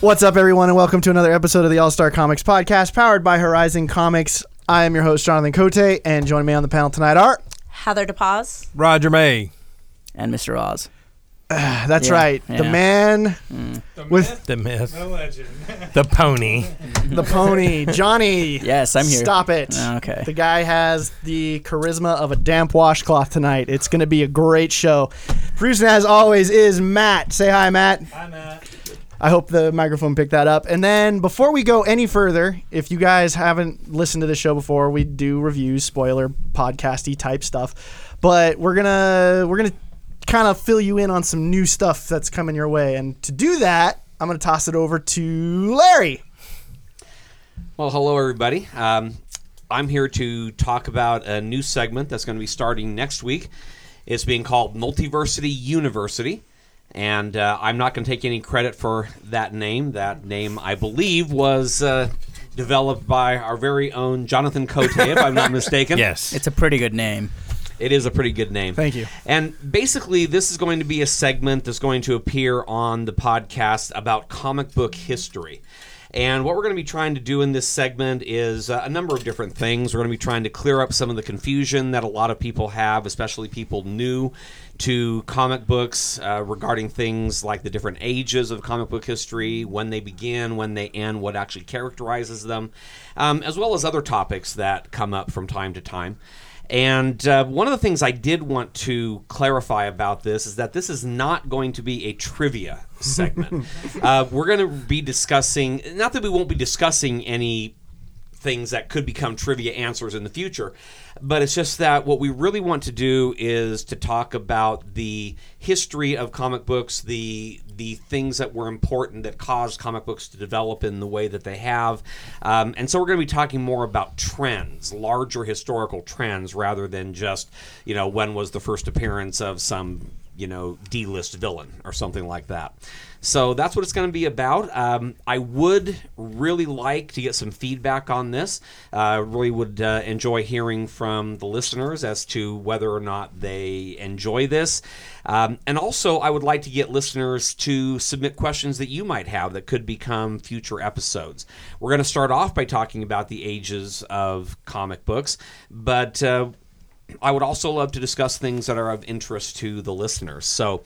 What's up, everyone, and welcome to another episode of the All Star Comics Podcast, powered by Horizon Comics. I am your host, Jonathan Cote, and joining me on the panel tonight are. Heather DePaz. Roger May. and Mr. Oz. That's Yeah, right, the yeah. man with The myth. The legend. The pony. the pony, Johnny. Yes, I'm here. Ah, Stop it. Okay. The guy has the charisma of a damp washcloth tonight. It's going to be a great show. Producing, as always, is Matt. Say hi, Matt. I'm at. I hope the microphone picked that up. And then before we go any further, if you guys haven't listened to the show before, we do reviews, spoiler, podcasty type stuff. But we're gonna we're gonna kind of fill you in on some new stuff that's coming your way. And to do that, I'm gonna toss it over to Larry. Well, hello, everybody. Um, I'm here to talk about a new segment that's going to be starting next week. It's being called Multiversity University. And uh, I'm not going to take any credit for that name. That name, I believe, was uh, developed by our very own Jonathan Cote, if I'm not mistaken. Yes. It's a pretty good name. It is a pretty good name. Thank you. And basically, this is going to be a segment that's going to appear on the podcast about comic book history. And what we're going to be trying to do in this segment is uh, a number of different things. We're going to be trying to clear up some of the confusion that a lot of people have, especially people new to comic books, uh, regarding things like the different ages of comic book history, when they begin, when they end, what actually characterizes them, um, as well as other topics that come up from time to time. And uh, one of the things I did want to clarify about this is that this is not going to be a trivia segment. uh, we're going to be discussing, not that we won't be discussing any things that could become trivia answers in the future, but it's just that what we really want to do is to talk about the history of comic books, the the things that were important that caused comic books to develop in the way that they have. Um, and so we're going to be talking more about trends, larger historical trends, rather than just, you know, when was the first appearance of some, you know, D list villain or something like that. So that's what it's going to be about. Um, I would really like to get some feedback on this. Uh, really would uh, enjoy hearing from the listeners as to whether or not they enjoy this. Um, and also, I would like to get listeners to submit questions that you might have that could become future episodes. We're going to start off by talking about the ages of comic books, but. Uh, I would also love to discuss things that are of interest to the listeners. So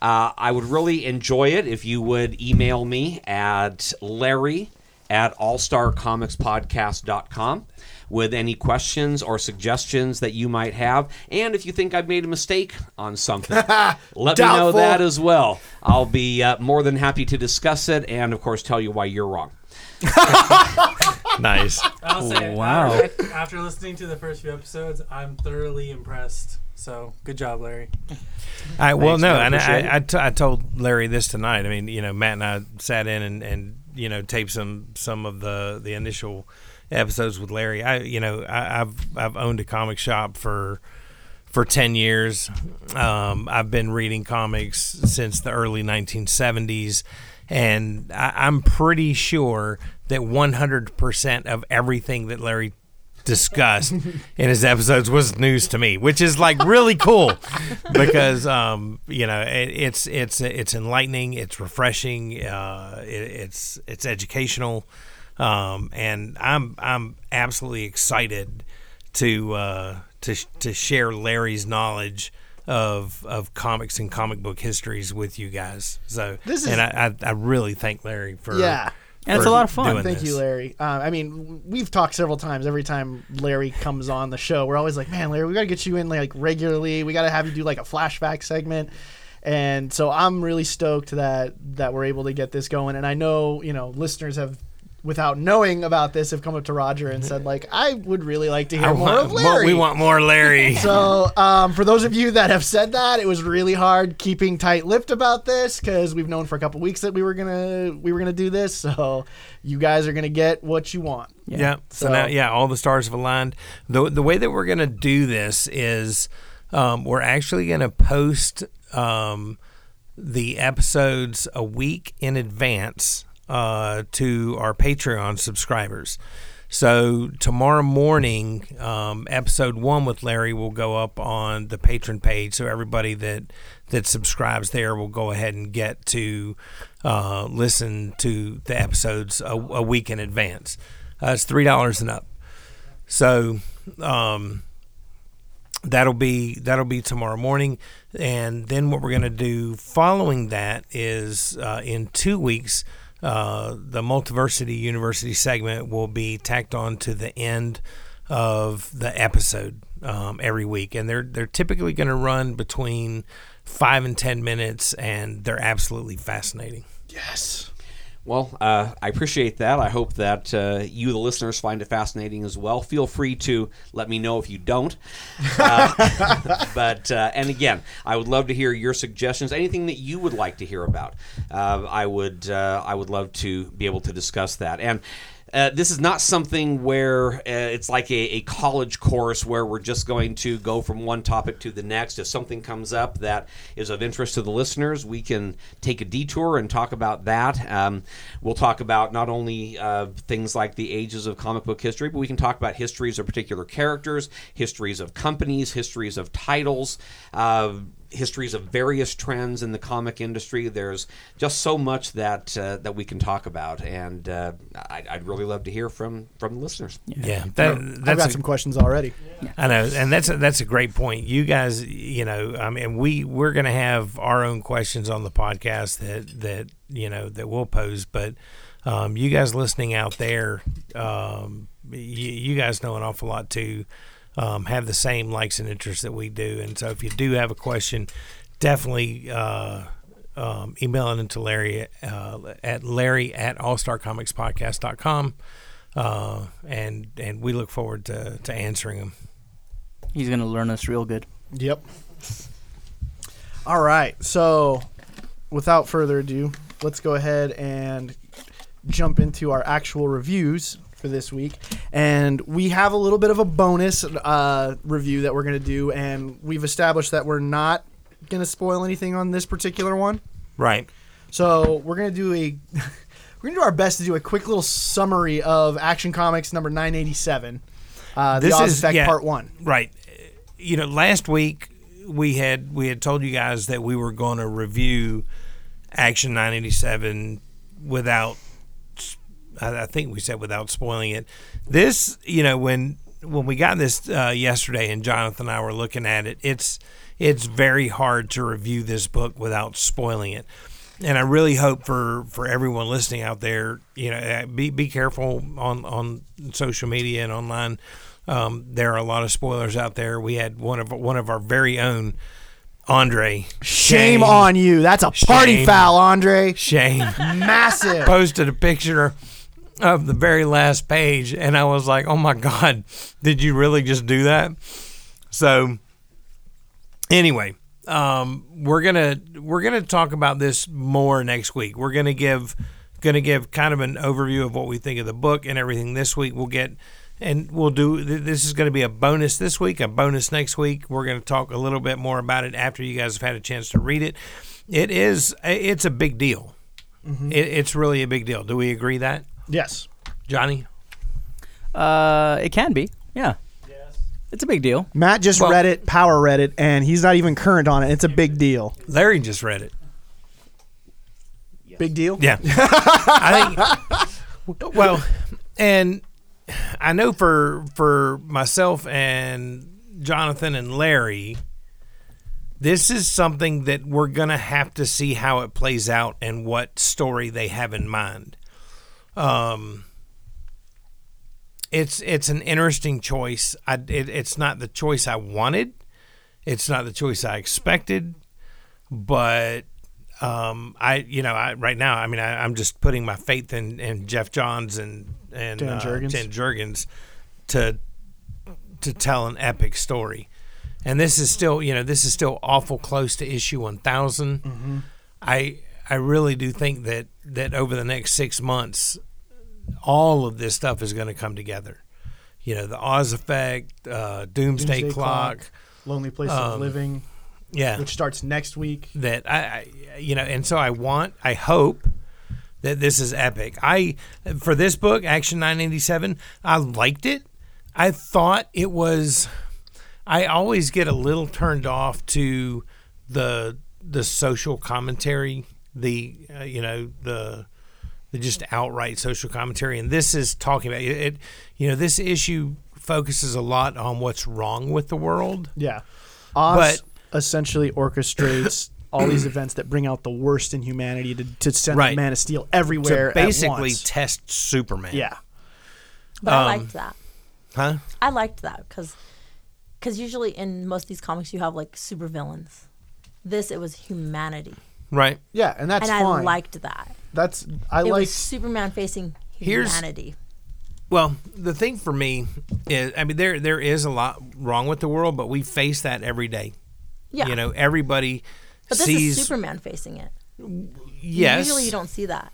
uh, I would really enjoy it if you would email me at Larry at allstarcomicspodcast.com with any questions or suggestions that you might have. And if you think I've made a mistake on something, let me know Doubtful. that as well. I'll be uh, more than happy to discuss it and, of course, tell you why you're wrong. nice. I'll say, Wow. After, after listening to the first few episodes, I'm thoroughly impressed. So good job, Larry. I, well, Thanks, no, man. and Appreciate I, I, t- I told Larry this tonight. I mean, you know, Matt and I sat in and, and you know taped some some of the the initial episodes with Larry. I you know I, I've I've owned a comic shop for for ten years. Um, I've been reading comics since the early 1970s, and I, I'm pretty sure that 100 percent of everything that Larry discussed in his episodes was news to me, which is like really cool because um, you know it, it's it's it's enlightening, it's refreshing, uh, it, it's it's educational, um, and I'm I'm absolutely excited to uh, to sh- to share Larry's knowledge. Of, of comics and comic book histories with you guys, so This is- and I, I, I really thank Larry for Yeah. And it's for a lot of fun. doing Thank this. you, Larry. Uh, I mean, we've talked several times. Every time Larry comes on the show, we're always like, "Man, Larry, we gotta get you in like regularly. We gotta have you do like a flashback segment." And so I'm really stoked that that we're able to get this going. And I know you know listeners have, without knowing about this, have come up to Roger and said like, "I would really like to hear I more want, of more- Larry." we want more Larry. So, um, for those of you that have said that, it was really hard keeping tight-lipped about this because we've known for a couple weeks that we were gonna we were gonna do this. So, you guys are gonna get what you want. Yeah. So, So- now, yeah, all the stars have aligned. The the way that we're gonna do this is, um, we're actually gonna post um, the episodes a week in advance uh, to our Patreon subscribers. So tomorrow morning, um, episode one with Larry will go up on the patron page. So everybody that that subscribes there will go ahead and get to uh, listen to the episodes a, a week in advance. Uh, it's three dollars and up. So um, that'll be that'll be tomorrow morning, and then what we're going to do following that is uh, in two weeks. Uh, the multiversity university segment will be tacked on to the end of the episode um, every week, and they're they're typically going to run between five and ten minutes, and they're absolutely fascinating. Yes. Well, uh, I appreciate that. I hope that uh, you, the listeners, find it fascinating as well. Feel free to let me know if you don't. Uh, but uh, and again, I would love to hear your suggestions. Anything that you would like to hear about, uh, I would uh, I would love to be able to discuss that. And uh, this is not something where uh, it's like a, a college course where we're just going to go from one topic to the next. If something comes up that is of interest to the listeners, we can take a detour and talk about that. Um, we'll talk about not only uh, things like the ages of comic book history, but we can talk about histories of particular characters, histories of companies, histories of titles. Uh, histories of various trends in the comic industry. There's just so much that uh, that we can talk about, and uh, I'd, I'd really love to hear from from listeners. Yeah, that, I've that's got a- some questions already. I know, and that's a, that's a great point. You guys, you know, I mean, we we're gonna have our own questions on the podcast that that you know that we'll pose, but um, you guys listening out there, um, you, you guys know an awful lot too. Um, have the same likes and interests that we do, and so if you do have a question, definitely. Uh, um, email it into Larry uh, at Larry at allstarcomicspodcast.com. Uh, and and we look forward to, to answering them. He's gonna learn us real good. Yep. All right. So, without further ado, let's go ahead and jump into our actual reviews for this week. And we have a little bit of a bonus uh, review that we're going to do. And we've established that we're not going to spoil anything on this particular one. Right. So we're gonna do a we're gonna do our best to do a quick little summary of Action Comics number nine eighty seven. Uh, the This Oz is- Effect yeah. Part One. Right. You know, last week we had we had told you guys that we were going to review Action 987 without I, I think we said without spoiling it. This, you know, when when we got this uh, yesterday and Jonathan and I were looking at it, it's it's very hard to review this book without spoiling it. And I really hope for for everyone listening out there, you know, uh, be be careful on on social media and online. Um, there are a lot of spoilers out there. We had one of one of our very own Andre. Shame on you. That's a party Shame. foul, Andre. Shame Massive. posted a picture of the very last page, and I was like, "Oh my god, did you really just do that?" So, anyway, um, we're gonna we're gonna talk about this more next week. We're gonna give gonna give kind of an overview of what we think of the book and everything this week. We'll get and we'll do th- this is going to be a bonus this week a bonus next week we're going to talk a little bit more about it after you guys have had a chance to read it it is it's a big deal Mm-hmm. it, it's really a big deal. Do we agree that, yes. Johnny? Uh, it can be. Yeah. It's a big deal. Matt just Well- read it, power read it, and he's not even current on it. It's a big deal. Larry just read it. Big deal. Yeah, I think. Well, and I know for for myself and Jonathan and Larry, this is something that we're gonna have to see how it plays out and what story they have in mind. Um, it's it's an interesting choice. I it, it's not the choice I wanted. It's not the choice I expected, but um, I you know I right now I mean I, I'm just putting my faith in, in Jeff Johns and and Dan uh, Jurgens. Dan Jurgens to to tell an epic story, and this is still you know this is still awful close to issue 1000. Mm-hmm. I I really do think that that over the next six months all of this stuff is going to come together. You know, the Oz effect, uh, Doomsday, Doomsday clock, um, Clock. Lonely Place of Living, Yeah. which starts next week. that I, I, you know, and so I want, I hope that this is epic. I for this book, Action 987, I liked it. I thought it was I always get a little turned off to the the social commentary, the uh, you know, the the just outright social commentary and this is talking about it, it you know, this issue focuses a lot on what's wrong with the world. Yeah. Oz essentially orchestrates all these events that bring out the worst in humanity to, to send Right. the Man of Steel everywhere. to at basically once. test Superman. yeah. But Um, I liked that. Huh? I liked that because usually in most of these comics you have like supervillains. This it was humanity, Right. Yeah, and that's and I fine. liked that. that's I It like was Superman facing Here's- humanity. Well, the thing for me is I mean there there is a lot wrong with the world, but we face that every day. Yeah, You know, everybody but this sees is Superman facing it. yes. Usually you don't see that.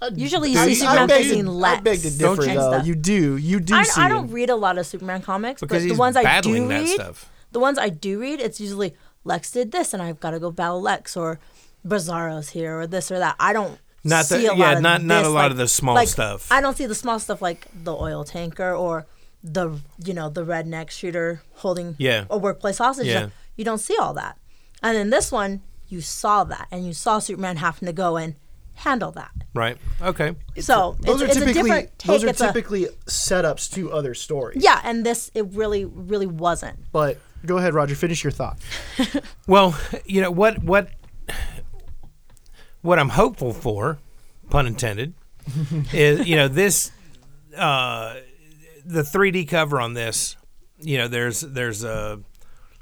I- usually you I- see Uh, I Superman beg to- facing I Lex beg to and differ though. stuff. You do. You do I, see I don't him. read a lot of Superman comics, but Because the he's ones I do battling read, that stuff. the ones I do read, it's usually Lex did this, and I've got to go battle Lex, or Bizarro's here, or this or that. I don't Not the- see a lot yeah, of not- not a this, lot like- of the small like, stuff. I don't see the small stuff like the oil tanker or the you know the redneck shooter holding Yeah. a workplace hostage. Yeah. You don't see all that, and in this one, you saw that, and you saw Superman having to go and handle that. Right. Okay. so it's, Those are it's a typically different take. those are it's a- typically setups to other stories. yeah, and this it really, really wasn't. But go ahead, Roger. Finish your thought. Well, you know what what what I'm hopeful for, pun intended, is you know this uh, the 3D cover on this. You know, there's there's a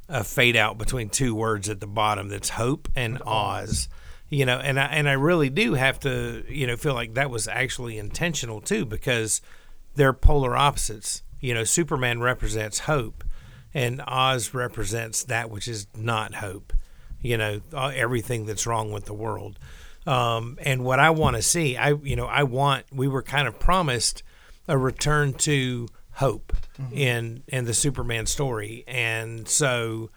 a fade out between two words at the bottom that's hope and Oz. You know, and I and I really do have to you know feel like that was actually intentional too because they're polar opposites. You know, Superman represents hope, and Oz represents that which is not hope. You know, uh, everything that's wrong with the world. Um, and what I want to see, I you know, I want. We were kind of promised a return to hope in in the Superman story, and so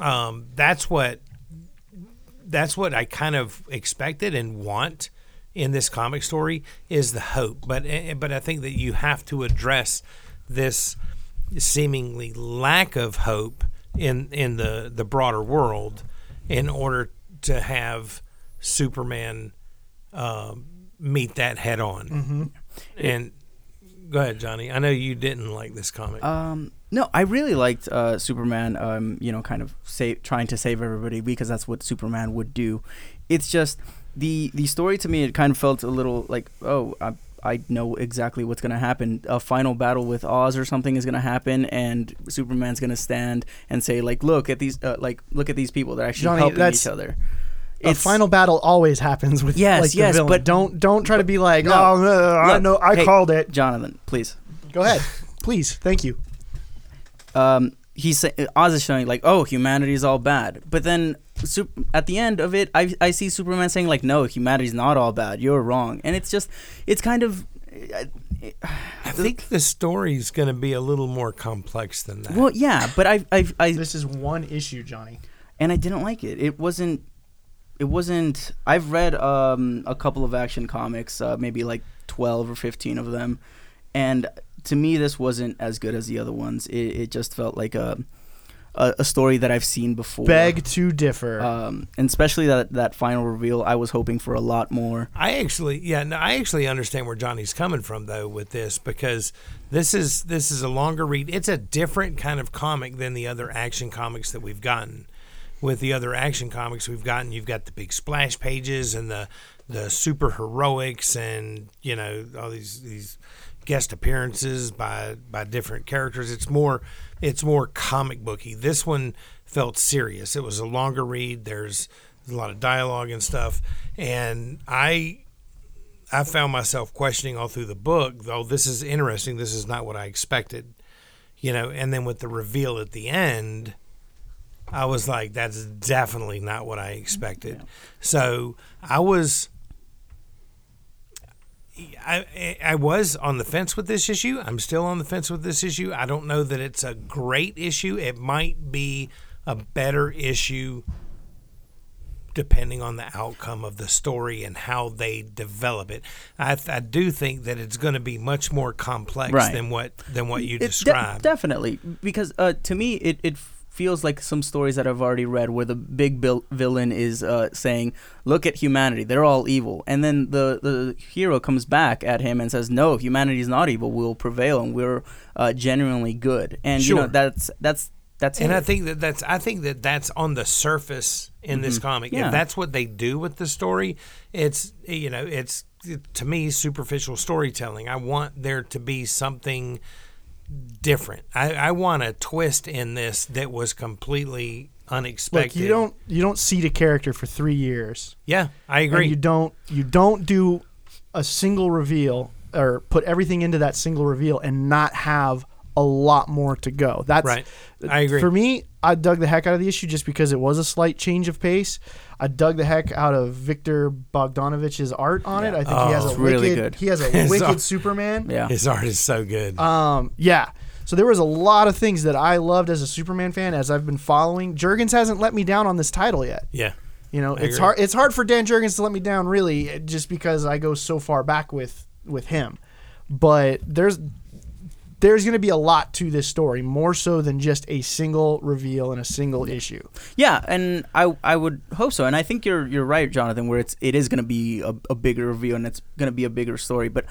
um, that's what that's what I kind of expected and want in this comic story is the hope. But eh, but I think that you have to address this seemingly lack of hope in in the the broader world in order to have Superman um, meet that head on. And go ahead, Johnny. I know you didn't like this comic. Um, no, I really liked uh, Superman. Um, you know, kind of save, trying to save everybody because that's what Superman would do. It's just the the story to me. It kind of felt a little like, oh, I, I know exactly what's gonna happen. A final battle with Oz or something is gonna happen, and Superman's gonna stand and say like, look at these, uh, like look at these people. They're actually Johnny, helping that's- each other. A final battle always happens with Yes, like, the yes, villain. but- don't don't try to be like No. oh no, I Look, know I hey, called it. Jonathan, please. Go ahead, please. Thank you. um, he's sa- Oz is showing like, oh, humanity is all bad. But then sup- at the end of it, I, I see Superman saying like, no, humanity's not all bad. You're wrong. And it's just, it's kind of, I- I think the story's going to be a little more complex than that. well, yeah. But I, I, I, This is one issue, Johnny. and I didn't like it. It wasn't. It wasn't. I've read um, a couple of action comics, uh, maybe like twelve or fifteen of them, and to me, this wasn't as good as the other ones. It, it just felt like a, a a story that I've seen before. Beg to differ. um, and especially that that final reveal. I was hoping for a lot more. I actually, yeah, no, I actually understand where Johnny's coming from though with this because this is this is a longer read. It's a different kind of comic than the other action comics that we've gotten. With the other action comics we've gotten, you've got the big splash pages and the the super heroics and you know all these these guest appearances by by different characters. It's more it's more comic booky. This one felt serious. It was a longer read. There's a lot of dialogue and stuff, and I I found myself questioning all through the book. Though this is interesting. This is not what I expected, you know. And then with the reveal at the end, I was like, that's definitely not what I expected. So I was. I, I was on the fence with this issue. I'm still on the fence with this issue. I don't know that it's a great issue. It might be a better issue depending on the outcome of the story and how they develop it. I, th- I do think that it's going to be much more complex Right. than what than what you It de- described. definitely, because uh, to me, it, it feels like some stories that I've already read where the big vil- villain is uh, saying, "Look at humanity; they're all evil," and then the the hero comes back at him and says, "No, humanity is not evil. We'll prevail, and we're uh, genuinely good." And you Sure. know, that's that's that's and it. I think that that's I think that that's on the surface in Mm-hmm. this comic. Yeah. If that's what they do with the story, it's you know it's to me superficial storytelling. I want there to be something different. I, I want a twist in this that was completely unexpected. Like you don't you don't seed a character for three years. Yeah, I And agree. you don't you don't do a single reveal or put everything into that single reveal and not have a lot more to go. That's Right. I agree. For me, I dug the heck out of the issue just because it was a slight change of pace. I dug the heck out of Victor Bogdanovich's art on it. I think Oh, he has a It's wicked, really good. he has a His wicked art. Superman. yeah. His art is so good. Um, yeah. So there was a lot of things that I loved as a Superman fan as I've been following. Jurgens hasn't let me down on this title yet. yeah, You know, it's agree. hard. It's hard for Dan Jurgens to let me down, really, eh, just because I go so far back with with him. But there's there's going to be a lot to this story, more so than just a single reveal and a single issue. Yeah, and I I would hope so, and I think you're you're right, Jonathan. Where it's it is going to be a, a bigger review, and it's going to be a bigger story. But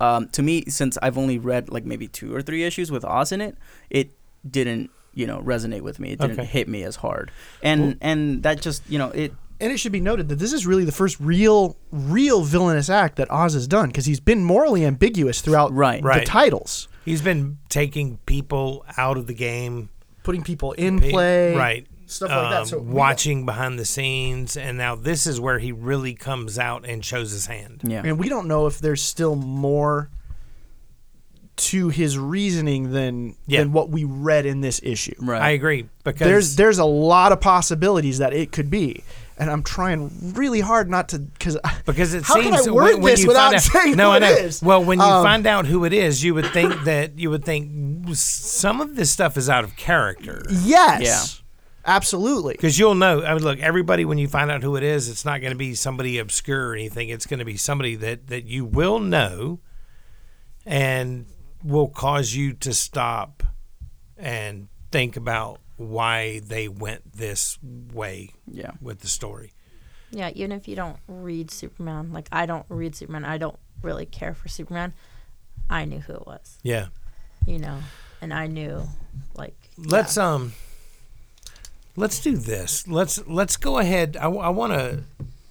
um, to me, since I've only read like maybe two or three issues with Oz in it, it didn't you know resonate with me. It didn't Okay. hit me as hard, and and that just you know it. And it should be noted that this is really the first real, real villainous act that Oz has done because he's been morally ambiguous throughout Right. the Right. titles, he's been taking people out of the game. putting people in Pe- play, right stuff like that. So Um, we- watching behind the scenes and now this is where he really comes out and shows his hand Yeah, And we don't know if there's still more to his reasoning than Yeah. than what we read in this issue. right. i agree because There's there's a lot of possibilities that it could be. And I'm trying really hard not to because because it how seems can I that word when, when this you without find out, saying no, who I it know. is? Well, when you Um, find out who it is, you would think that you would think some of this stuff is out of character yes, Yeah. absolutely. because you'll know. I mean, look, everybody when you find out who it is, it's not going to be somebody obscure or anything. It's going to be somebody that that you will know, and will cause you to stop and think about why they went this way Yeah. with the story. Yeah, even if you don't read Superman, like I don't read Superman, I don't really care for Superman. I knew who it was, Yeah. you know, and I knew, like, let's um let's do this let's let's go ahead i, want to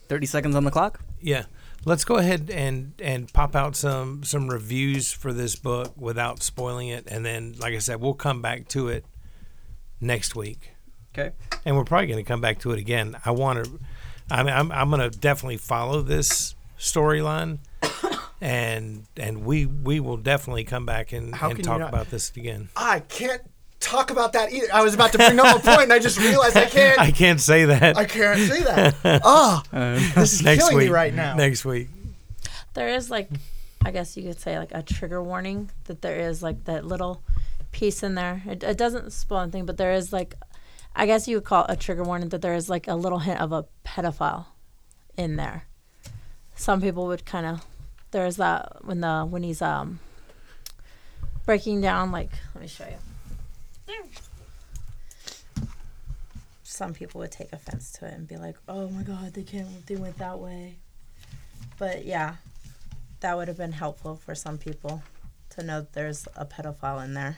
Thirty seconds on the clock. yeah let's go ahead and and pop out some some reviews for this book without spoiling it and then like i said we'll come back to it next week Okay. and we're probably going to come back to it again i want to i mean i'm, I'm going to definitely follow this storyline and and we we will definitely come back and, How and can you talk not- about this again I can't talk about that either. I was about to bring up a point and I just realized I can't i can't say that I can't say that. Ah, this is next killing week me right now. next week there is like i guess you could say like a trigger warning that there is like that little piece in there it, it doesn't spoil anything but there is like i guess you would call it a trigger warning that there is like a little hint of a pedophile in there some people would kind of there's that when the when he's um breaking down like let me show you There. some people would take offense to it and be like oh my god they can't they went that way but yeah, that would have been helpful for some people to know that there's a pedophile in there.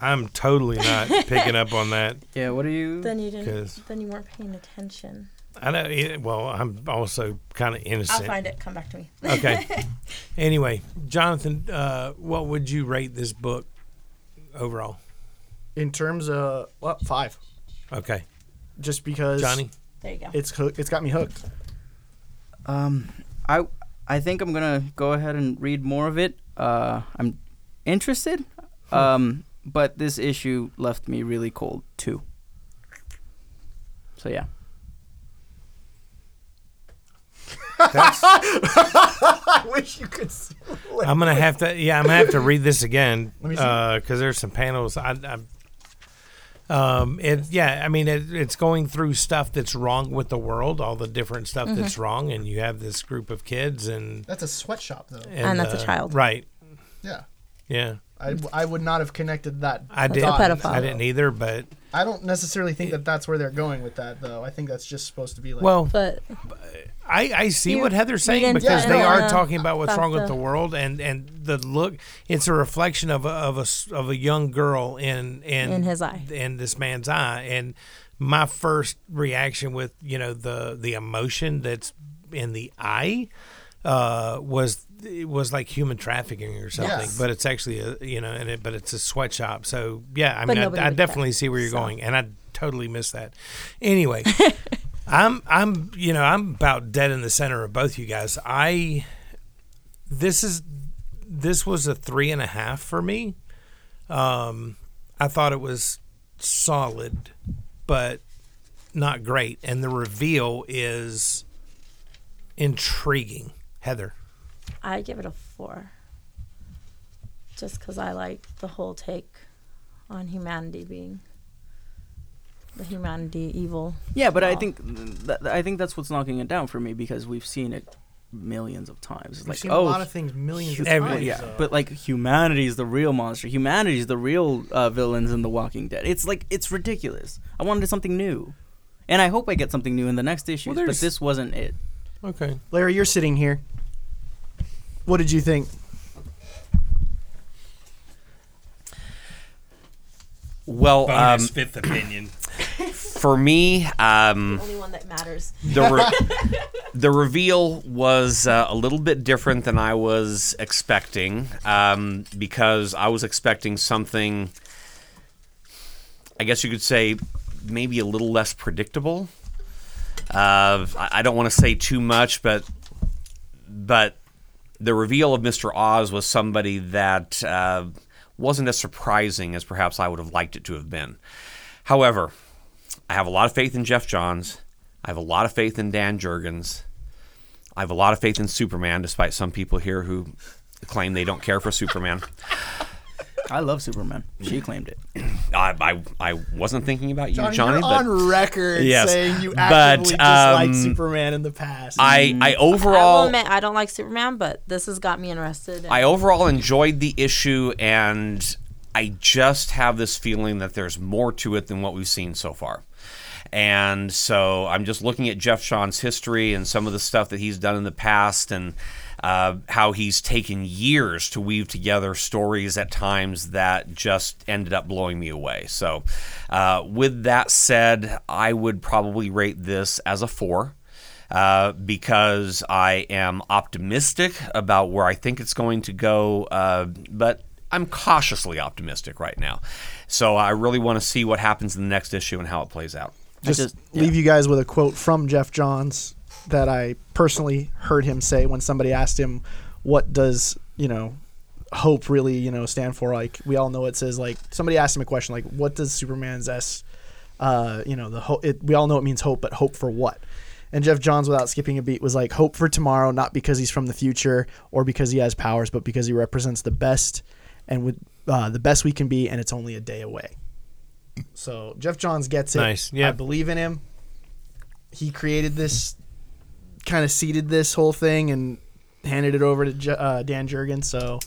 I'm totally not picking up on that Yeah. What are you? Then you didn't. 'Cause- Then you weren't paying attention. I know. It, well, I'm also kind of I'll innocent. find it. Come back to me. Okay. anyway, Jonathan, uh, what would you rate this book overall? In terms of well, five, Okay, just because Johnny. There you go. it's hook, it's got me hooked. Um, I I think I'm gonna go ahead and read more of it. Uh, I'm interested. Um, but this issue left me really cold too. So yeah, I wish you could see. I'm gonna have to. Yeah, I'm gonna have to read this again uh, me see. because there's some panels. I, I Um, it, yeah, I mean, it, it's going through stuff that's wrong with the world, all the different stuff Mm-hmm. that's wrong, and you have this group of kids, and, That's a sweatshop, though. and, uh, And that's a child. right? Yeah. Yeah, I, I would not have connected that. I That's a did. pedophile. I didn't e- either, but I don't necessarily think that that's where they're going with that, though. I think that's just supposed to be like. well, But I, I see You- what Heather's you saying didn't because touch they on are the- talking about what's about wrong with the- the world and, and the look. It's a reflection of a of a, s- of a young girl in in, In his eye. in this man's eye. And my first reaction with you know the the emotion that's in the eye uh, was it was like human trafficking or something. Yes. But it's actually a you know and it but it's a sweatshop. So yeah, I But mean nobody I, I would definitely care, see where you're so. going, and I totally missed that. Anyway. I'm I'm you know I'm about dead in the center of both you guys. I this is this was a three and a half for me. Um, I thought it was solid, but not great. And the reveal is intriguing. Heather, I give it a four. Just because I like the whole take on humanity being the humanity evil. Yeah, but I Wow. think th- th- I think that's what's knocking it down for me because we've seen it millions of times. It's we've like seen oh, a lot of things millions of Every- times. yeah, though. but like humanity is the real monster. Humanity is the real uh, villains in The Walking Dead. It's like it's ridiculous. I wanted something new, and I hope I get something new in the next issue. but there's- this wasn't it. okay, Larry, you're sitting here. What did you think? Well, um, fifth opinion. for me, um, Only one that matters. the re- the reveal was uh, a little bit different than I was expecting um, because I was expecting something. I guess you could say maybe a little less predictable. Uh, I I don't want to say too much, but but the reveal of Mr. Oz was somebody that uh, wasn't as surprising as perhaps I would have liked it to have been. However, I have a lot of faith in Jeff Johns. I have a lot of faith in Dan Jurgens. I have a lot of faith in Superman, despite some people here who claim they don't care for Superman. I love Superman. She claimed it. I, I, I wasn't thinking about you, Johnny. Johnny, you're but on record Yes. saying you But, actively disliked um, Superman in the past. I, I I will overall admit I don't like Superman, but this has got me interested. and- I overall enjoyed the issue, and I just have this feeling that there's more to it than what we've seen so far. And so I'm just looking at Jeff Sean's history and some of the stuff that he's done in the past, and uh, how he's taken years to weave together stories at times that just ended up blowing me away. So, uh, with that said, I would probably rate this as a four uh, because I am optimistic about where I think it's going to go, uh, but I'm cautiously optimistic right now. So I really want to see what happens in the next issue and how it plays out. just, just- leave you guys with a quote from Jeff Johns that I personally heard him say when somebody asked him, "What does you know hope really you know stand for?" Like we all know it says like somebody asked him a question like, "What does Superman's S?" Uh, you know the ho- it, we all know it means hope, but hope for what? And Jeff Johns, without skipping a beat, was like, "Hope for tomorrow, not because he's from the future or because he has powers, but because he represents the best and with uh, the best we can be, and it's only a day away." So Jeff Johns gets it. Nice. Yeah. I believe in him. He created this, kind of seeded this whole thing, and handed it over to J- uh, Dan Jurgen. So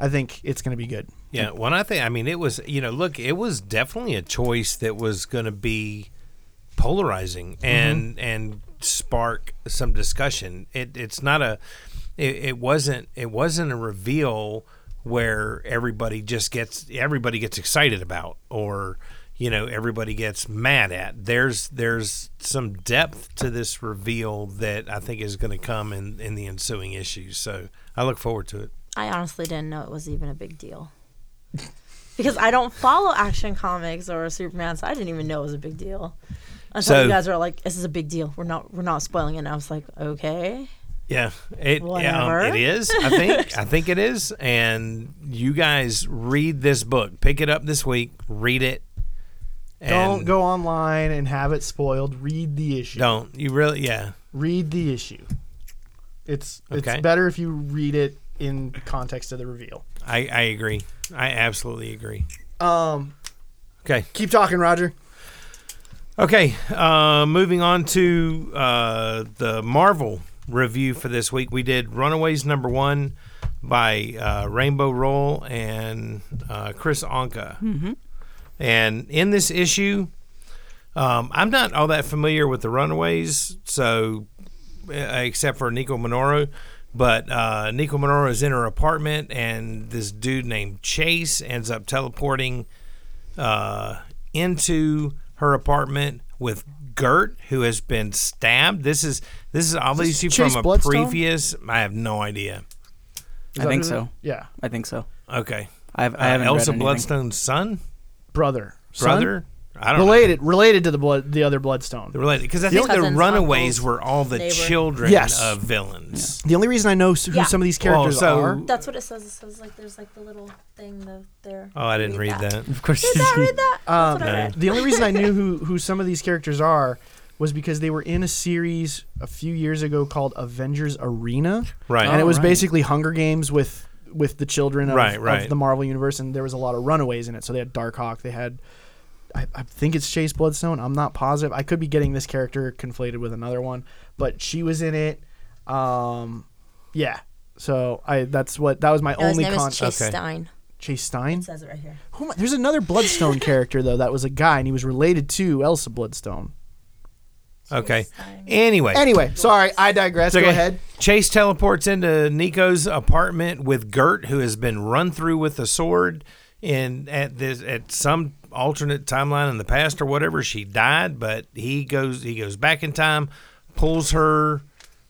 I think it's going to be good. Yeah, well, I think I mean it was you know look it was definitely a choice that was going to be polarizing and and spark some discussion. It it's not a it, it wasn't it wasn't a reveal where everybody just gets everybody gets excited about or you know everybody gets mad at. There's there's some depth to this reveal that I think is going to come in in the ensuing issues. So I look forward to it. I honestly didn't know it was even a big deal. Because I don't follow action comics or Superman, so I didn't even know it was a big deal. Until So- you guys were like, "This is a big deal. We're not, we're not spoiling it." And I was like, "Okay." Yeah, it yeah, um, Whatever. it is. I think I think it is. And you guys read this book. Pick it up this week. Read it. Don't and go online and have it spoiled. Read the issue. Don't you really? Yeah. Read the issue. It's Okay. it's better if you read it in context of the reveal. I I agree. I absolutely agree. Um, Okay. Keep talking, Roger. Okay, uh, moving on to uh, the Marvel review for this week. We did Runaways number one by uh, Rainbow Roll and uh, Chris Anka. Mm-hmm. And in this issue, um, I'm not all that familiar with the Runaways, so uh, except for Nico Minoru. But uh, Nico Minoru is in her apartment, and this dude named Chase ends up teleporting uh, into her apartment with Gert, who has been stabbed. This is this is obviously Chase from a Bloodstone? previous. I have no idea. I that think who- so. Yeah, I think so. Okay, I've, Uh, I haven't Elsa read anything. Bloodstone's son, brother, Son? brother. I don't know. related related to the blood, the other Bloodstone. Related, because I Yep. think the Cousins, Runaways uncles, were all the neighbor. children Yes. of villains. The only reason I know s- who Yeah. some of these characters Well, so- are. That's what it says. It says like there's like the little thing the, there. Oh, I didn't read that. Of course. Did I read that? Um, That's what I read. the only reason I knew who who some of these characters are was because they were in a series a few years ago called Avengers Arena, Right. and it Oh, was right. basically Hunger Games with with the children of, Right, of right. the Marvel universe, and there was a lot of runaways in it. So they had Darkhawk, they had. I, I think it's Chase Bloodstone. I'm not positive. I could be getting this character conflated with another one, but she was in it. Um, yeah. So I that's what that was my No, his only name con. is Chase okay. Stein. Chase Stein. It says it right here. Who am I- There's another Bloodstone character though that was a guy and he was related to Elsa Bloodstone. Okay. Anyway. Anyway, sorry, I digress. It's okay. Go ahead. Chase teleports into Nico's apartment with Gert, who has been run through with a sword. And at this, at some alternate timeline in the past or whatever, she died. But he goes, he goes back in time, pulls her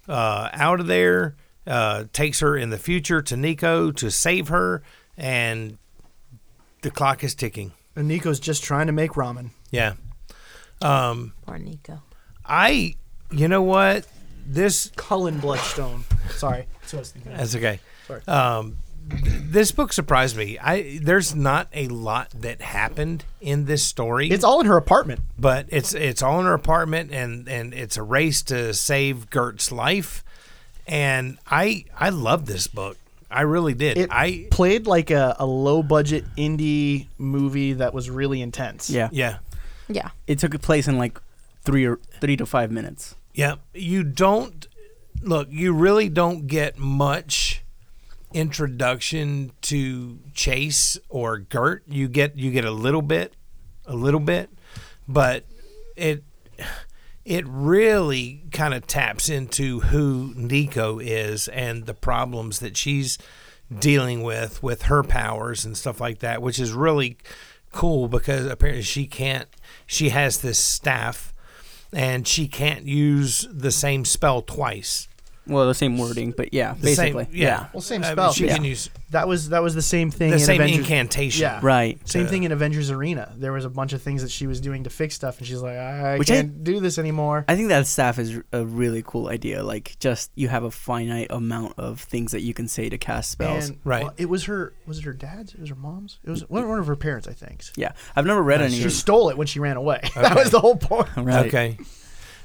uh, out of there, uh, takes her in the future to Nico to save her, and the clock is ticking. And Nico's just trying to make ramen. Yeah. Um, Poor Nico. I, you know what? This Cullen Bloodstone. sorry. That's what I was thinking. That's okay. Sorry. Um, th- this book surprised me. I there's not a lot that happened in this story. It's all in her apartment. but it's it's all in her apartment, and and it's a race to save Gert's life. And I I love this book. I really did. It I played like a, a low budget indie movie that was really intense. Yeah. yeah Yeah. It took place in like three or three to five minutes. yeah. You don't look. You really don't get much introduction to Chase or Gert. You get you get a little bit, a little bit, but it it really kind of taps into who Nico is and the problems that she's dealing with with her powers and stuff like that, which is really cool because apparently she can't she has this staff and she can't use the same spell twice. Well, the same wording, but yeah, The same- basically. yeah. Well, same I mean, spell. she Yeah. can use That was that was the same thing the in same Avengers. incantation. Yeah. Right. Same thing in Avengers Arena. There was a bunch of things that she was doing to fix stuff, and she's like, I Which I- can't do this anymore. I think that staff is a really cool idea. Like, just you have a finite amount of things that you can say to cast spells. And, Right. well, it was her. Was it her dad's? It was her mom's. It was one, one of her parents, I think. yeah, I've never read any. She stole it when she ran away. that was the whole point. Right. Okay.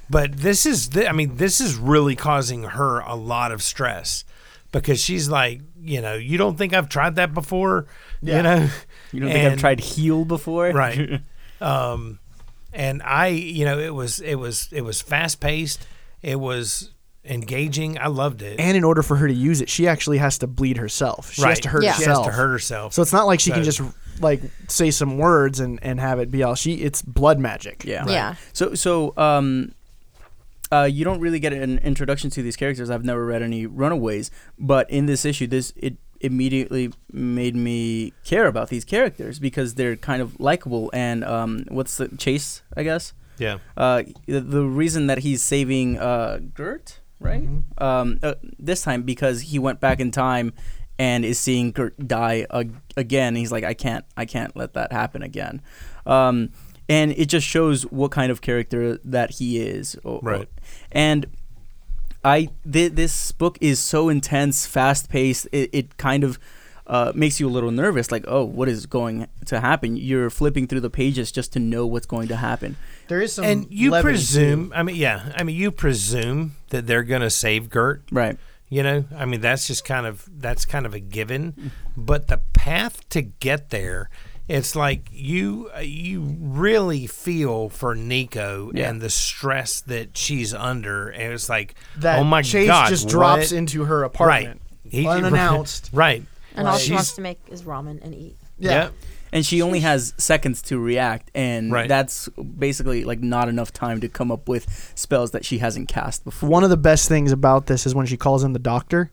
But this is, th- I mean, this is really causing her a lot of stress because she's like, you know, you don't think I've tried that before, Yeah. you know? You don't think I've And- tried heal before? Right. um, and I, you know, it was, it was, it was fast paced. It was engaging. I loved it. And in order for her to use it, she actually has to bleed herself. She has Right. to hurt Yeah. she has herself. to hurt herself. So it's not like she can So- just like say some words and and have it be all. She it's blood magic. Yeah. Yeah. So so um, uh, you don't really get an introduction to these characters. I've never read any Runaways, but in this issue, this it immediately made me care about these characters because they're kind of likable. And um, what's the Chase? I guess yeah. uh, the, the reason that he's saving uh, Gert, right? Um, uh, this time because he went back in time and is seeing Gert die ag- again. He's like, I can't, I can't let that happen again. Um, and it just shows what kind of character that he is. O- o- Right. And I th- this book is so intense, fast paced. It, it kind of uh, makes you a little nervous, like, oh, what is going to happen? You're flipping through the pages just to know what's going to happen. There is some And you levity to- presume, I mean, yeah, I mean, you presume that they're going to save Gert. Right. You know, I mean, that's just kind of that's kind of a given, but the path to get there it's like you you really feel for Nico Yeah. and the stress that she's under, and it's like, That oh my Chase god, just what? drops into her apartment. right, He- unannounced. right? And all she She's- wants to make is ramen and eat. Yeah. and she only has seconds to react and Right. that's basically like not enough time to come up with spells that she hasn't cast before One of the best things about this is when she calls in the doctor,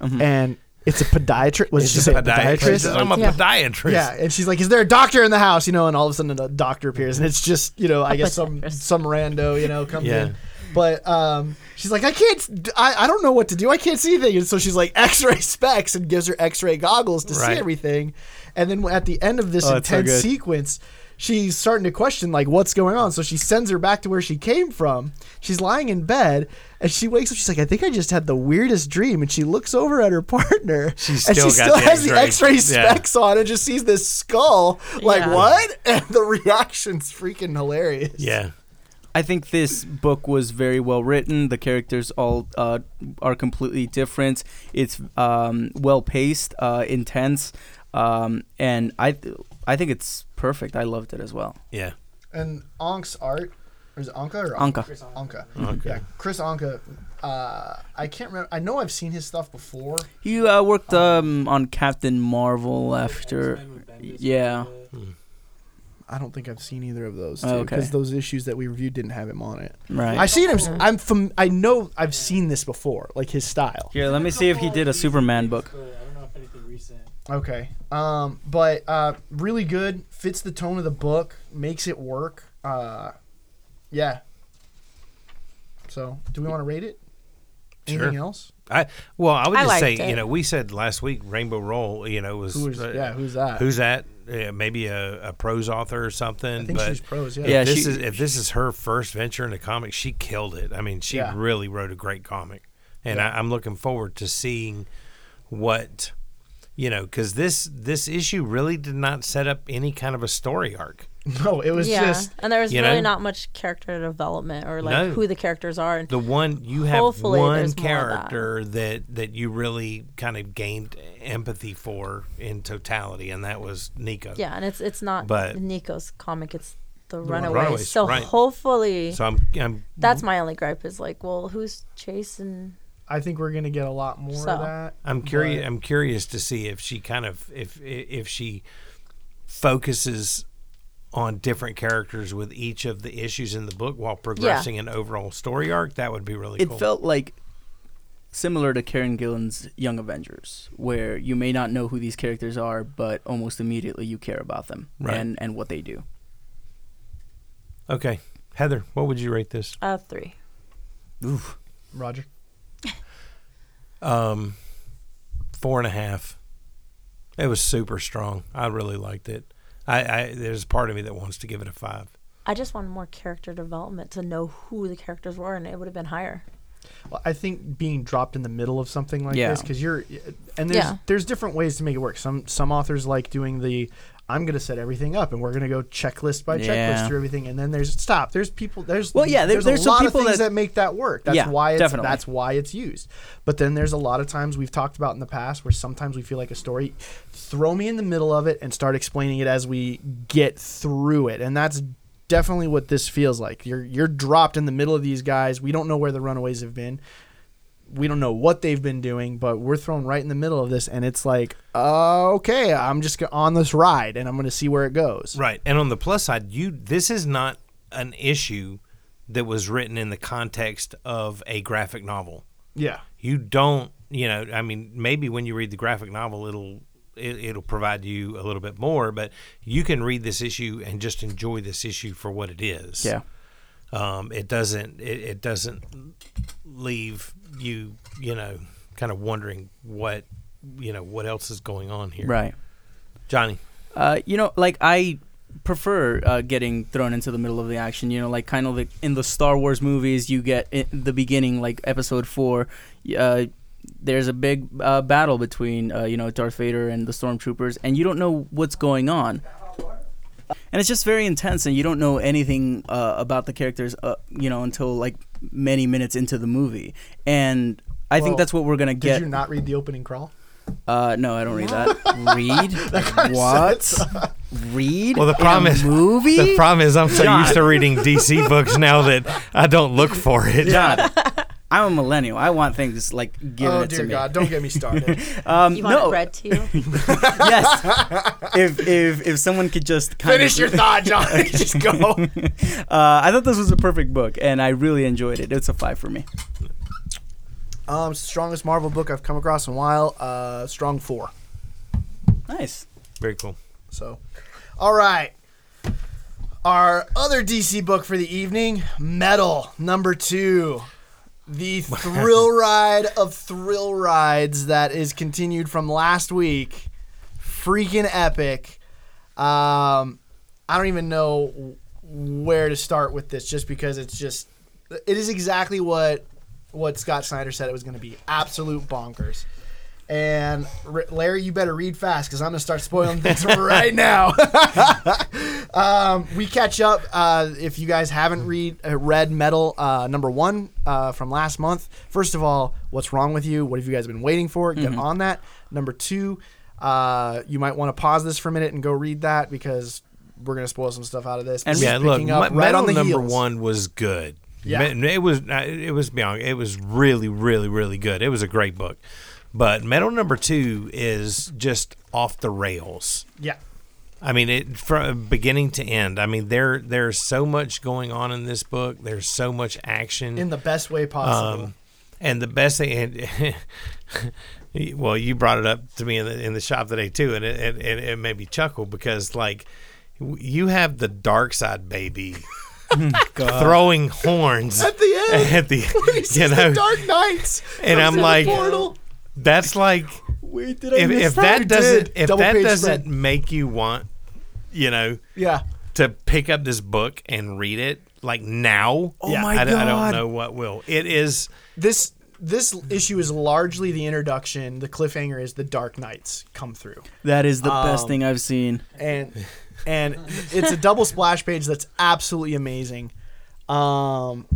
Mm-hmm. and it's a podiatrist. Was she She's a say podiatrist. podiatrist? I'm a Yeah. podiatrist. Yeah, and she's like, "Is there a doctor in the house?" You know, and all of a sudden a doctor appears, and it's just you know, I guess some podiatrist. some rando you know comes Yeah. in. But um, she's like, I can't, I, I don't know what to do. I can't see anything. And so she's like, X-ray specs, and gives her X-ray goggles to Right. see everything. And then at the end of this Oh, that's so intense good. sequence, she's starting to question like, what's going on? So she sends her back to where she came from. She's lying in bed, and she wakes up. She's like, I think I just had the weirdest dream. And she looks over at her partner, She's and still she got still the has the X-ray. X-ray Yeah. specs on, and just sees this skull. Like Yeah. what? And the reaction's freaking hilarious. Yeah. I think this book was very well written. The characters all uh, are completely different. It's um, well paced, uh, intense, um, and I th- I think it's perfect. I loved it as well. Yeah. and Onk's art or is it Anka or Anka. Chris Anka. Yeah, Chris Anka. Uh, I can't remember. I know I've seen his stuff before. You uh, worked um, on Captain Marvel after. X-Men with Bendis. yeah. I don't think I've seen either of those. Oh, Because okay. those issues that we reviewed didn't have him on it. Right. I've seen him. I'm from. I know I've seen this before, like his style. Here, let me see if he did a Superman book. But I don't know if anything recent. Okay. Um, but uh, really good. Fits the tone of the book. Makes it work. Uh, yeah. So, do we want to rate it? Sure. Anything else? I well, I would I just say, liked it. you know, we said last week Rainbow Roll, you know, was Who is? uh, yeah. Who's that? who's that? Yeah, maybe a, a prose author or something. I think but she's pros. if Yeah. Yeah, this she- is if this is her first venture into comics, she killed it. I mean, she Yeah. really wrote a great comic, and I, I'm looking forward to seeing what you know because this this issue really did not set up any kind of a story arc. No, it was yeah. just and there was you really know? not much character development or like No. who the characters are. And The one you have Hopefully one there's more of that. character that. that you really kind of gained empathy for in totality, and that was Nico. yeah, and it's it's not But- Nico's comic, it's the, Runaways, Runaways. So right. hopefully So I'm I'm that's my only gripe is like, well, who's Chase and I think we're gonna get a lot more So. of that. I'm curious. I'm curious to see if she kind of if if she focuses on different characters with each of the issues in the book while progressing an overall story arc. That would be really It cool. felt like similar to Karen Gillan's Young Avengers, where you may not know who these characters are, but almost immediately you care about them Right. and, and what they do. okay, Heather, what would you rate this? uh three. Roger. Um, four and a half. It was super strong. I really liked it. I, I there's part of me that wants to give it a five. I just wanted more character development to know who the characters were and it would have been higher. Well, I think being dropped in the middle of something like Yeah. this because you're, and there's Yeah. there's different ways to make it work. Some some authors like doing the I'm gonna set everything up and we're gonna go checklist by checklist Yeah. through everything, and then there's stop. There's people. There's Well, yeah, there- there's, there's a some lot people of things that- that, make that work. That's Yeah, why it's definitely. that's why it's used. But then there's a lot of times we've talked about in the past where sometimes we feel like a story. Throw me in the middle of it and start explaining it as we get through it, and that's definitely what this feels like. You're you're dropped in the middle of these guys. We don't know where the runaways have been we don't know what they've been doing, but we're thrown right in the middle of this, and it's like, uh, okay, I'm just go- on this ride, and I'm going to see where it goes. Right. And on the plus side, you this is not an issue that was written in the context of a graphic novel. Yeah, you don't you know i mean maybe when you read the graphic novel it'll it, it'll provide you a little bit more but you can read this issue and just enjoy this issue for what it is Yeah. um it doesn't it, it doesn't leave you you know kind of wondering what you know what else is going on here Right. johnny Uh, you know, like I prefer uh, getting thrown into the middle of the action. You know, like kind of like in the Star Wars movies, you get in the beginning, like Episode Four. y- Uh, there's a big uh, battle between uh, you know Darth Vader and the stormtroopers, and you don't know what's going on. And it's just very intense, and you don't know anything uh, about the characters, uh, you know, until like many minutes into the movie. And I Well, think that's what we're gonna did get. you not read the opening crawl? Uh, no, I don't read that. read what? read Well, the in problem a is movie. The problem is I'm so John. used to reading DC books now that I don't look for it. John, I'm a millennial. I want things like given Oh it to dear me. God! Don't get me started. Um, You want no, it read to you? yes. if if if someone could just kind Finish of your thought, John. Just go. uh, I thought this was a perfect book, and I really enjoyed it. It's a five for me. Um, strongest Marvel book I've come across in a while. Uh, strong four. Nice. Very cool. So, all right. Our other DC book for the evening, Metal number two. The thrill ride of thrill rides that is continued from last week. Freaking epic. Um, I don't even know where to start with this just because it's just, it is exactly what what Scott Snyder said it was going to be. Absolute bonkers. And R- Larry, you better read fast because I'm going to start spoiling things right now. um, we catch up. Uh, if you guys haven't read uh, read Metal uh, number one uh, from last month, first of all, what's wrong with you? What have you guys been waiting for? Mm-hmm. Get on that. Number two, uh, you might want to pause this for a minute and go read that because we're going to spoil some stuff out of this. And This is Yeah, look, picking up me- right metal on the number heels. one was good. Yeah. Me- it was. uh, It was beyond. It was really, really, really good. It was a great book, but metal number two is just off the rails. Yeah. I mean, it from beginning to end. I mean, there there's so much going on in this book. There's so much action In the best way possible. um, and the best thing, and well, you brought it up to me in the in the shop today too, and it and, and it made me chuckle because like w- you have the dark side baby throwing horns At the end. at the you know, the Dark Knights. and comes I'm in the like portal. that's like Wait, did if, if that doesn't if Double that page doesn't spread. make you want you know yeah. to pick up this book and read it like now Oh my I, d- I God. don't know what will it is this this issue is largely the introduction. The cliffhanger is the Dark Knights come through, That is the best Um, thing I've seen. and and it's a double splash page that's absolutely amazing. Um,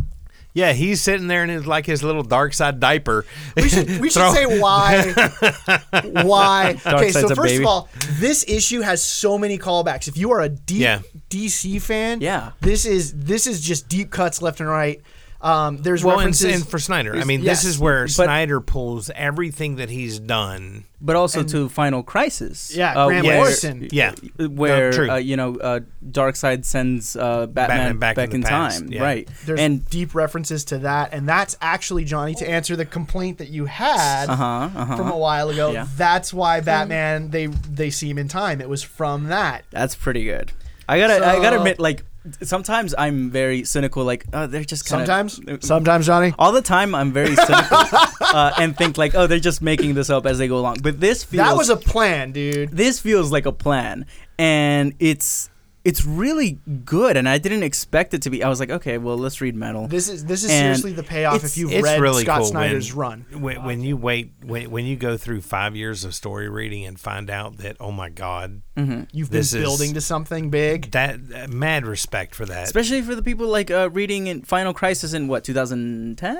Yeah, he's sitting there in his like his little dark side diaper. we should we should Throw- say why why. okay, so Side's a first baby. of all, this issue has so many callbacks. If you are a deep Yeah. DC fan, Yeah. this is this is just deep cuts left and right. Um, there's well, and, references and for Snyder, I mean, yes, this is where Snyder pulls everything that he's done. But also to Final Crisis. uh, Yeah, Grant where- Morrison. Yeah, Where No, true. uh, you know uh, Darkseid sends uh, Batman, back back, in the in, past, time, yeah. right? There's and deep references to that, and that's actually Johnny to answer the complaint that you had uh huh, uh from a huh. while ago. Yeah. That's why Batman they they see him in time. It was from that. That's pretty good. I gotta, I gotta So- admit, like sometimes I'm very cynical. Like, oh, they're just kinda, Sometimes, sometimes Johnny. all the time I'm very cynical uh, and think like, oh, they're just making this up as they go along. But this feels That was a plan, dude. this feels like a plan, and it's it's really good. And I didn't expect it to be. I was like, okay, well, let's read metal. This is this is And seriously the payoff it's- if you've it's read really Scott cool Snyder's when, run. When, when you wait, when, when you go through five years of story reading and find out that oh my god, Mm-hmm. You've been This is- building to something big. that uh, mad respect for that. Especially for the people like uh, reading in Final Crisis in what 2010,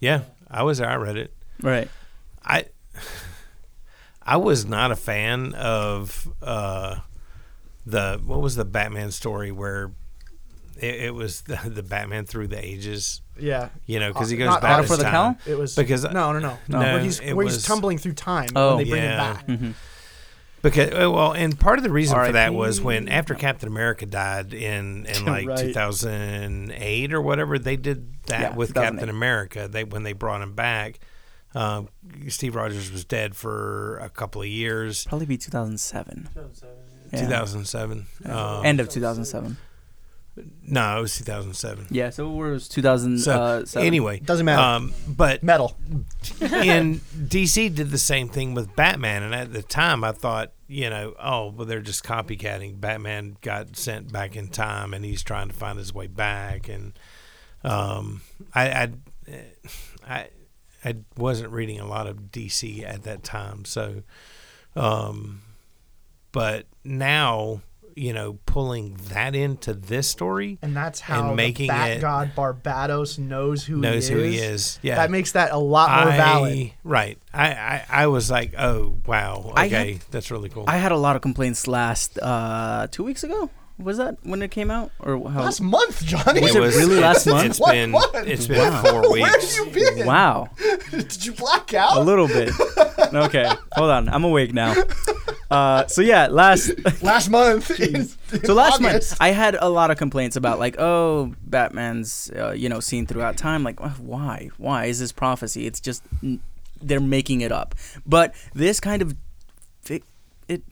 yeah, I was there. I read it. right? I I was not a fan of uh, the what was the Batman story where it, it was the, the Batman through the ages, Yeah, you know, because he goes Uh, not back Honor in for the time. Cow? it was Because- no, no, no, No, Where he's it where he's was- tumbling through time Oh, when they bring yeah. him back. Because uh, well, and part of the reason for that RIP. was when after Captain America died in in like Right. 2008 or whatever, they did that Yeah, with 2008. Captain America. They when they brought him back, uh, Steve Rogers was dead for a couple of years, Probably be 2007, Yeah. 2007. Um, end of 2007. no, it was 2007. Yeah, so it was 2000. So uh, seven. anyway, Doesn't matter. Um, but Metal. and DC did the same thing with Batman, and at the time I thought, you know, oh, well, they're just copycatting. Batman got sent back in time, and he's trying to find his way back. And um, I, I, eh, I, I wasn't reading a lot of DC at that time, so, um, but now you know, pulling that into this story and that's how and making making the Bat it God Barbados knows who knows he who is. he is. Yeah, that makes that a lot more valid. Right. I, I, I was like, oh wow, I okay, that's really cool. I had a lot of complaints last uh, two weeks ago. Was that when it came out or how? Last month, Johnny. Was it really last month? It's What been month? it's been four Where have weeks. you been? wow, Did you black out? a little bit. Okay, hold on. I'm awake now. Uh, so yeah, last last month. in- in so last August. month I had a lot of complaints about like oh Batman's uh, you know seen throughout time like "Wh- why why is this prophecy it's just n- they're making it up but this kind of it it,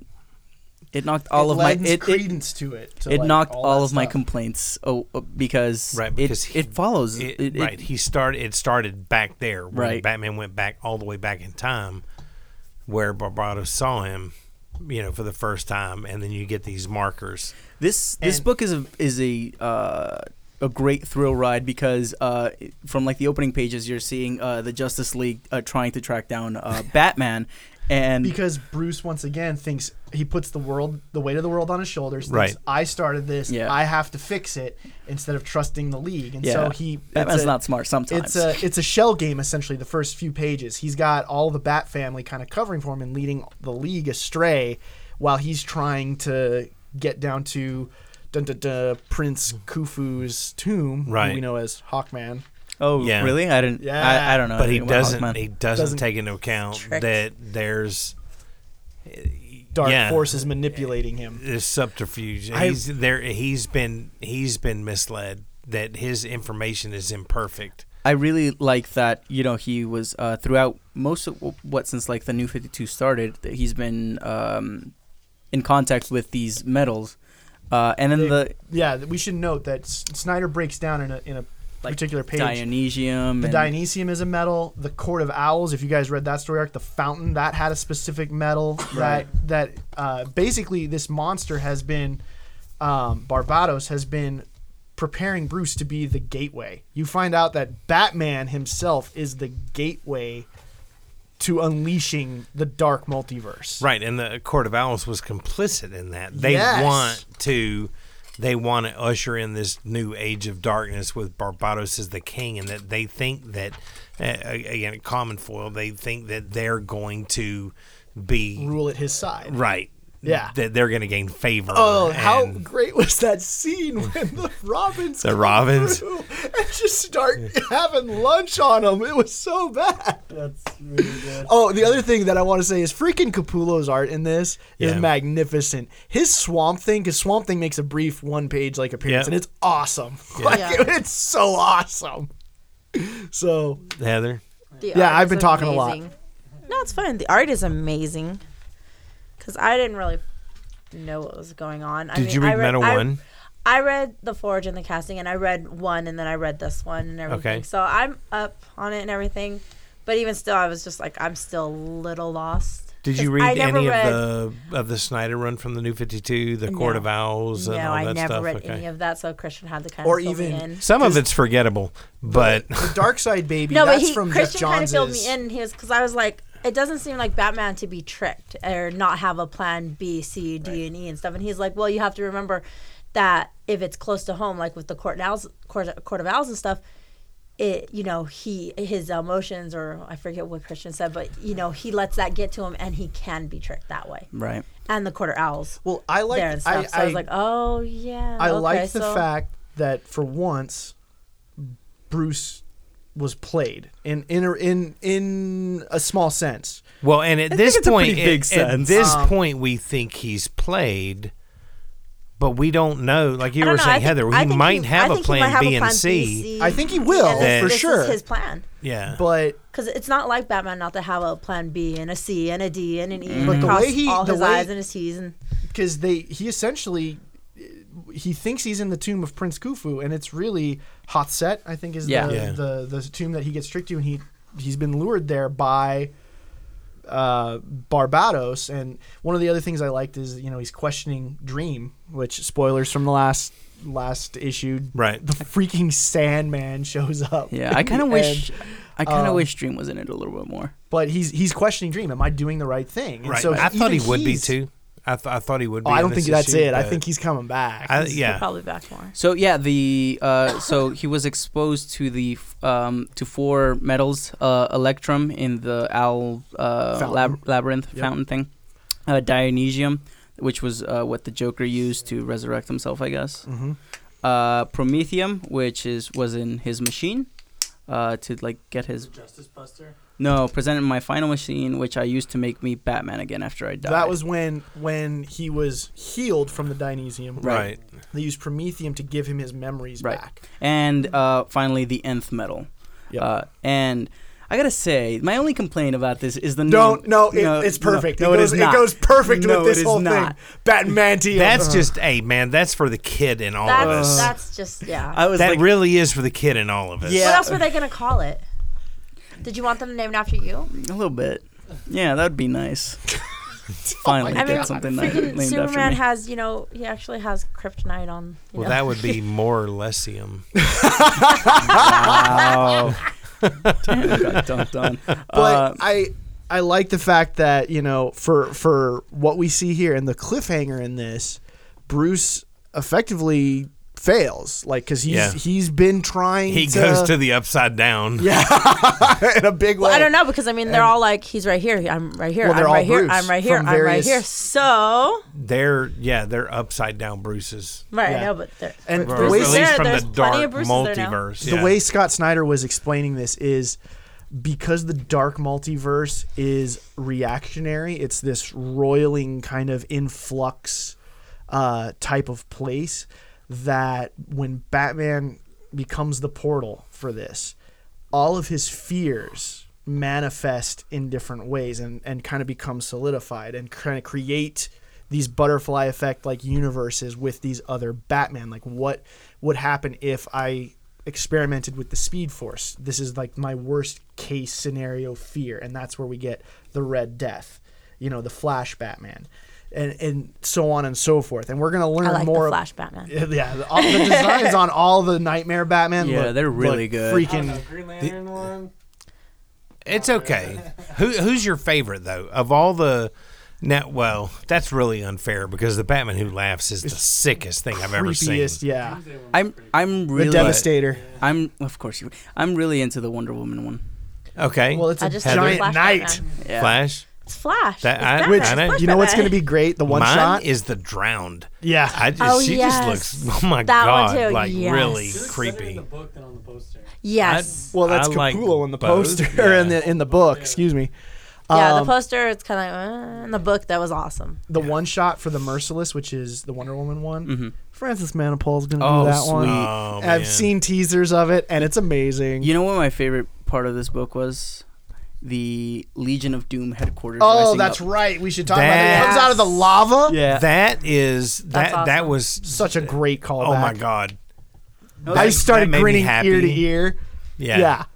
it knocked all it of my lends it, it credence to it. to, it like, knocked that all, of my stuff. complaints oh, uh, because, Right, because it, he- it follows It- it- it- right. He started. It started back there. When Right. Batman went back all the way back in time, where Barbados saw him, you know, for the first time, and then you get these markers. this this And- book is a is a uh, a great thrill ride because uh, from like the opening pages you're seeing uh, the Justice League uh, trying to track down uh, Batman and because Bruce once again thinks he puts the world, the weight of the world on his shoulders. Thinks, Right. I started this. Yeah. I have to fix it instead of trusting the league. And yeah, so he Batman's it's a- not smart sometimes. It's a it's a shell game essentially. The first few pages, he's got all the Bat family kind of covering for him and leading the league astray, while he's trying to get down to dun, dun, dun, Prince Khufu's tomb, who Right. we know as Hawkman. oh Yeah. really? I didn't. Yeah. I, I don't know. But he anything about doesn't. Hawkman. He doesn't, Doesn't- take into account Tricked. that there's Dark Yeah. force is manipulating him. this subterfuge. I- he's there. He's been. He's been misled. That his information is imperfect. I really like that. You know, he was uh, throughout most of wh- what since like the New Fifty Two started. That he's been um, in contact with these metals, uh, and then They- the Yeah, th- we should note that S- Snyder breaks down in a in a Like particular page. Dionysium. the and, Dionysium is a metal. The Court of Owls, if you guys read that story arc, the fountain that had a specific metal Right. that that uh, basically this monster has been um, Barbados has been preparing Bruce to be the gateway. You find out that Batman himself is the gateway to unleashing the dark multiverse. Right, and the Court of Owls was complicit in that. They Yes. want to they want to usher in this new age of darkness with Barbados as the king and that they think that uh, again a common foil they think that they're going to be Rule at his side. right. Yeah. That they're going to gain favor. Oh, how and- great was that scene when the Robins The come Robins. through and just start having lunch on them? It was so bad. That's really good. Oh, the other thing that I want to say is freaking Capullo's art in this is Yeah. magnificent. His Swamp Thing, because Swamp Thing makes a brief one page like appearance, Yeah. and it's awesome. Like Yeah. it's so awesome. So Heather The Yeah, art I've is been talking a lot. amazing. No, it's fine. The art is amazing. Because I didn't really know what was going on. I Did mean, you read I read, Metal I- One? I read the Forge and the casting, and I read one, and then I read this one and everything. Okay. So I'm up on it and everything. But even still, I was just like, I'm still a little lost. did you 'Cause I read never any read- of the of the Snyder run from the New 52, the Court No. of Owls No, and all I that never stuff? read okay. any of that, so Christian had to kind Or of fill me even- in. Some of it's forgettable, but the Dark Side Baby, No, but that's he from Christian Jeff kind of Johns. filled me in. and He was because I was like, it doesn't seem like Batman to be tricked or not have a plan B, C, D, and E and stuff. And he's like, well, you have to remember that if it's close to home, like with the court, and owls, court, court of owls and stuff, it you know he his emotions or I forget what Christian said, but you know he lets that get to him and he can be tricked that way. Right. And the court of owls Well, I like there and stuff. I, so I, was like, oh yeah. I okay, like the so- fact that for once, Bruce was played in in a- in in a small sense. Well, and at I this think it's a point, pretty at- big at, sense. this Um, point, we think he's played, but we don't know. Like you I don't were know, I saying, think- Heather, I he think might have I a think he plan might have B a and plan C. I think he will, and this- for this sure. Is his plan. Yeah, But Because it's not like Batman not to have a plan B and a C and a D and an E and But Mm-hmm. the cross way he- all the his way- I's and his T's and because they he essentially he thinks he's in the tomb of Prince Khufu, and it's really Hotset, I think, is Yeah. The, Yeah. the the tomb that he gets tricked to, and he he's been lured there by uh, Barbados. And one of the other things I liked is you know he's questioning Dream, which spoilers from the last last issue. Right. the freaking Sandman shows up. Yeah. I kind of And- wish. I kind of um, wish Dream was in it a little bit more. but he's he's questioning Dream. Am I doing the right thing? And right. so I thought he even would be he's- too. I, th- I thought he would be. Oh, I in don't this think that's issue, it. I but think he's coming back. I, We're yeah, probably back more. So yeah, the uh, so he was exposed to the f- um, to four metals, uh, electrum in the owl uh, Fountain. lab- labyrinth Yep. fountain thing, uh, Dionysium, which was uh, what the Joker used to resurrect himself, I guess. Mm-hmm. hmm Uh, Promethium, which is was in his machine, uh, to like get his Justice Buster. no presented my final machine, which I used to make me Batman again after I died. That was when when he was healed from the Dionysium. Right. right. They used Prometheum to give him his memories Right. back. and uh, finally the nth metal. Yep. Uh, and I gotta say, my only complaint about this is the Don't no, it, no, it's no, perfect. No, it, it goes, is not. it goes perfect No, with this it is whole not. thing. Batmantium. That's just hey man, that's for the kid in all of That's us. that's just Uh, yeah. I was that like, really is for the kid in all of us. Yeah. What else were they gonna call it? Did you want them to name it after you? a little bit. Yeah, that'd be nice. Finally, I get mean, something na- freaking named after Superman me. has you know he actually has kryptonite on. You Well, know. that would be more lessium. Wow. Damn, got dunked on. but Uh, I I like the fact that you know for for what we see here and the cliffhanger in this, Bruce effectively fails like because he's Yeah. he's been trying. He to, goes to the upside down. yeah in a big way. Well, I don't know because I mean they're all like he's right here, I'm right here, Well, they're I'm all right here, Bruce I'm right here, from I'm right various- here. So They're yeah, they're upside down Bruce's. right, Yeah. I know, but they're And Or the Bruce way is at there, least from there's the plenty dark of Bruce's there now. multiverse. the yeah. way Scott Snyder was explaining this is because the dark multiverse is reactionary, it's this roiling kind of influx uh, type of place that when Batman becomes the portal for this, all of his fears manifest in different ways and, and kind of become solidified and kind of create these butterfly effect like universes with these other Batman. Like what would happen if I experimented with the speed force? This is like my worst case scenario fear. And that's where we get the Red Death, you know, the Flash Batman. And, and so on and so forth, and we're gonna learn I like more. the ab- Flash Batman. yeah, the, all, the designs on all the Nightmare Batman. Yeah, look- they're look really good. I don't know, Freaking Green Lantern one. It's okay. Who who's your favorite though? Of all the now, well, that's really unfair because the Batman Who Laughs is the sickest thing I've ever seen. creepiest. Yeah, I'm I'm the really Devastator. I'm of course you. I'm really into the Wonder Woman one. Okay, Well, it's I a just Heather. love the Flash giant knight. Batman. Yeah. Flash. It's Flash. That- it's I- Batman, Which- it's I know. Flash You know what's Batman. going to be great? The one Mine shot. is the drowned. yeah. I just, Oh, she yes. just looks. Oh my That one god! too, Like yes. really She looks better in creepy. the book than on the poster. Yes. well, that's I like Capullo in the both, poster yeah. in the in the book. Excuse me. yeah, Um, the poster. It's kind of uh, in the book. That was awesome. the one shot for the Merciless, which is the Wonder Woman one. Francis Manipold's going to Oh, do that one. sweet. Oh, I've man. seen teasers of it, and it's amazing. You know what my favorite part of this book was? The Legion of Doom headquarters. oh, dressing that's up. right. We should talk about it. That- It comes out of the lava. Yeah. That is that. That's That awesome. was Such a great callback. Oh my god! No, I that- started made me grinning happy. ear to ear. Yeah. Yeah.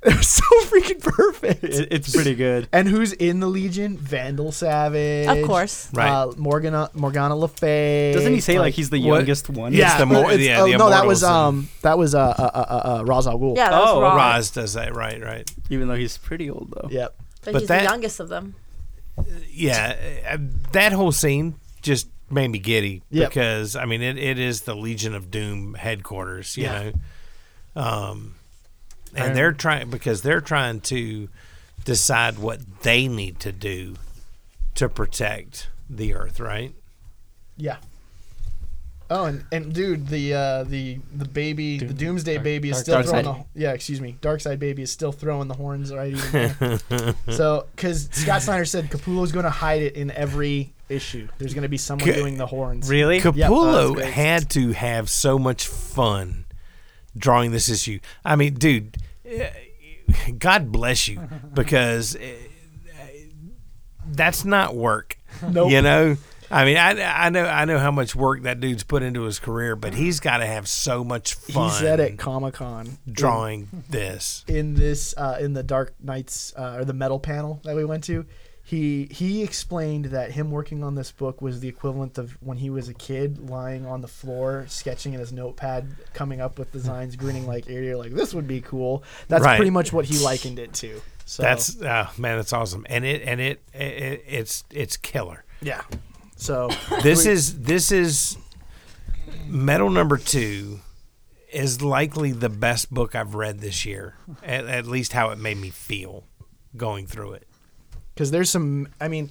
It was so freaking perfect. it- it's pretty good. And who's in the Legion? Vandal Savage. Of course. Right. Uh, Morgana Morgana Le Fay. Doesn't he say like, he's the what- youngest one? yeah, the no, mor- it's- yeah, oh, the no, that was Immortals um, that was uh, uh, uh, uh, uh Ra's al Ghul. Yeah, that was Oh, Ross. Roz does that right, right. Even though he's pretty old though. Yep. But, But he's that- the youngest of them. yeah, uh, that whole scene just made me giddy Yep. because I mean it, it is the Legion of Doom headquarters, you Yeah. know, um, and they're trying because they're trying to decide what they need to do to protect the Earth, right? Yeah. Oh, and, and dude, the uh, the the baby, the Doomsday baby is Dark- still Dark throwing. Side. The, yeah, excuse me, Dark Side baby is still throwing the horns right. Even now. so, because Scott Snyder said Capullo's going to hide it in every issue. There's going to be someone Ca- doing the horns. Really? oh, that's Capullo great. had to have so much fun drawing this issue. I mean, dude, eh, God bless you because eh, that's not work. Nope. You know, I mean, I, I know I know how much work that dude's put into his career, but he's got to have so much He fun. said at Comic Con drawing this. in this uh, in the Dark Knights uh, or the metal panel that we went to, he he explained that him working on this book was the equivalent of when he was a kid lying on the floor sketching in his notepad, coming up with designs, grinning like ear to ear, like this would be cool. That's Right. pretty much what he likened it to. So That's oh, man, that's awesome, and it and it, it it's it's killer. yeah, So This is this is medal number two is likely the best book I've read this year. At, at least how it made me feel going through it. because there's some i mean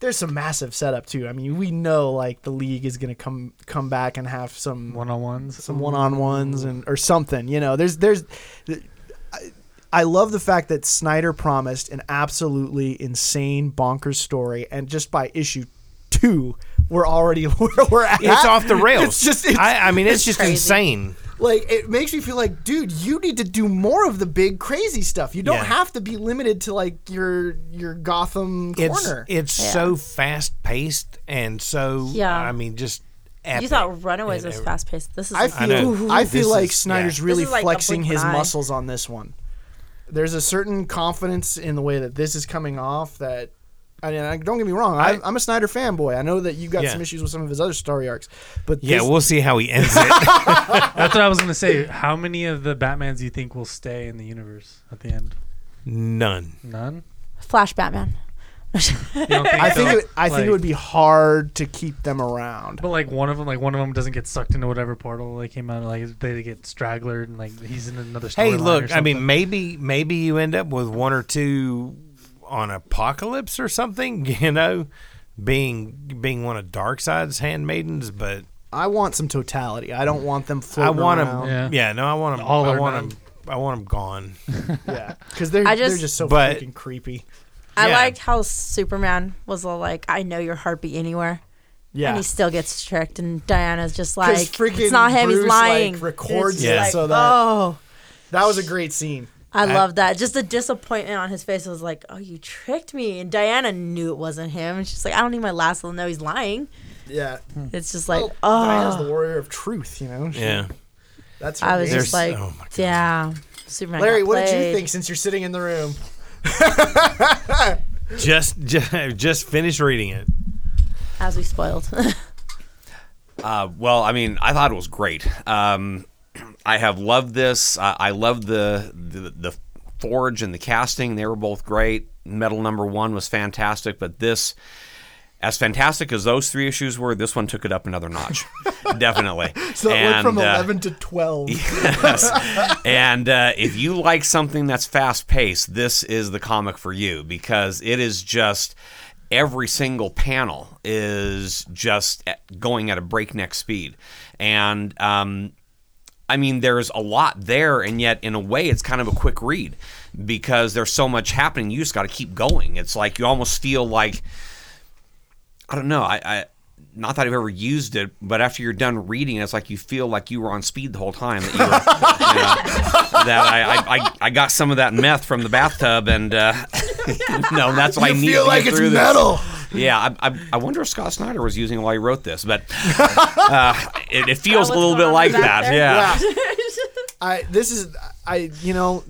there's some massive setup too i mean we know like the league is going to come come back and have some One on ones. some one-on-ones and or something you know there's there's I, I love the fact that snyder promised an absolutely insane bonkers story and just by issue two we're already where we're at It's off the rails. it's just it's, I, I mean, it's, just crazy. insane. like it makes me feel like dude you need to do more of the big crazy stuff you don't Yeah. have to be limited to like your your gotham It's corner it's so fast paced and so Yeah. I mean just. Epic. You thought Runaways And was every- fast paced. This is I like- feel know. I This feel is- like Snyder's yeah. really This is like a flexing blink his eye. muscles on this one. There's a certain confidence in the way that this is coming off that. I mean, I- don't get me wrong. I, I'm a Snyder fanboy. I know that you got Yeah. some issues with some of his other story arcs, but Yeah, this, we'll see how he ends it. That's what I was gonna say. How many of the Batmans do you think will stay in the universe at the end? None. None. Flash Batman. You don't think I think so? it, I think Like- it would be hard to keep them around. But like one of them, like one of them doesn't get sucked into whatever portal they came out. of, Like they get straggler and like he's in another. Hey, storyline or look, I mean, something. maybe maybe you end up with one or two on Apocalypse or something, you know, being being one of Darkseid's handmaidens, but I want some totality. I don't want them I floating want around. him. Yeah. Yeah. no, I want him. All I or want none. him. I want him gone. Yeah, because they're I they're just- just so But- freaking creepy. I Yeah. liked how Superman was all like, "I know your heartbeat anywhere," and Yeah, he still gets tricked. And Diana's just like, because freaking "It's not him. Bruce, he's lying." Like, records It's Yeah. it, just like, so that oh, that was a great scene. I, I- love that. Just the disappointment on his face was like, "Oh, you tricked me." And Diana knew it wasn't him. And she's like, "I don't need my last little know he's lying." Yeah, It's just like, Well, Diana's oh, the warrior of truth. You know, She- Yeah, That's I her was name. just like, oh my God. "Damn, Superman." Larry, got what did you played." think since you're sitting in the room? just just, just finish reading it. As we spoiled. Uh, well, I mean, I thought it was great. Um, I have loved this. Uh, I love the, the the forge and the casting. They were both great. Metal number one was fantastic, but this, as fantastic as those three issues were, this one took it up another notch. Definitely. So it went from uh, 11 to 12. Yes. and uh, if you like something that's fast paced, this is the comic for you because it is just every single panel is just at- going at a breakneck speed. And um, I mean, there's a lot there, and yet in a way, it's kind of a quick read because there's so much happening. You just got to keep going. It's like you almost feel like I don't know. I, I not that I've ever used it, but after you're done reading, it's like you feel like you were on speed the whole time. That you were, you know, that I, I, I, I got some of that meth from the bathtub, and uh, no, that's what I need. to get through this. Yeah, I, I, I wonder if Scott Snyder was using it while he wrote this, but uh, it, it feels a That was little going bit on like back that. there. Yeah. I this is I you know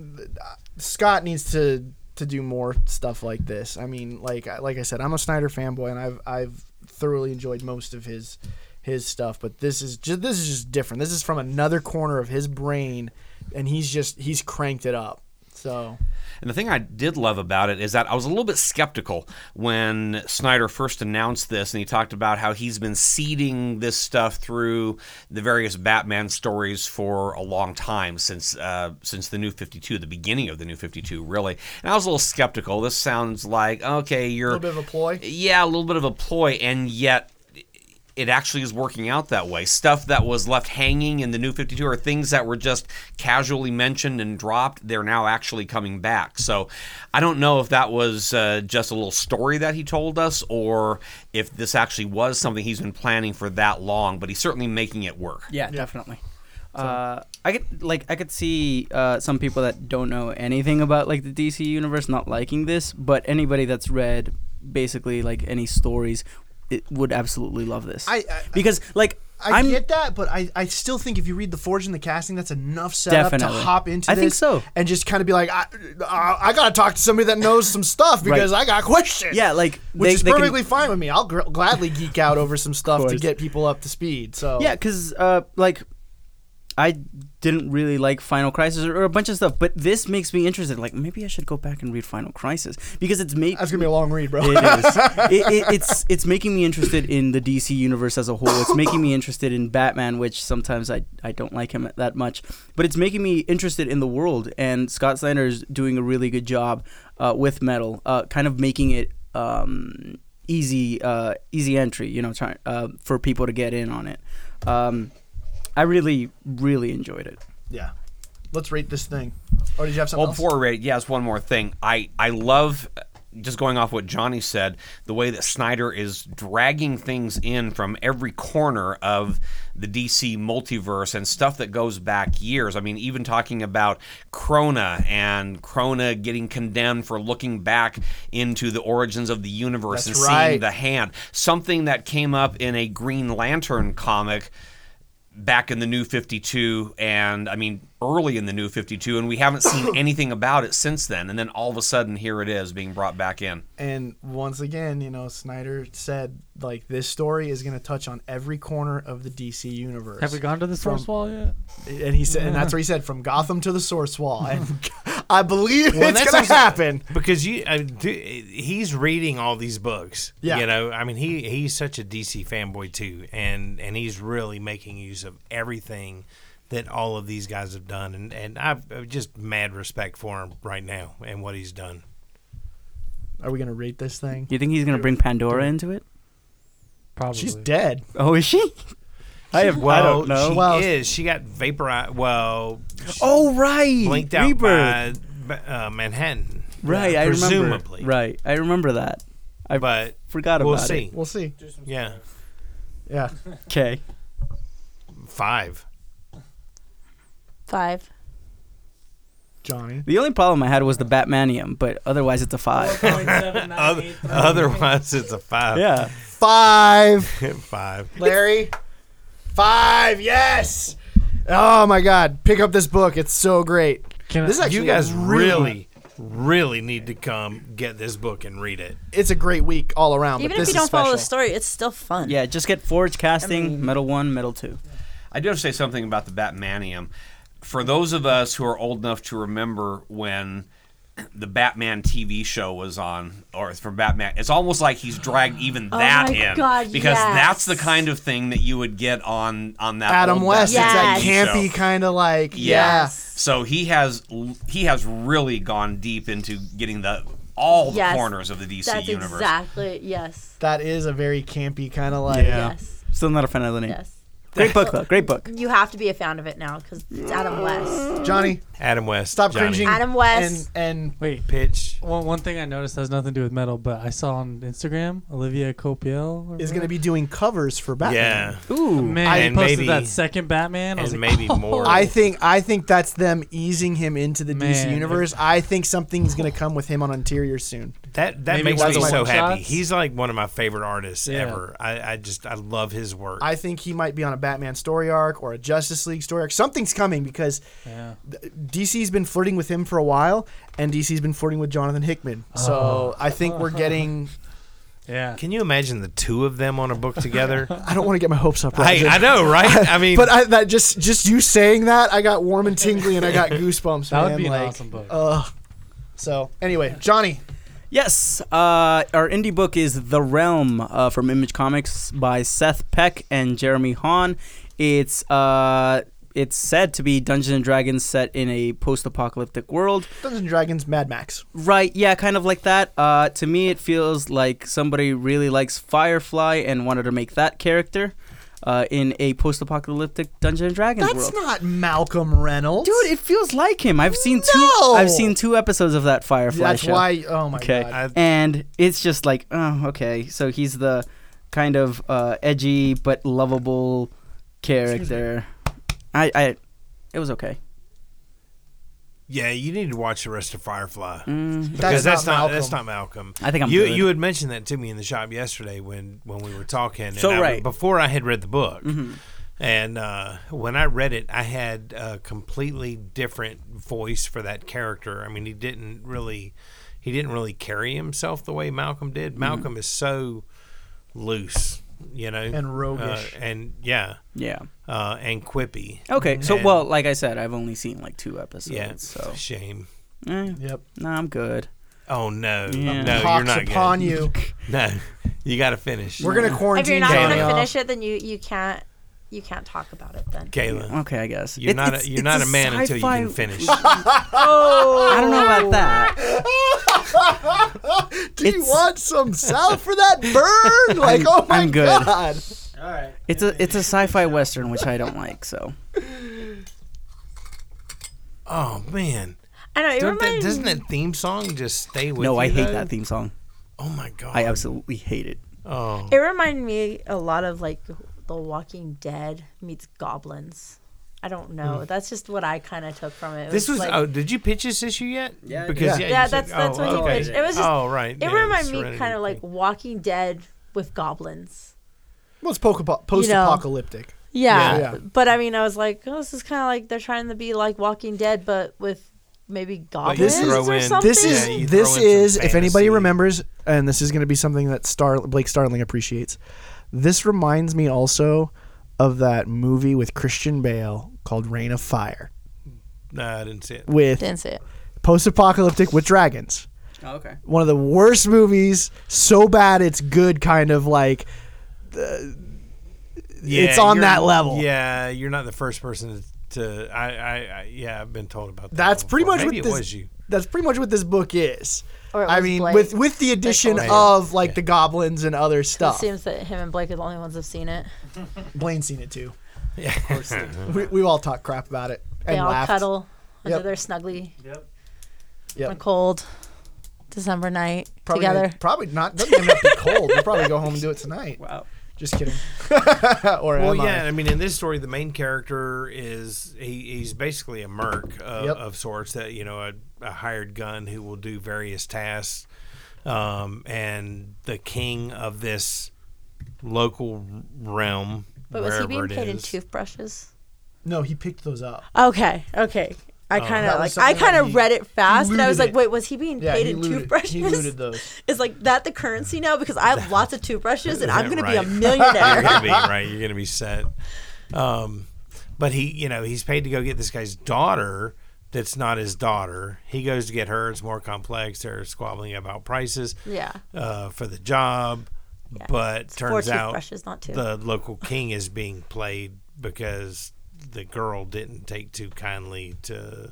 Scott needs to to do more stuff like this. I mean, like like I said, I'm a Snyder fanboy and I've I've thoroughly enjoyed most of his his stuff, but this is just this is just different. This is from another corner of his brain and he's just he's cranked it up. So And the thing I did love about it is that I was a little bit skeptical when Snyder first announced this, and he talked about how he's been seeding this stuff through the various Batman stories for a long time since uh, since the New Fifty Two, the beginning of the New Fifty Two, really. And I was a little skeptical. This sounds like okay, you're a little bit of a ploy. yeah, a little bit of a ploy, and yet it actually is working out that way. Stuff that was left hanging in the new 52 are things that were just casually mentioned and dropped. They're now actually coming back. So I don't know if that was uh, just a little story that he told us or if this actually was something he's been planning for that long, but he's certainly making it work. Yeah, definitely. Uh, I could like I could see uh, some people that don't know anything about like the DC universe not liking this, but anybody that's read basically like any stories, it would absolutely love this. I- I- because like I am get that, but I, I still think if you read the forge and the casting, that's enough setup Definitely. to hop into. I think this so. and just kind of be like, I, I, I gotta talk to somebody that knows some stuff because I got questions. yeah like which they, is they can- perfectly fine with me. I'll gr- gladly geek out over some stuff to course. get people up to speed. So Yeah, because uh, like I didn't really like Final Crisis or, or a bunch of stuff. But this makes me interested. Like maybe I should go back and read Final Crisis because it's made That's gonna be a long read, bro. it is. It, it, it's it's making me interested in the DC universe as a whole. It's making me interested in Batman, which sometimes I I don't like him that much, but it's making me interested in the world. And Scott Snyder is doing a really good job uh, with metal, uh, kind of making it um, easy uh, easy entry, you know, try, uh, for people to get in on it. Um, I really really enjoyed it. yeah. Let's rate this thing. Or did you have something? Well, else? before we rate, yes, one more thing. I I love uh, just going off what Johnny said, the way that Snyder is dragging things in from every corner of the DC multiverse and stuff that goes back years. I mean, even talking about Krona and Krona getting condemned for looking back into the origins of the universe That's and seeing right. the hand. Something that came up in a Green Lantern comic back in the new 52 and i mean early in the new 52 and we haven't seen anything about it since then and then all of a sudden here it is being brought back in And once again, you know, Snyder said like this story is going to touch on every corner of the DC universe. Have we gone to the source From- wall yet? And he said, and that's what he said, from Gotham to the Source Wall. And I believe Well, it's that's going to also- happen. because you I do, he's reading all these books Yeah. you know i mean he he's such a dc fanboy too and and he's really making use of everything that all of these guys have done and and i've I've just mad respect for him right now and what he's done Are we going to rate this thing? You think he's gonna bring Pandora into it? Probably. She's dead. Oh, is she? I have. well I don't know. she Well- is she got vaporized well she Oh right, blinked out Rebirth. by uh, manhattan Right, I presumably remember. Right, I remember that. I but forgot we'll about see We'll see. yeah Yeah. it. Okay, five Oh, Five. Hmm? Johnny. the only problem I had was the Batmanium, but otherwise it's a five. Oth- otherwise it's a five yeah, Five. five Larry. Five. Yes. Oh, my God. Pick up this book. It's so great. Can I- this is actually you guys a really, really need to come get this book and read it. It's a great week all around. Even but if this you don't is follow the special. story, it's still fun. yeah. Just get Forge Casting, mean- Metal One, Metal Two. i do have to say something about the batmanium for those of us who are old enough to remember when the batman tv show was on or from batman it's almost like he's dragged even that Oh my in God, because yes. that's the kind of thing that you would get on on that Adam old West. Batman Yes. It's TV that show. campy kind of like. Yeah. Yeah. So he has he has really gone deep into getting the all the Yes. corners of the DC That's universe. exactly yes. That is a very campy kind of like. Yeah. Yes. Still not a fan of the name. Yes. Great book though. Great book. You have to be a fan of it now because it's Adam West. Johnny, Adam West. stop Johnny. cringing. Adam West. And, and Wait, Pitch. one, one thing I noticed has nothing to do with metal, but I saw on Instagram Olivia Copiel or is going whatever. to be doing covers for Batman. Yeah. Ooh, Man, I- I and posted maybe- that second Batman. I was And like, maybe more. I think I think that's them easing him into the DC Man, universe. I think something's gonna come with him on Interior soon. that that Maybe makes me that's so one happy. shots. He's like one of my favorite artists Yeah. ever. I, I just I love his work. I think he might be on a Batman story arc or a Justice League story arc. Something's coming because yeah. DC's been flirting with him for a while, and DC's been flirting with Jonathan Hickman. So I think we're getting. yeah. Can you imagine the two of them on a book together? I don't want to get my hopes up, I, Roger. I know, right? I mean, but I, that just just you saying that, I got warm and tingly, and I got goosebumps. That would man, be an like, uh, awesome book. Ugh. So anyway, Johnny, Yes, uh, our indie book is The Realm uh, from Image Comics by Seth Peck and Jeremy Hahn. It's uh, it's said to be Dungeons and Dragons set in a post-apocalyptic world. Dungeons and Dragons, Mad Max. Right, yeah, kind of like that. Uh, to me, it feels like somebody really likes Firefly and wanted to make that character uh, in a post-apocalyptic Dungeon and Dragons That's world. not Malcolm Reynolds, Dude, it feels like him. I've seen No! two. I've seen two episodes of that Firefly That's show. why. Oh my Okay, god. I- and it's just like, oh, okay. So he's the kind of uh, edgy but lovable character. I, I, it was okay. yeah, you need to watch the rest of Firefly Mm, because that's not, Malcolm. that's not Malcolm. I think I'm you good. you had mentioned that to me in the shop yesterday when when we were talking. So, and I- right. Mm-hmm. before I had read the book, and uh, when I read it, I had a completely different voice for that character. I mean, he didn't really Mm-hmm. he didn't really carry himself the way Malcolm did. Malcolm is so loose you know, And roguish. uh, and yeah, Yeah. uh, and quippy. Okay. So And- well, like I said, I've only seen like two episodes. Yeah, So shame. eh, Yep. nah, I'm good. Oh no, Yeah. no, you're Hawks not upon good. you. No, you got to finish. We're gonna If quarantine. you're not Johnny gonna off. finish it, then you you can't you can't talk about it then. Kayla. Okay, I guess. You're not a, you're not a man until you can sci-fi- finish. Oh, I don't know about that. Do you It's- want some salad for that burn? Like, oh my I'm good. god. All right. It's a it's a sci-fi western, which I don't like. So oh man, I know. It Don't that, reminds doesn't that theme song just stay with? no, you, I hate though? that theme song. Oh my god, I absolutely hate it. oh It reminded me a lot of like The Walking Dead meets Goblins. I don't know. That's just what I kind of took from it. It This was like, oh, did you pitch this issue yet? Yeah, I did. because Yeah. you Yeah, said- that's- that's oh, what you okay. pitched. It was just- oh right. it yeah, reminded me Serenity kind of like thing. Walking Dead with goblins. Well, it's pokepo- post-apocalyptic. Yeah. Yeah. But I mean, I was like, oh, this is kind of like they're trying to be like Walking Dead, but with maybe goblins This is- or throw in- something. This Yeah, is you throw this in some is if anybody fantasy. remembers, and this is going to be something that Star Blake Starling appreciates. This reminds me also of that movie with Christian Bale called Reign of Fire No, I didn't see it. with Didn't see it. post-apocalyptic with dragons. Oh, okay. One of the worst movies, so bad it's good kind of like It's Yeah, on you're- that level. Yeah, you're not the first person to. to I, I, I yeah, I've been told about that. That's one pretty before. much Oh, Maybe what it this- was you. that's pretty much what this book is. Or it I was mean, Blake. with with the addition Blake. of like the goblins and other It stuff. seems that him and Blake are the only ones that've seen it. Blaine's seen it too. Yeah, we, we all talk crap about it They and all laughed. cuddle under Yep. their snuggly Yep. Yep. on a cold December night probably together. gonna- probably not. Doesn't even have to be cold. We'll probably go home and do it tonight. Wow. Just kidding. or Well, am yeah, I? I mean, in this story, the main character is he, he's basically a merc of, Yep. of sorts that you know a, a hired gun who will do various tasks, um, and the king of this local realm. but was he wherever being it paid in is. toothbrushes? No, he picked those up. Okay, okay. I kind That of was like I something that kind he- of read it fast, and I looted was like, it. "Wait, was he being Yeah, paid he in looted. toothbrushes? He looted those. Is like that the currency now? Because I have lots of toothbrushes, and I'm Right, gonna be a right. millionaire." you're gonna be right. You're gonna be set. Um, but he, you know, he's paid to go get this guy's daughter. That's not his daughter. He goes to get her. It's more complex. They're squabbling about prices yeah, uh, for the job, but four turns out toothbrushes, not two. the local king is being played because the girl didn't take too kindly to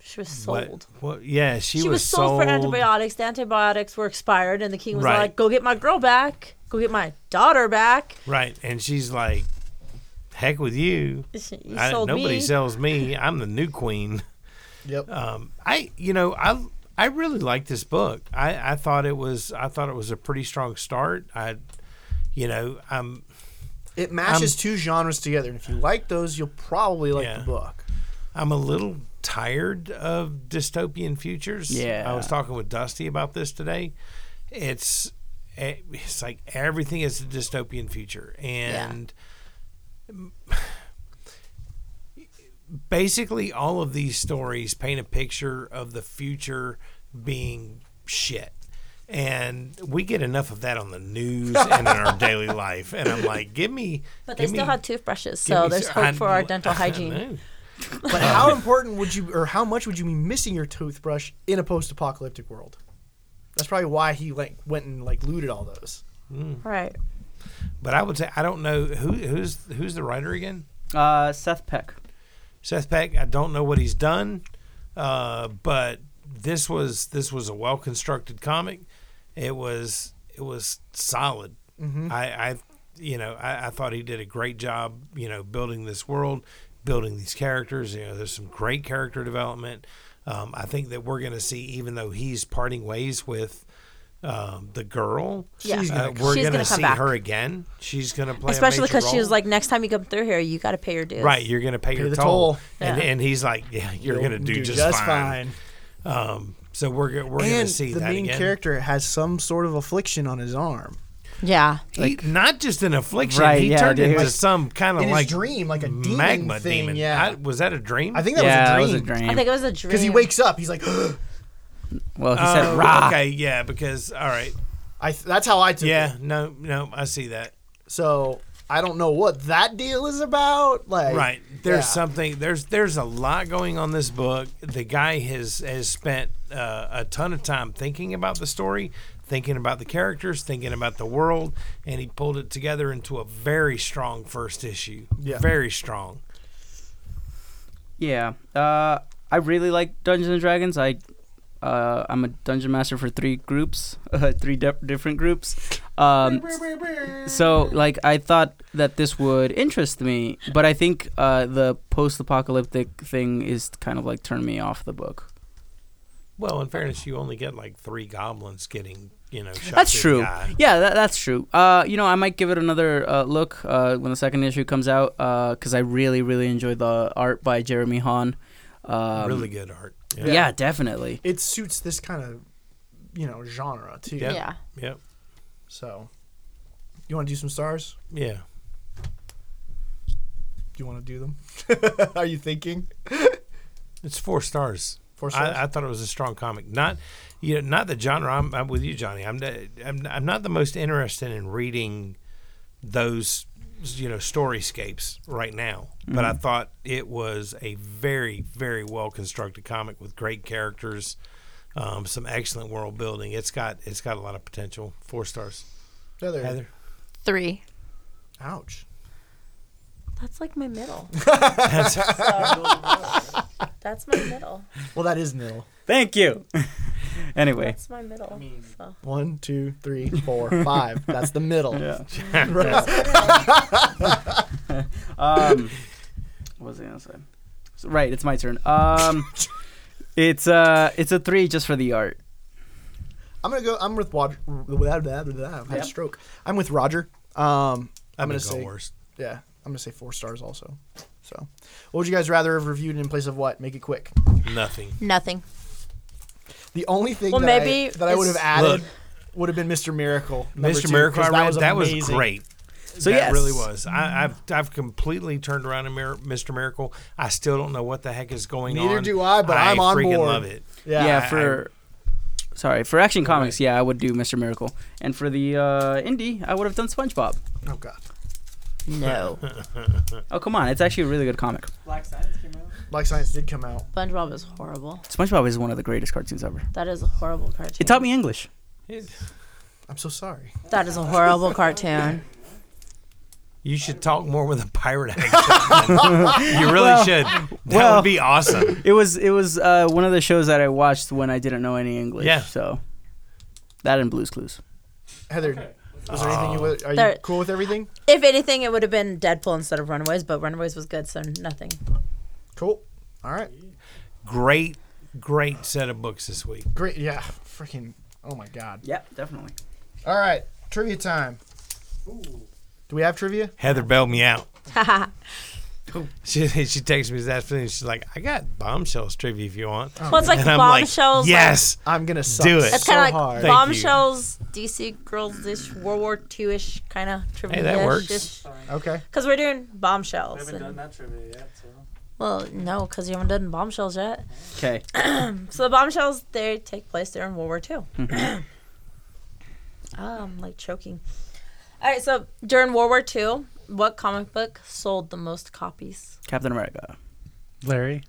she was what- sold. What, yeah, she, She, was, sold, for antibiotics. The antibiotics were expired, and the king was Right. like, "Go get my girl back. Go get my daughter back." Right, and she's like, "Heck with you." She- You I, sold nobody me. sells me. I'm the new queen. Yep. Um, I, you know, I, I really like this book. I, I thought it was, I thought it was a pretty strong start. I, you know, I'm, it mashes two genres together, and if you like those, you'll probably like um, Yeah. the book. I'm a little tired of dystopian futures. Yeah. I was talking with Dusty about this today. It's, eh, it's like everything is a dystopian future, and basically all of these stories paint a picture of the future being shit. And we get enough of that on the news and in our daily life. And I'm like, give me. But they give still me, had toothbrushes, give so me- there's I- hope for our dental I hygiene. know. Um, But how important would you, or how much would you be missing your toothbrush in a post-apocalyptic world? That's probably why he like went and like looted all those. Right. But I would say I don't know who who's who's the writer again. Uh, Seth Peck. Seth Peck. I don't know what he's done, uh, but this was this was a well constructed comic. It was it was solid. Mm-hmm. I, I you know I, I thought he did a great job. You know building this world, building these characters. You know there's some great character development. Um, I think that we're going to see, even though he's parting ways with um, the girl, Yeah. She's gonna uh, we're She's going gonna to come see back. her again. She's going to play, a Especially major because she was role. like, next time you come through here, you got to pay your dues. Right, you're gonna pay, your the toll, toll. And, Yeah. and he's like, yeah, you're You'll gonna do, just, fine. Um, so we're go- we're gonna And see the that main again. character has some sort of affliction on his arm. Yeah. He- not just an affliction. Right, he yeah, turned dude. into Like, some kind of in like his dream, like a demon magma thing, demon. yeah. I, was that a dream? I think that Yeah, was a it was dream. a dream. I think it was a dream. Because he wakes up, he's like, well, he Oh, said, "Rah." Okay, yeah, because all right, I th- that's how I took it. Yeah, no, no, I see that. So I don't know what that deal is about. Like Right. There's yeah. something. There's there's a lot going on this book. The guy has has spent uh, a ton of time thinking about the story, thinking about the characters, thinking about the world, and he pulled it together into a very strong first issue. Yeah. Very strong. Yeah. Uh, I really like Dungeons and Dragons. I uh, I'm a dungeon master for three groups, uh, three di- different groups. Um, so like I thought that this would interest me, but I think uh, the post-apocalyptic thing is kind of like turned me off the book. Well, in fairness, you only get like three goblins getting you know. Shot That's through true. The guy. Yeah, that, that's true. Uh, you know, I might give it another uh, look uh, when the second issue comes out because I really, really enjoyed the art by Jeremy Hahn. Um, really good art. Yeah. definitely. It suits this kind of you know genre too. Yeah. Yeah. Yep. So you want to do some stars? Yeah. Do you want to do them? Are you thinking? It's four stars. Four stars? I, I thought it was a strong comic. Not, you know, not the genre. I'm, I'm with you, Johnny. I'm, the- I'm, I'm not the most interested in reading those, you know, storyscapes right now. But Mm. I thought it was a very, very well constructed comic with great characters, um, some excellent world building. It's got, it's got a lot of potential. Four stars. Heather. Heather, Three. Ouch. That's like my middle. That's- That's my middle. Well, that is nil. Thank you. anyway, That's my middle. so. One, two, three, four, five. That's the middle. yeah. um, what was I gonna say? So- right, it's my turn. Um, it's uh, it's a three just for the art. I'm gonna go. I'm with Roger. I've had a stroke. I'm with Roger. Um, I'm gonna go say worst. yeah. I'm gonna say four stars also. So, what would you guys rather have reviewed in place of what? Make it quick. nothing. Nothing. The only thing Well, that, I, maybe that I would have it's- added Look. would have been Mr. Miracle. number Mr. two, Miracle, 'cause I read, that was amazing. great. So that yes. really was. I, I've I've completely turned around in Mir- Mr. Miracle. I still don't know what the heck is going on. Neither do I, but I'm on freaking board. love it. Yeah. Yeah, I- for. Sorry, for Action Comics, yeah, I would do Mr. Miracle. And for the uh, indie, I would have done SpongeBob. Oh god. No. Oh, come on, it's actually a really good comic. Black Science came out. Black Science did come out. SpongeBob is horrible. SpongeBob is one of the greatest cartoons ever. That is a horrible cartoon. It taught me English. I'm so sorry. That is a horrible cartoon. You should talk more with a pirate accent. you really should. That well. would be awesome. It was it was uh, one of the shows that I watched when I didn't know any English. Yeah. So that and Blue's Clues. Heather, was there Oh. anything you would- are you There- cool with everything? If anything, it would have been Deadpool instead of Runaways, but Runaways was good, so nothing. Cool. All right. Great, great set of books this week. Great. Yeah. Freaking. Oh my god. Yeah, definitely. All right. Trivia time. Do we have trivia? Heather bailed me out. she she texted me this afternoon. She's like, "I got bombshells trivia if you want." Well, it's Oh. like And I'm like, bombshells. like- yes. I'm gonna suck Do it. it's so kind of like hard. Thank bombshells, DC girls ish, World War II ish kind of trivia. works. okay. Because we're doing I bombshells. haven't and- done that trivia yet, so. well, no, because you haven't done bombshells yet. Okay. So the bombshells they take place during World War II. Ah, I'm like choking. All right, so during World War II, what comic book sold the most copies? Captain America. Larry.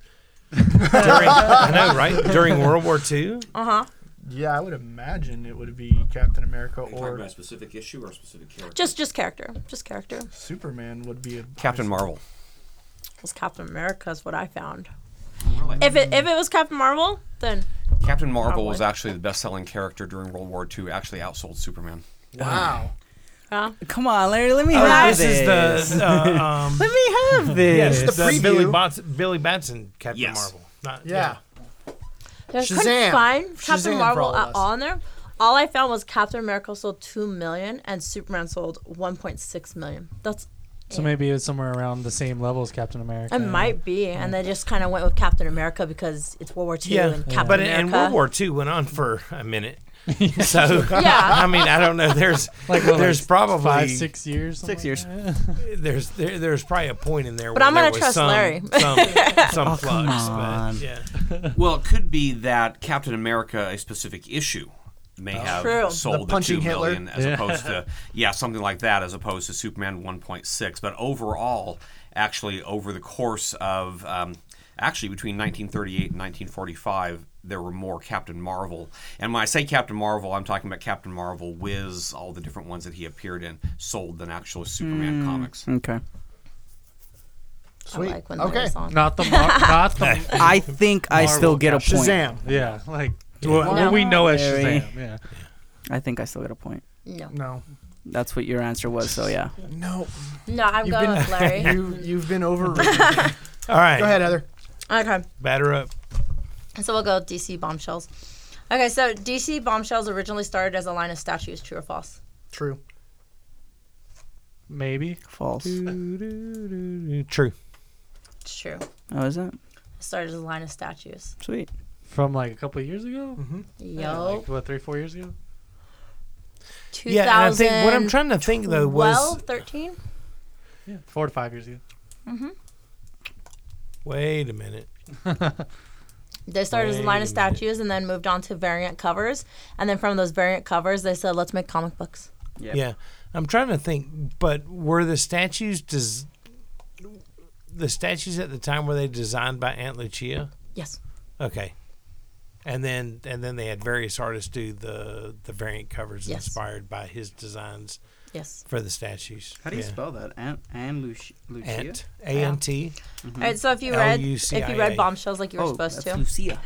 During, I know, right? During World War II, Uh Uh-huh. huh. Yeah, I would imagine it would be Captain America Are you talking or about a specific issue or a specific character? Just just character, just character. Superman would be a Captain Marvel. Because Captain America is what I found. Oh, If it if it was Captain Marvel, then Captain Marvel was Probably. actually the best-selling character during World War II. Actually, outsold Superman. Wow. uh, Come on, Larry. Let me Oh, have this is the uh, um, Let me have this. Yes, It's the the Billy, preview. Bots, Billy Batson, Captain Yes. Marvel. Not, Yeah. I Shazam. couldn't find Captain Shazam for Marvel all of at us. all in there. All I found was Captain America sold two million and Superman sold one point six million. That's So maybe it was somewhere around the same level as Captain America. It might be, and they just kind of went with Captain America because it's World War II yeah. and Captain but in- America. and World War II went on for a minute. so Yeah. I mean, I don't know. There's Like, what, there's like probably five, six years. Six something years. like that? there's there, there's probably a point in there. But where I'm gonna there was trust some, Larry. Some, some flux, come on. but yeah. Well, it could be that Captain America, a specific issue, may have True. The sold the, two punching Hitler. million as opposed to yeah something like that as opposed to Superman 1.6. But overall, actually over the course of um, actually between 1938 and 1945, there were more Captain Marvel. And when I say Captain Marvel, I'm talking about Captain Marvel, Wiz, all the different ones that he appeared in, sold than actual Superman Hmm. comics. Hmm. Okay. Sweet. I like when Okay. okay. was on. Not the mar- not the I think I still Marvel get a point. Shazam. yeah, like No. what what we know as Very- Shazam. Yeah. I think I still get a point. No, No. That's what your answer was. So yeah. No. no, I'm You've going been- with Larry. You you've been overrated. All right. Go ahead, Heather. okay, Batter up. so we'll go with DC bombshells. Okay, so DC bombshells originally started as a line of statues. True or false? True. Maybe. False. True. It's true. It Oh, is that started as a line of statues. sweet? From like a couple of years ago? Yeah, Yo, Like, what, three, four years ago? Yeah, and I think what I'm trying to think though was 12, 13? Yeah. Four to five years ago. wait a minute. They started as a Wait line a of statues and then moved on to variant covers. And then from those variant covers, they said, let's make comic books. Yeah, I'm trying to think. But were the statues does the statues at the time were they designed by Aunt Lucia? Yes. Okay, and then and then they had various artists do the the variant covers Yes. inspired by his designs Yes. for the statues. Yeah. spell that? Anne Anne Lucia. Ant? A N T. All right. So if you read if you L-U-C-I-A. read bombshells like you were oh, supposed that's to, Lucia.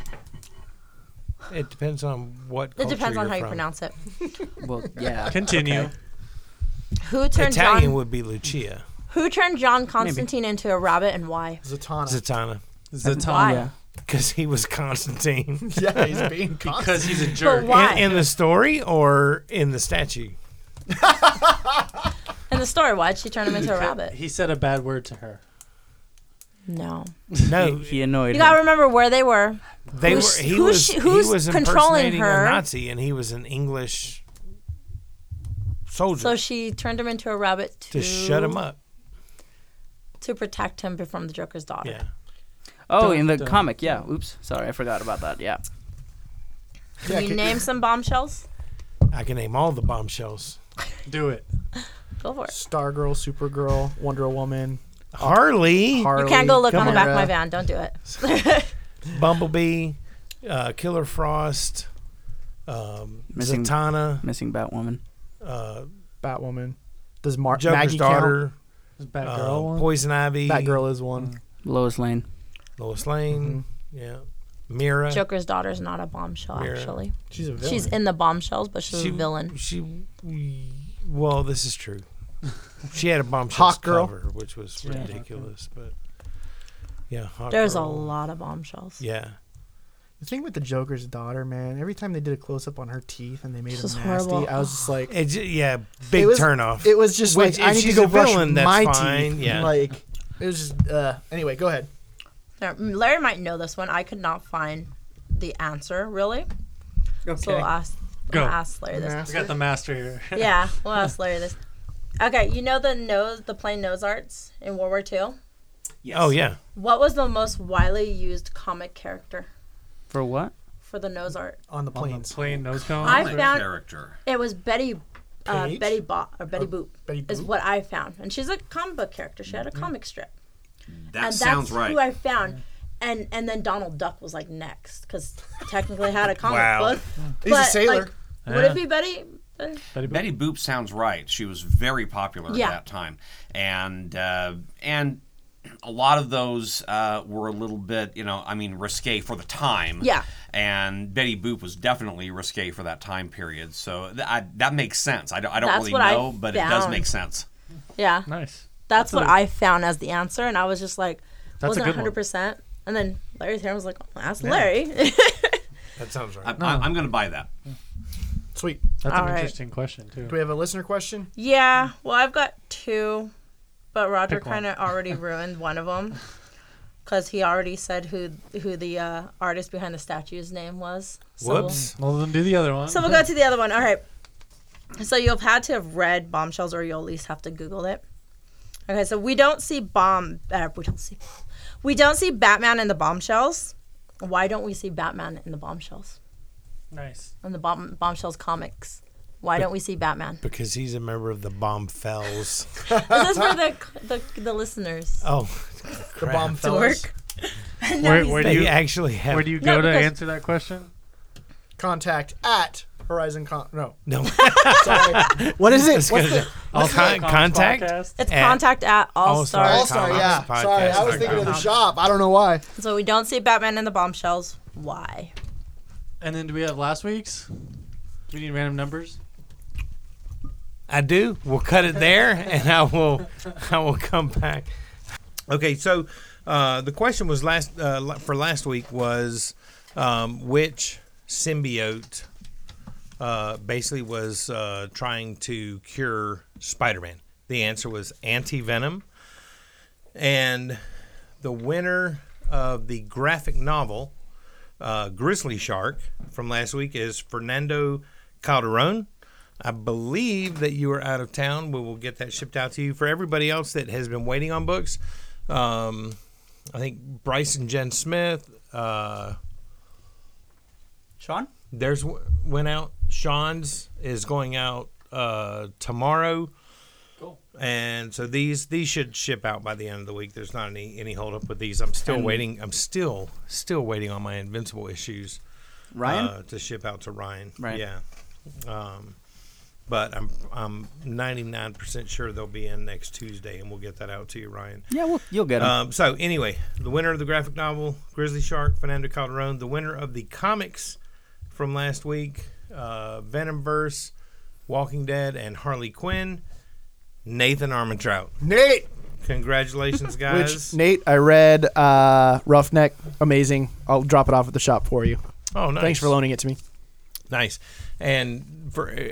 It depends on what. it culture depends on you're how you from. pronounce it. Well, yeah. Continue. Okay. Who turned Italian John? would be Lucia Who turned John Constantine into a rabbit and why? Zatanna. Zatanna Why? Yeah. because he was Constantine yeah, he's being constant. Because he's a But jerk. why? in, in the story or in the statue. In the story, why'd she turn him into a rabbit? He said a bad word to her. No. No, He annoyed. You her. gotta remember where they were. They Who's- were. He who's was. she- he who's was controlling impersonating her? a Nazi, and he was an English soldier So she turned him into a rabbit to, to shut him up. to protect him from the Joker's daughter. Yeah. Oh, in the Dun, dun. comic, yeah. Oops, sorry, I forgot about that. Yeah. Can you name some bombshells? I can name all the bombshells. Do it. Go for it. Stargirl, Supergirl, Wonder Woman, Harley, Harley. You can't go look on the back of my Gamora. van. Don't do it. Bumblebee, uh, Killer Frost, um, Missing- Zatanna, Missing Batwoman. uh, Batwoman. Does Mar- Joker's Maggie count? daughter, Is Batgirl uh, one? Poison Ivy, Batgirl is one. Lois Lane. Lois Lane, yeah, Mira. Joker's daughter is not a bombshell, Mira. actually. She's a villain. She's in the bombshells, but she's She- a villain. She. Well, this is true. She had a bombshell Hawk Girl. cover, which was Yeah. ridiculous, but yeah, Hawk There's a Girl. lot of bombshells. Yeah. the thing with the Joker's daughter, man. Every time they did a close up on her teeth and they made This them is nasty, horrible. I was just like, It, j- yeah, big It was- turn off. it was just Which, like I if need to she's go a brush villain, that's my fine, teeth. yeah. Like it was just. Uh, anyway, go ahead. There- mm, Larry might know this one. I could not find the answer, really. Okay. So I'll ask, Go. I'll ask Larry this. we got the master here. yeah, we'll ask Larry this. Okay, you know the nose, the plain nose arts in World War II? Oh yeah, What was the most widely used comic character For what? for the nose art? On the Plain, planes. plain nose cone. I Comic found- character. It was Betty, uh, Page? Betty Boop or Betty Boop Betty is Boop? what I found, and she's a comic book character. She had a comic strip. That and sounds that's right. who I found. And and then Donald Duck was like next because technically had a comic Wow. book. He's a but, sailor. like, would it be Betty? Uh, Betty Boop sounds right. She was very popular Yeah. at that time, and uh, and a lot of those uh, were a little bit, you know, I mean, risque for the time. Yeah. And Betty Boop was definitely risque for that time period, so th- I, that makes sense. I don't, I don't That's really what I know, but it does found. make sense. Yeah, Nice. that's what I found as the answer, and I was just like, That's a wasn't good one. hundred percent. And then Larry's here. I was like, oh, ask Larry. that sounds I, right. I, I'm going to buy that. Sweet. That's All an right. interesting question too. Do we have a listener question? yeah. Well, I've got two, but Roger Pick one. kind of already ruined one of them because he already said who who the uh, artist behind the statue's name was. So we'll- Whoops. Well, then do the other one. So we'll go to the other one. All right. So you'll have had to have read bombshells, or you'll at least have to Google it. Okay, so we don't see bomb. Uh, we don't see. We don't see Batman in the bombshells. Why don't we see Batman in the bombshells? Nice. on the bomb, Bombshells comics. Why don't we see Batman? because he's a member of the Bomb Fells. This is for the the, the listeners. Oh, The crap. bomb fellas. Dork. Where, where do They you actually have where do you No, go to because- answer that question? Contact at Horizon Con. No, no. sorry. what is it? What's the All con- Comics contact. podcast? It's At contact at All All-Star Stars. All All-Star. Star? Comics Yeah, sorry, I was podcast. thinking of the shop. I don't know why. So we don't see Batman in the Bombshells. Why? And then do we have last week's? Do we need random numbers? I do. We'll cut it there, and I will. I will come back. Okay, so uh, the question was last uh, la- for last week was um, which symbiote uh, basically was uh, trying to cure Spider-Man. The answer was anti-venom, and the winner of the graphic novel uh, Grizzly Shark from last week is Fernando Calderon. I believe that you are out of town. We will get that shipped out to you. For everybody else that has been waiting on books, um, I think Bryson Jen Smith, uh, Sean? theirs w- went out. Sean's is going out uh, tomorrow. Cool. And so these these should ship out by the end of the week. There's not any any holdup with these. I'm still And- waiting. I'm still still waiting on my Invincible issues. Ryan? Uh, to ship out to Ryan. Right. Yeah. Um, but I'm I'm 99% sure they'll be in next Tuesday, and we'll get that out to you, Ryan. yeah, well, you'll get him. Um, so anyway, the winner of the graphic novel Grizzly Shark, Fernando Calderon. The winner of the comics from last week, uh, Venomverse, Walking Dead, and Harley Quinn. Nathan Armentrout. Nate. Congratulations, guys. Which Nate, I read uh, Roughneck, amazing. I'll drop it off at the shop for you. oh, nice. Thanks for loaning it to me. Nice. And for uh,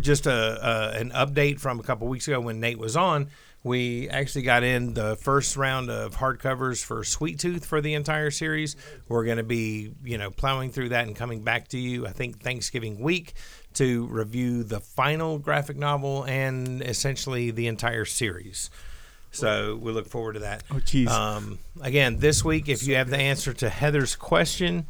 just a, uh, an update from a couple weeks ago when Nate was on, we actually got in the first round of hardcovers for Sweet Tooth for the entire series. We're going to be, you know, plowing through that and coming back to you. I think Thanksgiving week to review the final graphic novel and essentially the entire series. So we look forward to that. Oh, jeez. Um, again, this week, if you have the answer to Heather's question,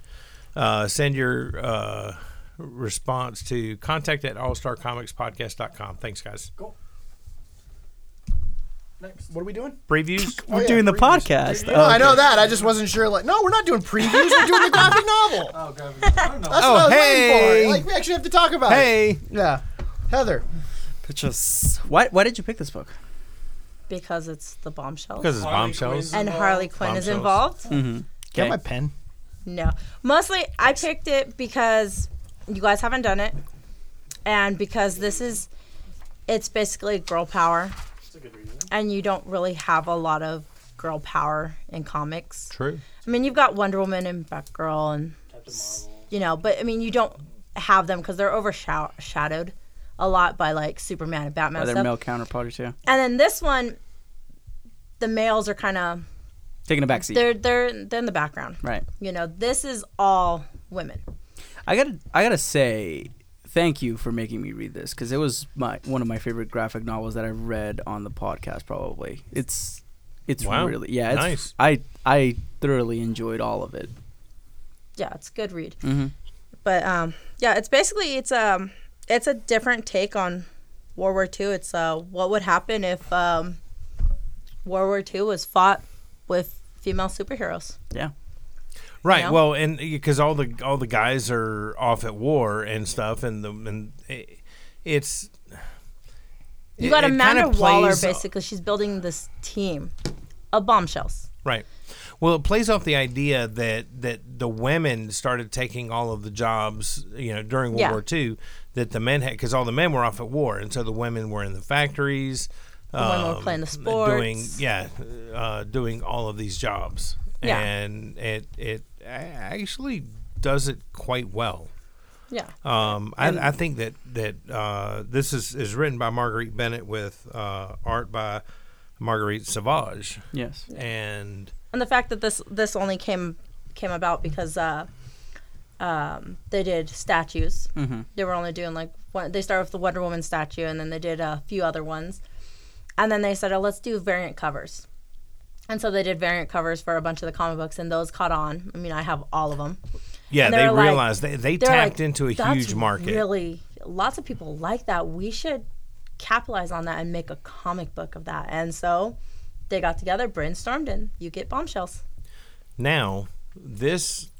uh, send your uh, response to contact at allstarcomicspodcast.com. Thanks, guys. Next. What are we doing? Previews? We're doing the podcast. Oh, No, I know that. I just wasn't sure. Like, no, we're not doing previews. We're doing the graphic novel. Oh, God. I don't know. That's what I was hey. waiting for. Like, we actually have to talk about it. Hey, Yeah. Heather. just why? Why did you pick this book? Because it's the Bombshells. Because it's Harley bombshells. Quinn's and Harley Quinn is Bombshells. involved. Get Okay. my pen. No. Mostly, I picked it because you guys haven't done it, and because this is, it's basically girl power, and you don't really have a lot of girl power in comics. True. I mean, you've got Wonder Woman and Batgirl, and s- you know, but I mean, you don't have them because they're overshadowed a lot by like Superman and Batman. By their stuff. male counterparts, yeah, And then this one, the males are kind of taking a backseat. they're they're they're in the background. right. You know, this is all women. I gotta, I gotta say, thank you for making me read this because it was my one of my favorite graphic novels that I read on the podcast. Probably, it's, it's Wow. really, yeah, it's, Nice. I, I thoroughly enjoyed all of it. yeah, it's a good read. Mm-hmm. Mhm. But um, yeah, it's basically it's um it's a different take on World War II. It's uh what would happen if um World War II was fought with female superheroes. Yeah, Right. You know? Well, and because all the all the guys are off at war and stuff, and the and it, it's You it- got it kinda Amanda Waller plays- basically. She's building this team of bombshells. Right. Well, it plays off the idea that that the women started taking all of the jobs, you know, during World Yeah. War II that the men had because all the men were off at war, and so the women were in the factories. Uh, The women were playing the Um, Doing sports. yeah, uh, doing all of these jobs. Yeah. And it it a- actually does it quite well. Yeah. Um, I, I think that that uh, this is, is written by Marguerite Bennett with uh, art by Marguerite Savage, yes, and and the fact that this this only came came about because uh, um, they did statues. Mm-hmm. They were only doing like one. They started with the Wonder Woman statue, and then they did a few other ones, and then they said, "Oh, let's do variant covers." And so they did variant covers for a bunch of the comic books, and those caught on. I mean, I have all of them. Yeah, And they they're like- realized they, they they're like, tapped into a "That's huge market. Really, lots of people like that. We should capitalize on that and make a comic book of that. And so they got together, brainstormed, and you get bombshells. Now, this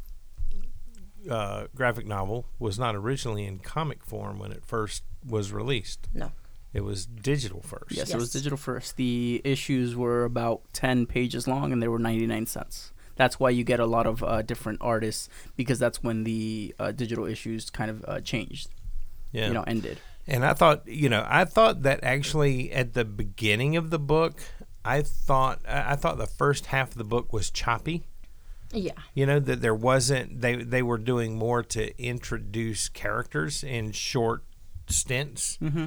uh, graphic novel was not originally in comic form when it first was released. No. It was digital first. Yes, it was Yes. digital first. The issues were about 10 pages long and they were 99 cents. That's why you get a lot of uh, different artists because that's when the uh, digital issues kind of uh, changed, Yeah. you know, ended. And I thought, you know, I thought that actually at the beginning of the book, I thought I I thought the first half of the book was choppy. Yeah. You know that there wasn't they they were doing more to introduce characters in short stints. Mm-hmm.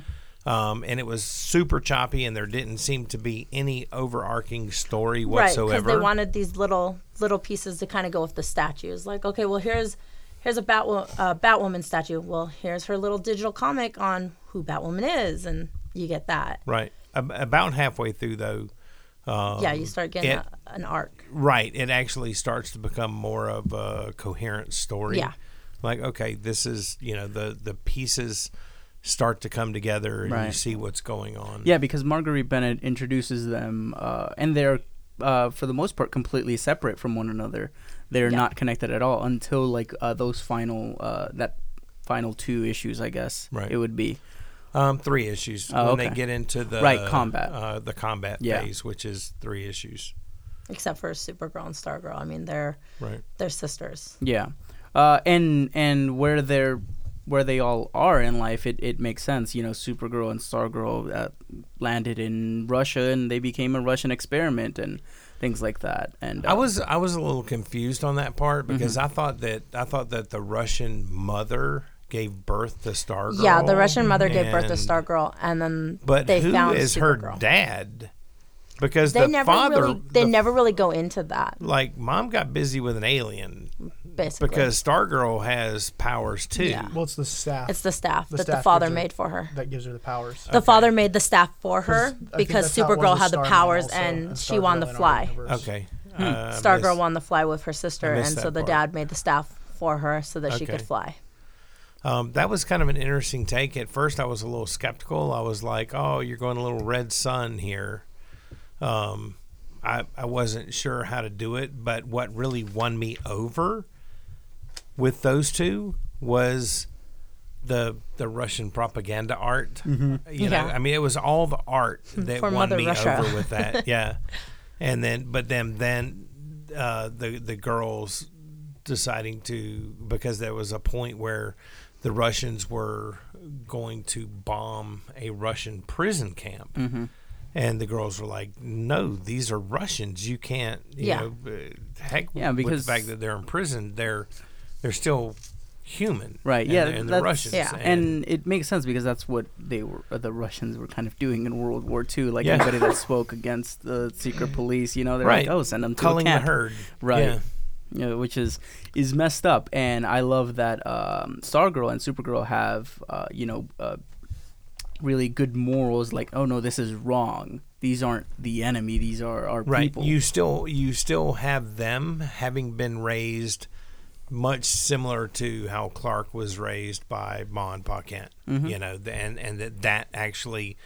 Um, and it was super choppy, and there didn't seem to be any overarching story Right, whatsoever. because they wanted these little little pieces to kind of go with the statues. Like, okay, well here's here's a Batwo- uh, Batwoman statue. Well, here's her little digital comic on who Batwoman is, and you get that. right. Ab- About halfway through, though, yeah, Um, you start getting it- a, an arc. Right. It actually starts to become more of a coherent story. Yeah. Like, okay, this is you know, the the pieces start to come together and you Right. see what's going on. Yeah, because Marguerite Bennett introduces them, uh, and they're uh, for the most part completely separate from one another. They're Yeah. not connected at all until like uh, those final uh, that final two issues, I guess. Right. It would be Um, three issues. Oh, when they okay. get into the Right, combat. Uh, the combat Yeah. phase, which is three issues. Except for Supergirl and Stargirl. I mean, they're Right. they're sisters. yeah, uh, and and where they're where they all are in life, it, it makes sense. You know, Supergirl and Stargirl uh, landed in Russia, and they became a Russian experiment and things like that. And uh, Oh. I was I was a little confused on that part Mm-hmm. because I thought that I thought that the Russian mother gave birth to Stargirl. Yeah, the Russian mother gave birth to and- Stargirl, and then But they who is found her Supergirl. dad? Because They the never father, really they the never really go into that like mom got busy with an alien basically because Stargirl has powers too. Yeah. Well, it's the staff it's the staff The that staff the father gives her- made for her. that gives her the powers. The father made the staff for 'Cause her I think because that's how it was Supergirl with had the Starman powers also, and she Stargirl won the in our fly. universe. Okay. Uh, Hmm. Stargirl miss- won the fly with her sister, I and missed so that the part. dad made the staff for her so that she could Okay. fly. Um, that was kind of an interesting take. At first, I was a little skeptical. I was like, "Oh, you're going a little red sun here." Um, I I wasn't sure how to do it, but what really won me over with those two was the the Russian propaganda art. You know, Yeah. Hmm. I mean, it was all the art that For won Mother me Russia. over with that. yeah, and then but then then uh, the the girls deciding to because there was a point where the Russians were going to bomb a Russian prison camp. Mm-hmm. And the girls were like, "No, these are Russians. You can't, you Yeah. know, uh, heck Yeah, with because- the fact that they're in prison, they're they're still human, Right. And, yeah. and the that's- Russians, Yeah. and it makes sense because that's what they were uh, the Russians were kind of doing in World War II. Like Yeah. anybody that spoke against the secret police, you know, they're Right. like, "Oh, send them to culling a the camp," herd, right? Yeah. You know, which is is messed up. And I love that um, Stargirl and Supergirl have, uh, you know, uh, really good morals. Like, oh no, this is wrong. These aren't the enemy. These are our right people. you still you still have them having been raised much similar to how clark was raised by ma and pa kent Mm-hmm. you know th- and and that that actually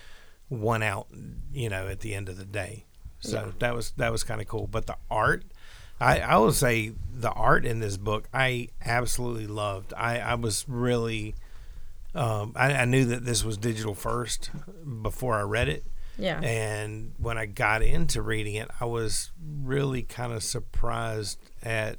won out you know at the end of the day so that was that was kind of cool but the art I, I will say the art in this book I absolutely loved. I, I was really um, I, I knew that this was digital first before I read it, Yeah. and when I got into reading it, I was really kind of surprised at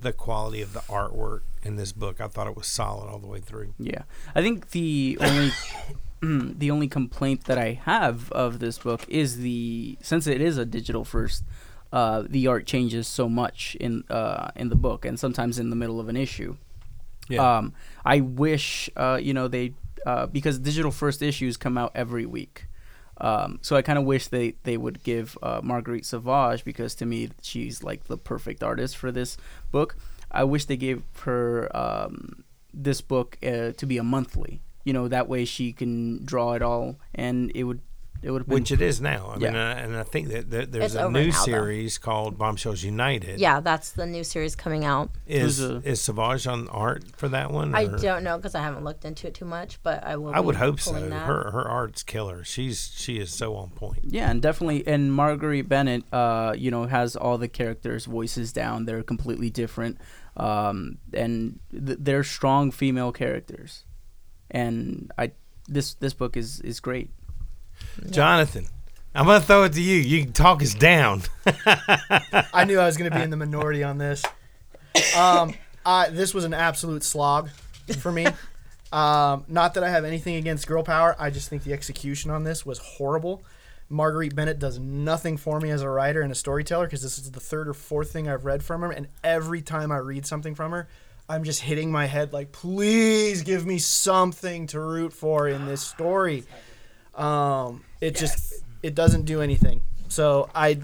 the quality of the artwork in this book. I thought it was solid all the way through. Yeah, I think the only mm, the only complaint that I have of this book is the since it is a digital first, uh, the art changes so much in uh, in the book and sometimes in the middle of an issue. Yeah. Um, I wish uh, you know they uh, because digital first issues come out every week. Um, so I kind of wish they, they would give uh, Marguerite Savage because to me she's like the perfect artist for this book. I wish they gave her um, this book uh, to be a monthly. You know that way she can draw it all and it would It would have been which it is now. I Yeah. mean, uh, and I think that there, It's there's a over new now, though. series called Bombshells United. Yeah, that's the new series coming out. is Who's a- is Savage on art for that one? Mm-hmm. I or- don't know because I haven't looked into it too much, but I will. I be would hope so. pulling that. Her her art's killer. She's she is so on point. Yeah, and definitely, and Marguerite Bennett, uh, you know, has all the characters' voices down. They're completely different, um, and th- they're strong female characters. And I, this this book is is great. Jonathan, I'm gonna throw it to you. You can talk us down. I knew I was going to be in the minority on this. Um, I, this was an absolute slog for me. Um, not that I have anything against girl power. I just think the execution on this was horrible. Marguerite Bennett does nothing for me as a writer and a storyteller because this is the third or fourth thing I've read from her. And every time I read something from her, I'm just hitting my head like, please give me something to root for in this story. Um, it just it doesn't do anything. So I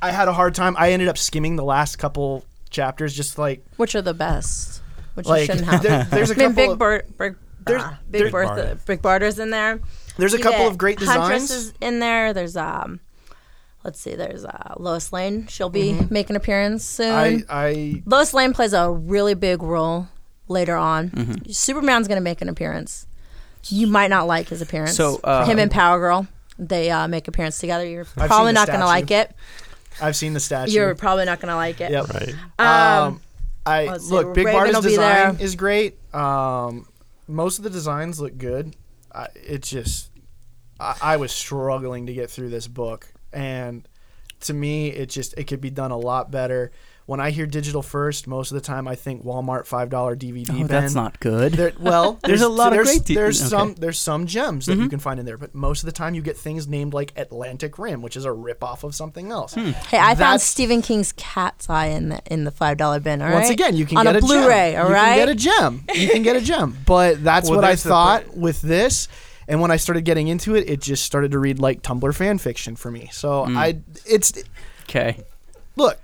I had a hard time. I ended up skimming the last couple chapters, just like Which are the best? Which Like, you shouldn't have. there- there's a I mean, couple big of- Bur- Bur- There's- ah, there- big Big Bertha- Barter. big Barter's in there. there's a You couple get of great Huntress designs. is in there. There's um, let's see. There's uh, Lois Lane. She'll be making appearance soon. Mm-hmm. I I Lois Lane plays a really big role later on. Mm-hmm. Superman's going to make an appearance. You might not like his appearance. So, uh, him and Power Girl, they uh, make appearance together. You're the probably not going to statue. like it. I've seen the statue. You're probably not going to like it. Yep. Right. Um, Um, I let's see, look. Big Raven Barda's will be design there. is great. Um, most of the designs look good. I, it just I, I was struggling to get through this book, and to me, it just it could be done a lot better. When I hear digital first, most of the time I think Walmart five dollar DVD. Oh, bin. that's not good. There, well, There's a lot of there's, great de- There's okay. Mm-hmm. some there's some gems that you can find in there, but most of the time you get things named like Atlantic Rim, which is a ripoff of something else. Hmm. Hey, I found That's- Stephen King's Cat's Eye in the in the five dollar bin. All right. Once again, you can on get a Blu-ray. Gem. All you right. can get a gem. You can get a gem. But that's Well, what that's the I thought with this. And when I started getting into it, it just started to read like Tumblr fan fiction for me. So Hmm. I, it's Okay. look.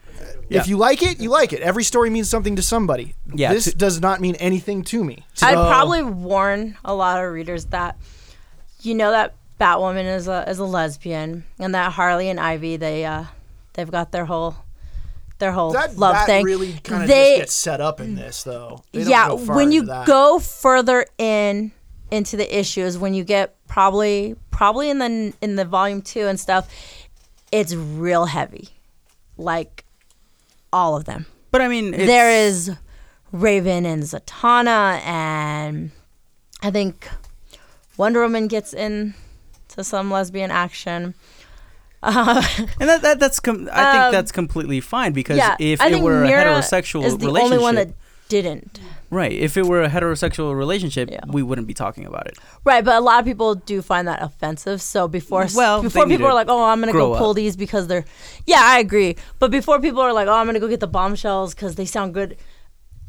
Yeah. If you like it, you like it. Every story means something to somebody. Yeah, this to- does not mean anything to me. I'd So- probably warn a lot of readers that you know that Batwoman is a is a lesbian, and that Harley and Ivy they uh they've got their whole their whole that love that thing. really kind of They- just gets set up in this though. They don't yeah, go far when into you that. go further in into the issues, when you get probably probably in the in the volume two and stuff, it's real heavy, like all of them. But I mean, it's, there is Raven and Zatanna, and I think Wonder Woman gets in to some lesbian action. Uh, and that, that that's com- I think Um, that's completely fine because yeah, if I it think were a Mira heterosexual is the relationship, only one that didn't. right? If it were a heterosexual relationship, Yeah. we wouldn't be talking about it. Right, but a lot of people do find that offensive. So before Well, before they need people are to like, "Oh, I'm going to grow go pull up. these because they're Yeah, I agree. But before people are like, "Oh, I'm going to go get the bombshells cuz they sound good."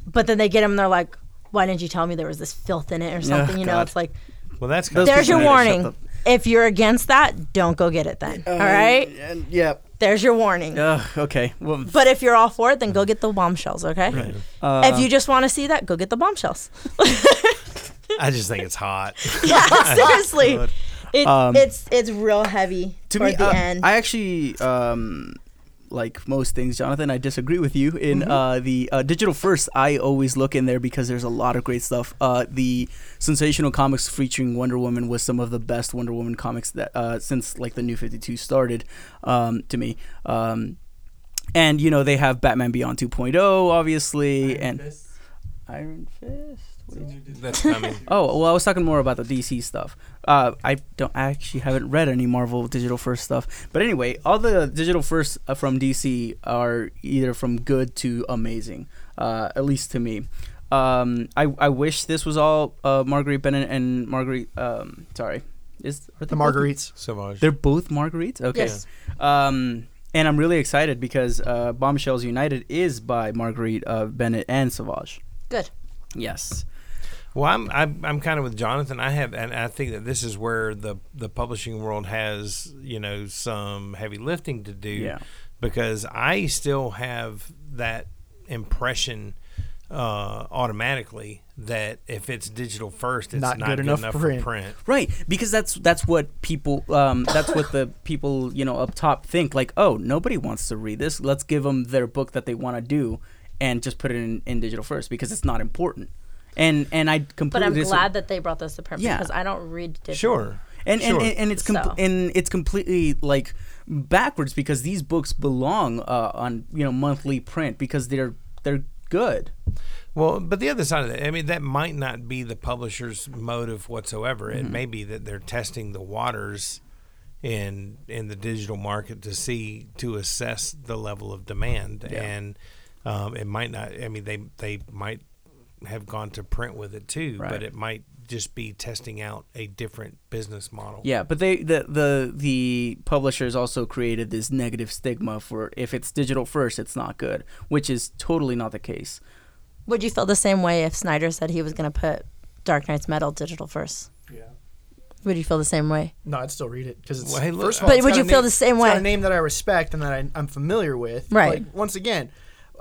But then they get them and they're like, "Why didn't you tell me there was this filth in it or something?" you know, God. it's like Well, that's Those There's people your need to shut warning. up. If you're against that, don't go get it then. all right? And, yeah, There's your warning. Ugh, okay. Well, But if you're all for it, then go get the bombshells, okay? uh, if you just want to see that, go get the bombshells. I just think it's hot. yeah, seriously. It, Um, it's it's real heavy to toward me, the uh, end. I actually, um, like most things, Jonathan, I disagree with you. In Mm-hmm. uh, the uh, digital first, I always look in there because there's a lot of great stuff. Uh, the Sensational Comics featuring Wonder Woman was some of the best Wonder Woman comics that uh, since like the New Fifty Two started. Um, to me. Um, and you know they have Batman Beyond 2.0, obviously, and Fist. Iron Fist. What It's a did you- new design. That's I mean, Oh well, I was talking more about the DC stuff. Uh, I don't I actually haven't read any Marvel Digital First stuff, but anyway, all the Digital First uh, from DC are either from good to amazing, uh, at least to me. Um, I I wish this was all uh, Marguerite Bennett and Marguerite. Um, sorry, is are they the both- Marguerites. Savage. They're both Marguerites. Okay. Yes. Um, and I'm really excited because uh, Bombshells United is by Marguerite uh, Bennett and Savage. Good. Yes. Well, I'm I'm, I'm kind of with Jonathan. I have, and I think that this is where the the publishing world has you know some heavy lifting to do Yeah. because I still have that impression uh, automatically that if it's digital first, it's not, Not good, enough, for print. Right, because that's that's what people um, that's what the people you know up top think like oh nobody wants to read this let's give them their book that they want to do and just put it in, in digital first because it's not important and and I But completely I'm dis- glad that they brought this to print Yeah. because I don't read digital. Sure. and, sure. and, and and it's com- So. and it's completely like backwards because these books belong uh, on you know monthly print because they're they're good Well, but the other side of that, I mean, that might not be the publisher's motive whatsoever. Mm-hmm. It may be that they're testing the waters in in the digital market to see to assess the level of demand, and um, it might not. I mean, they they might have gone to print with it too, Right. but it might just be testing out a different business model. Yeah, but they the the the publishers also created this negative stigma for if it's digital first, it's not good, which is totally not the case. Would you feel the same way if Snyder said he was going to put Dark Knight's Metal digital first? Yeah. Would you feel the same way? No, I'd still read it because it's Well, hey, look, first I- of all, But it's would got you a feel name- the same it's got way? a name that I respect and that I, I'm familiar with. Right. Like, once again,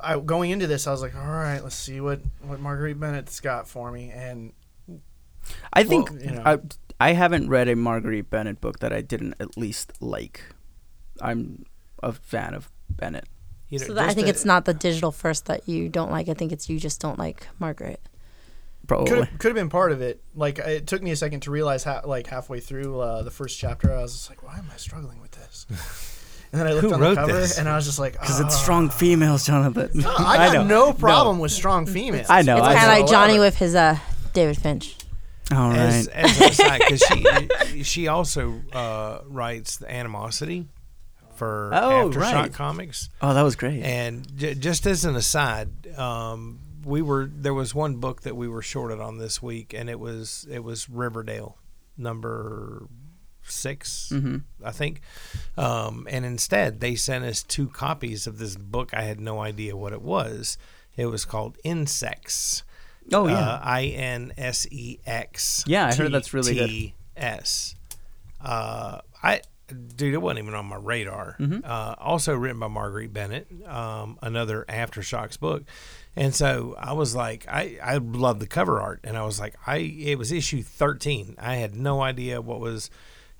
I, going into this, I was like, all right, let's see what what Marguerite Bennett's got for me, and I think Well, you know. I I haven't read a Marguerite Bennett book that I didn't at least like. I'm a fan of Bennett. You know, so that, I just think a- it's not the digital first that you don't like. I think it's you just don't like Margaret. Probably. could could have been part of it. Like it took me a second to realize, how, like halfway through uh, the first chapter, I was just like, why am I struggling with this? And then I looked on wrote the cover, this? and I was just like, "Ah." because Because it's strong females, Jonathan. I got no problem with strong females. I know, It's I kind of know. like Johnny with his uh, David Finch. All right. as, as an aside, because she she also uh, writes the animosity for Oh, aftershock right. comics, oh, that was great. and j- just as an aside, um, we were there was one book that we were shorted on this week, and it was it was Riverdale number 6 I think, um, and instead they sent us two copies of this book. I had no idea what it was. It was called Insects. oh yeah. Uh, I N S E X. Yeah, I heard that's really good. T-T-S. Uh, I dude, it wasn't even on my radar. Mm-hmm. Uh, also written by Marguerite Bennett, um, another aftershocks book, and so I was like, I I love the cover art, and I was like, I it was issue thirteen. I had no idea what was.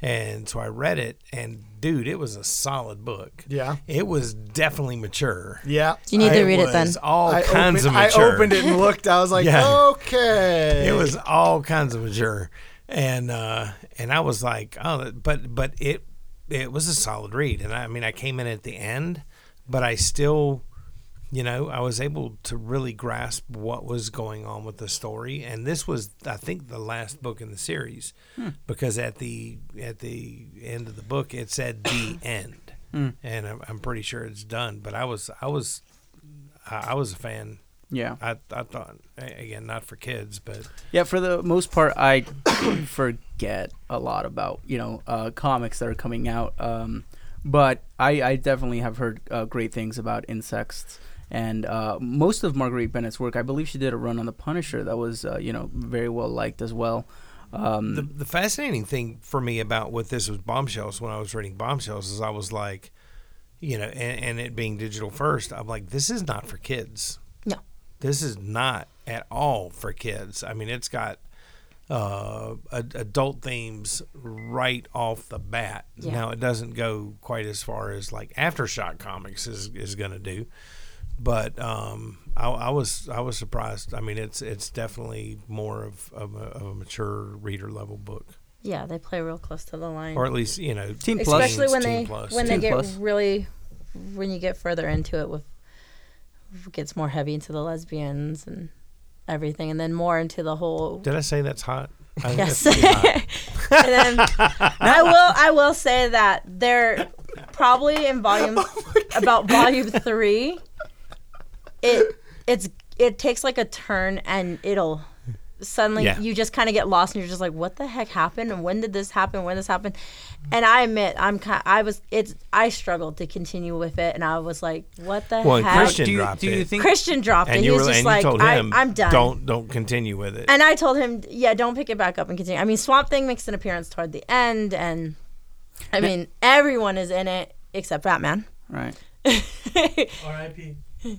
And so I read it, and dude, it was a solid book. Yeah. it was definitely mature. Yeah. You need to read it then. was All I kinds opened, of mature. I opened it and looked. I was like, Yeah. okay. It was all kinds of mature, and uh, and I was like, oh, that- but but it it was a solid read, and I, I mean, I came in at the end, but I still, you know, I was able to really grasp what was going on with the story, and this was, I think, the last book in the series, because at the at the end of the book it said the end, and I'm, I'm pretty sure it's done, but I was I was I I was a fan. yeah. I, I thought a- again, not for kids, but Yeah, for the most part, I forget a lot about you know uh, comics that are coming out. Um, but I, I definitely have heard uh, great things about insects and uh, most of Marguerite Bennett's work. I believe she did a run on the Punisher that was uh, you know very well liked as well. Um, the, the fascinating thing for me about what this was bombshells when I was reading bombshells is I was like, you know, and, and it being digital first, I'm like, this is not for kids. No. This is not at all for kids. I mean, it's got uh, ad- adult themes right off the bat. Yeah. Now it doesn't go quite as far as like aftershock comics is is going to do, but um, I, I was I was surprised. I mean, it's it's definitely more of of a, of a mature reader level book, Yeah, they play real close to the line. or at least you know Teen Plus. especially when Teen they plus. when they Teen get plus. really when you get further into it with gets more heavy into the lesbians and everything and then more into the whole Did I say that's hot? I think yes that's pretty hot. and then i will i will say that they're probably in volume Oh about volume three it it's it takes like a turn and it'll suddenly Yeah. you just kind of get lost and you're just like what the heck happened and when did this happen when this happened and i admit i'm kind i was it's i struggled to continue with it and i was like what the Well, and Uh, heck Christian do you, dropped do you it. think? Christian dropped it and he you were was and just you like told I, him i'm done Don't don't continue with it. and I told him, yeah, don't pick it back up and continue. I mean, Swamp Thing makes an appearance toward the end, and I mean, everyone is in it except Batman. Right. R.I.P.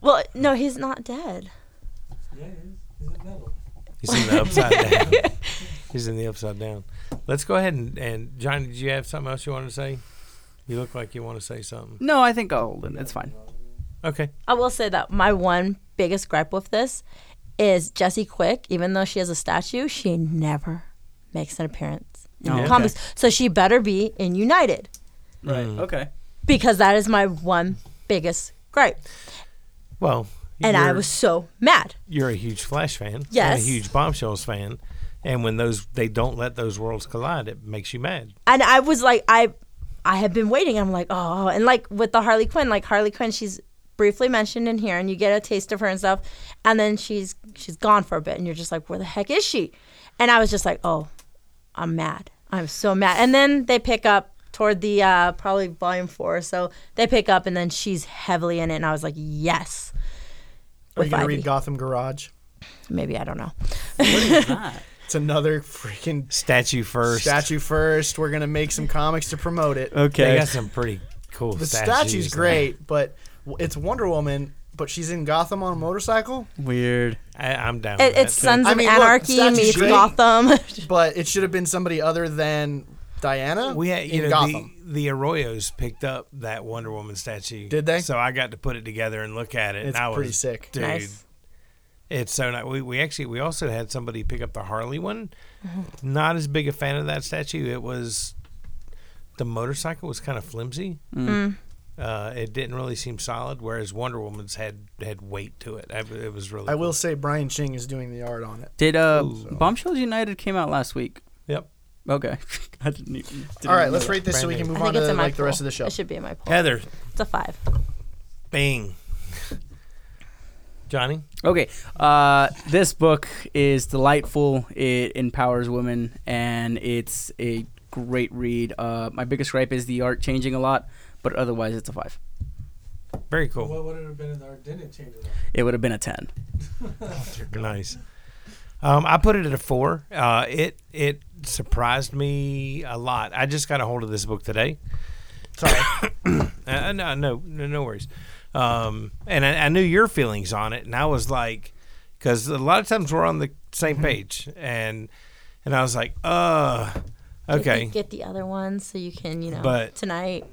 Well, no, he's not dead. Yeah, he's, he's a metal. He's in the upside down. He's in the upside down. Let's go ahead and, and Johnny, did you have something else you wanted to say? You look like you want to say something. No, I think I'll hold uh, it. It's fine. Okay. I will say that my one biggest gripe with this is Jessie Quick, even though she has a statue, she never makes an appearance in Oh, the okay. comics. So she better be in United mm. Right. Okay. because that is my one biggest gripe. Well, And I you're- was so mad. you're a huge Flash fan. and Yes. a huge Bombshells fan. And when those they don't let those worlds collide, it makes you mad. and I was like, I, I had been waiting. I'm like, oh, and like with the Harley Quinn, like Harley Quinn, she's briefly mentioned in here, and you get a taste of her and stuff, and then she's she's gone for a bit, and you're just like, where the heck is she? And I was just like, oh, I'm mad. I'm so mad. And then they pick up toward the uh, probably volume four, so they pick up, and then she's heavily in it, and I was like, yes. Are you With gonna Ivy. read Gotham Garage? Maybe I don't know. It's another freaking Statue first. statue first. We're gonna make some comics to promote it. They Okay. got some pretty cool The statues. statue's great, but w- it's Wonder Woman, but she's in Gotham on a motorcycle. Weird. I, I'm down. It, with that it's too. Sons I of mean, look, Anarchy statue's meets great. Gotham. But it should have been somebody other than Diana. We had, you in know, the, Gotham. the Arroyos picked up that Wonder Woman statue. Did they? So I got to put it together and look at it. It's and I pretty was, sick. dude. Nice. It's so nice. We, we actually we also had somebody pick up the Harley one. Not as big a fan of that statue. It was the motorcycle was kind of flimsy. Uh, it didn't really seem solid. Whereas Wonder Woman's had had weight to it. I, it was really. I will cool. say Brian Ching is doing the art on it. Did uh, Ooh. Bombshells United came out last week? Yep. Okay. I didn't. Even, didn't All right, know let's that. rate this so we Brand can new. move I on think it's to in my like the poll. rest of the show. It should be in my poll. Heather, It's a five. Bing. Johnny. Okay. Uh, this book is delightful. It empowers women, and it's a great read. Uh, my biggest gripe is the art changing a lot, but otherwise, it's a five. Very cool. What would it have been if our didn't change it? It would have been a ten. Nice. Um, I put it at a four. Uh, it it surprised me a lot. I just got a hold of this book today. Sorry. Uh, no, no, no, no worries. Um, and I, I knew your feelings on it, and I was like, because a lot of times we're on the same Mm-hmm. page, and and I was like, uh, If you okay. Get the other one so you can, you know, But- tonight.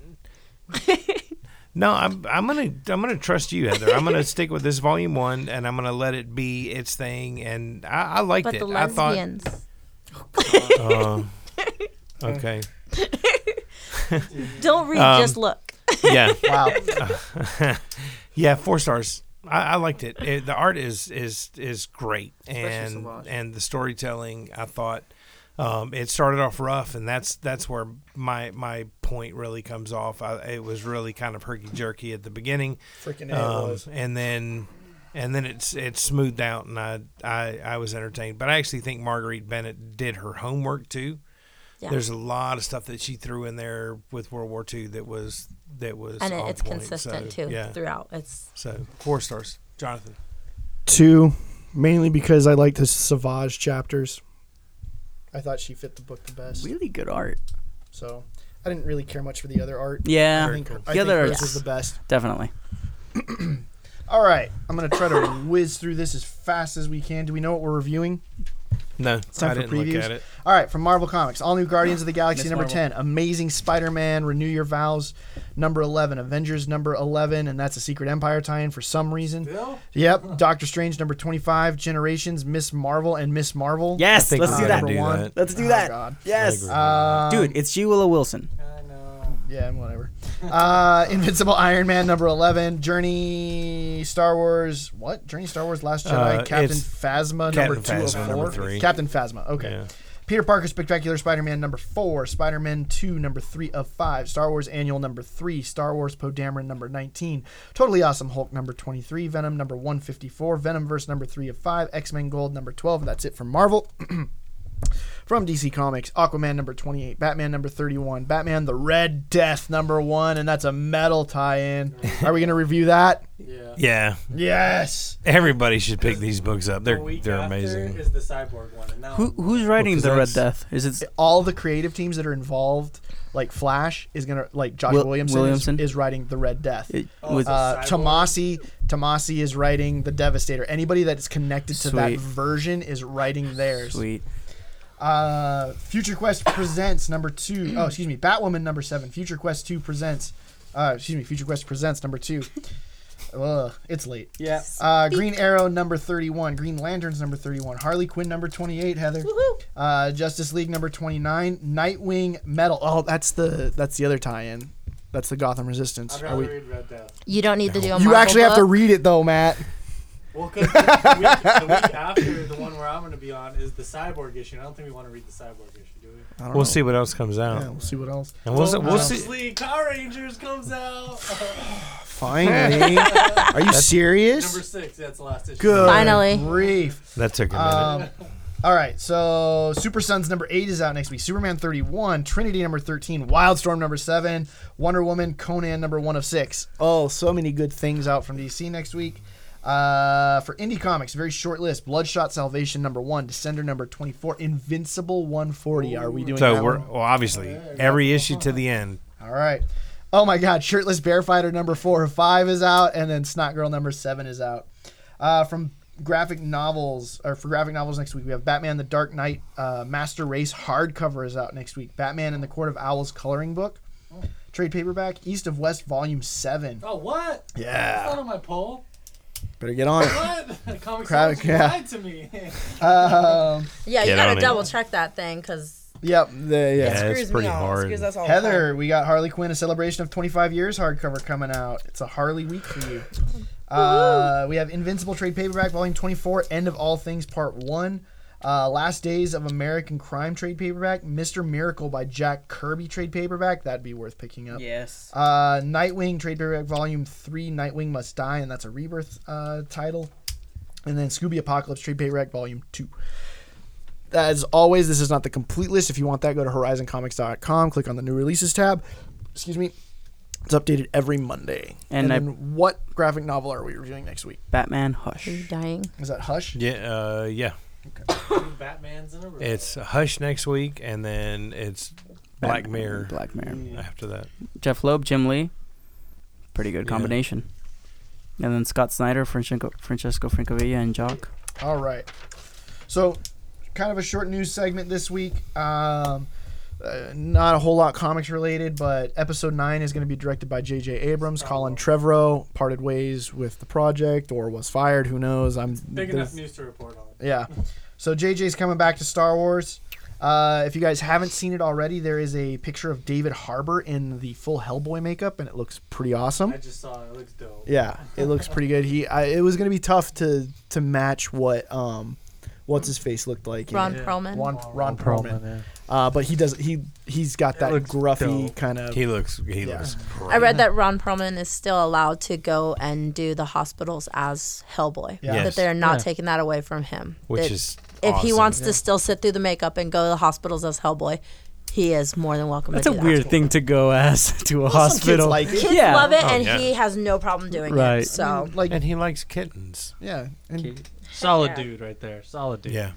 No, I'm I'm gonna I'm gonna trust you, Heather. I'm gonna stick with this volume one, and I'm gonna let it be its thing. And I, I liked But it. the I thought lesbians. Uh, okay. Don't read, Um, just look. Yeah. wow. yeah, four stars. I, I liked it. it. The art is is is great, and Solange. and the storytelling. I thought um, it started off rough, and that's that's where my my point really comes off. I, it was really kind of herky jerky at the beginning, Freaking A it um, was. and then and then it's it's smoothed out, and I, I I was entertained. But I actually think Marguerite Bennett did her homework too. Yeah. There's a lot of stuff that she threw in there with World War II that was that was And it, on it's point. consistent So, too Yeah. throughout. It's So four stars, Jonathan. Two, mainly because I like the Savage chapters. I thought she fit the book the best. Really good art. So I didn't really care much for the other art. Yeah, I think, cool. I The think other hers arts. is the best. definitely. All right, I'm gonna try to whiz through this as fast as we can. Do we know what we're reviewing? No, time I for didn't previews. look at it. All right, from Marvel Comics, All New Guardians of the Galaxy Miss number Marvel. 10, Amazing Spider-Man, Renew Your Vows number 11, Avengers number 11, and that's a Secret Empire tie-in for some reason. Bill? Yep, Doctor Strange number 25, Generations, Miss Marvel and Miss Marvel. I Yes, think let's we're do gonna that. do one. that. Let's do Oh, that. God. Yes, Um, dude, it's G Willow Wilson. I know. Yeah, whatever. Uh, Invincible Iron Man number 11, Journey Star Wars, what? Journey Star Wars Last Jedi, Uh, Captain it's Phasma number Captain Phasma, 204. number three. Captain Phasma, okay. Yeah. Peter Parker Spectacular Spider-Man number 4, Spider-Man 2 number 3 of 5, Star Wars Annual number 3, Star Wars Poe Dameron number 19, Totally Awesome Hulk number 23, Venom number 154, Venomverse number 3 of 5, X-Men Gold number 12. That's it from Marvel. from DC Comics, Aquaman number 28, Batman number 31, Batman the Red Death number 1, and that's a metal tie-in. Are we going to review that? Yeah. Yeah, Yes. everybody should pick these books up. They're The week they're after amazing. Is the cyborg one? And now Who, who's writing Well, the 'cause Red that's- Death? Is it? All the creative teams that are involved, like Flash is going to like Josh Wil- Williamson, is- Williamson? Is, writing the Red Death. it Oh, was, uh, Uh, Cyborg. Tomasi, Tomasi is writing the Devastator. Anybody that's connected to that Sweet. version is writing theirs. sweet. Uh, Future Quest presents number two. Oh, excuse me, Batwoman number seven. Future Quest two presents. Uh, excuse me, Future Quest presents number two. Ugh, it's late. Yeah. Uh, Green Arrow number thirty-one. Green Lanterns number thirty-one. Harley Quinn number twenty-eight. Heather. Woohoo! Uh, Justice League number twenty-nine. Nightwing Metal. Oh, that's the that's the other tie-in. That's the Gotham Resistance. I'd Are rather we- read Red Death. You don't need to do a you Marvel actually have to book. read it though, Matt. Well, 'cause the, the week, the week after the one where I'm going to be on is the cyborg issue. and I don't think we want to read the cyborg issue, do we? I don't know. We'll see what else comes out, Yeah, we'll see what else. and we'll, see- we'll Justice see. League Power Rangers comes out. Finally, are you serious? Number six. That's the last issue. Good Finally. grief. That took a minute. Um, all right, so Super Sons number eight is out next week. Superman thirty one, Trinity number thirteen, Wildstorm number seven, Wonder Woman, Conan number one of six. Oh, so many good things out from DC next week. Uh, for indie comics, very short list: Bloodshot Salvation number one, Descender number twenty four, Invincible one forty. Are we doing? so that we're one? well, obviously every issue to the end. all right. Oh my God, Shirtless Bear Fighter number four or five is out, and then Snot Girl number seven is out. Uh, from graphic novels, or for graphic novels next week, we have Batman: The Dark Knight uh, Master Race hardcover is out next week. Batman and the Court of Owls coloring book, trade paperback, East of West Volume Seven. Oh what? That's Yeah, not on my poll. better get on it. What? Comic Crowd- Sans yeah. lied to me. Um, Yeah, you Get on gotta it. double check that thing because yep, the, yeah. Yeah, it's pretty hard. Heather, we got Harley Quinn, a celebration of 25 years hardcover coming out. It's a Harley week for you. Uh, we have Invincible Trade Paperback, Volume 24, End of All Things, Part 1. Uh, Last Days of American Crime Trade Paperback, Mr. Miracle by Jack Kirby Trade Paperback. That'd be worth picking up. Yes. Uh, Nightwing Trade Paperback Volume 3, Nightwing Must Die, and that's a rebirth uh, title. And then Scooby Apocalypse Trade Paperback Volume 2. As always, this is not the complete list. If you want that, go to horizoncomics.com, click on the new releases tab. Excuse me. It's updated every Monday. And I- then what graphic novel are we reviewing next week? Batman Hush. Are you dying? Is that Hush? Yeah, uh, yeah. Two Batman's in a row. It's Hush next week, and then it's Black Batman- Mirror Black Mirror. after that. Jeff Loeb, Jim Lee. Pretty good Yeah. combination. And then Scott Snyder, Francesco, Francesco Francavilla, and Jock. All right. So, kind of a short news segment this week. Um, uh, not a whole lot comics related, but episode nine is going to be directed by J.J. Abrams. Colin Trevorrow parted ways with the project or was fired. Who knows? I'm Big there's- enough news to report on. yeah. So JJ's coming back to Star Wars. Uh, if you guys haven't seen it already, there is a picture of David Harbour in the full Hellboy makeup, and it looks pretty awesome. I just saw it. It looks dope. Yeah, it looks pretty good. He, I, it was gonna be tough to to match what um, what's his face looked like. in- Ron Yeah. Perlman. Ron, Ron Perlman. yeah. Uh, but he does he he's got that looks gruffy dope. kind of. He looks he Yeah. looks great. I read that Ron Perlman is still allowed to go and do the hospitals as Hellboy. Yeah. Yes. That they're not Yeah. taking that away from him. which That is if he awesome. wants to still sit through the makeup and go to the hospitals as Hellboy, he is more than welcome. That's to a do that. weird thing to go as to a Some kids hospital. like it. Kids Yeah. love it, Oh, and yeah. he has no problem doing it. Right. Mm-hmm. So um, Like and he likes kittens. yeah, and Solid Yeah. dude right there. Solid dude. Yeah,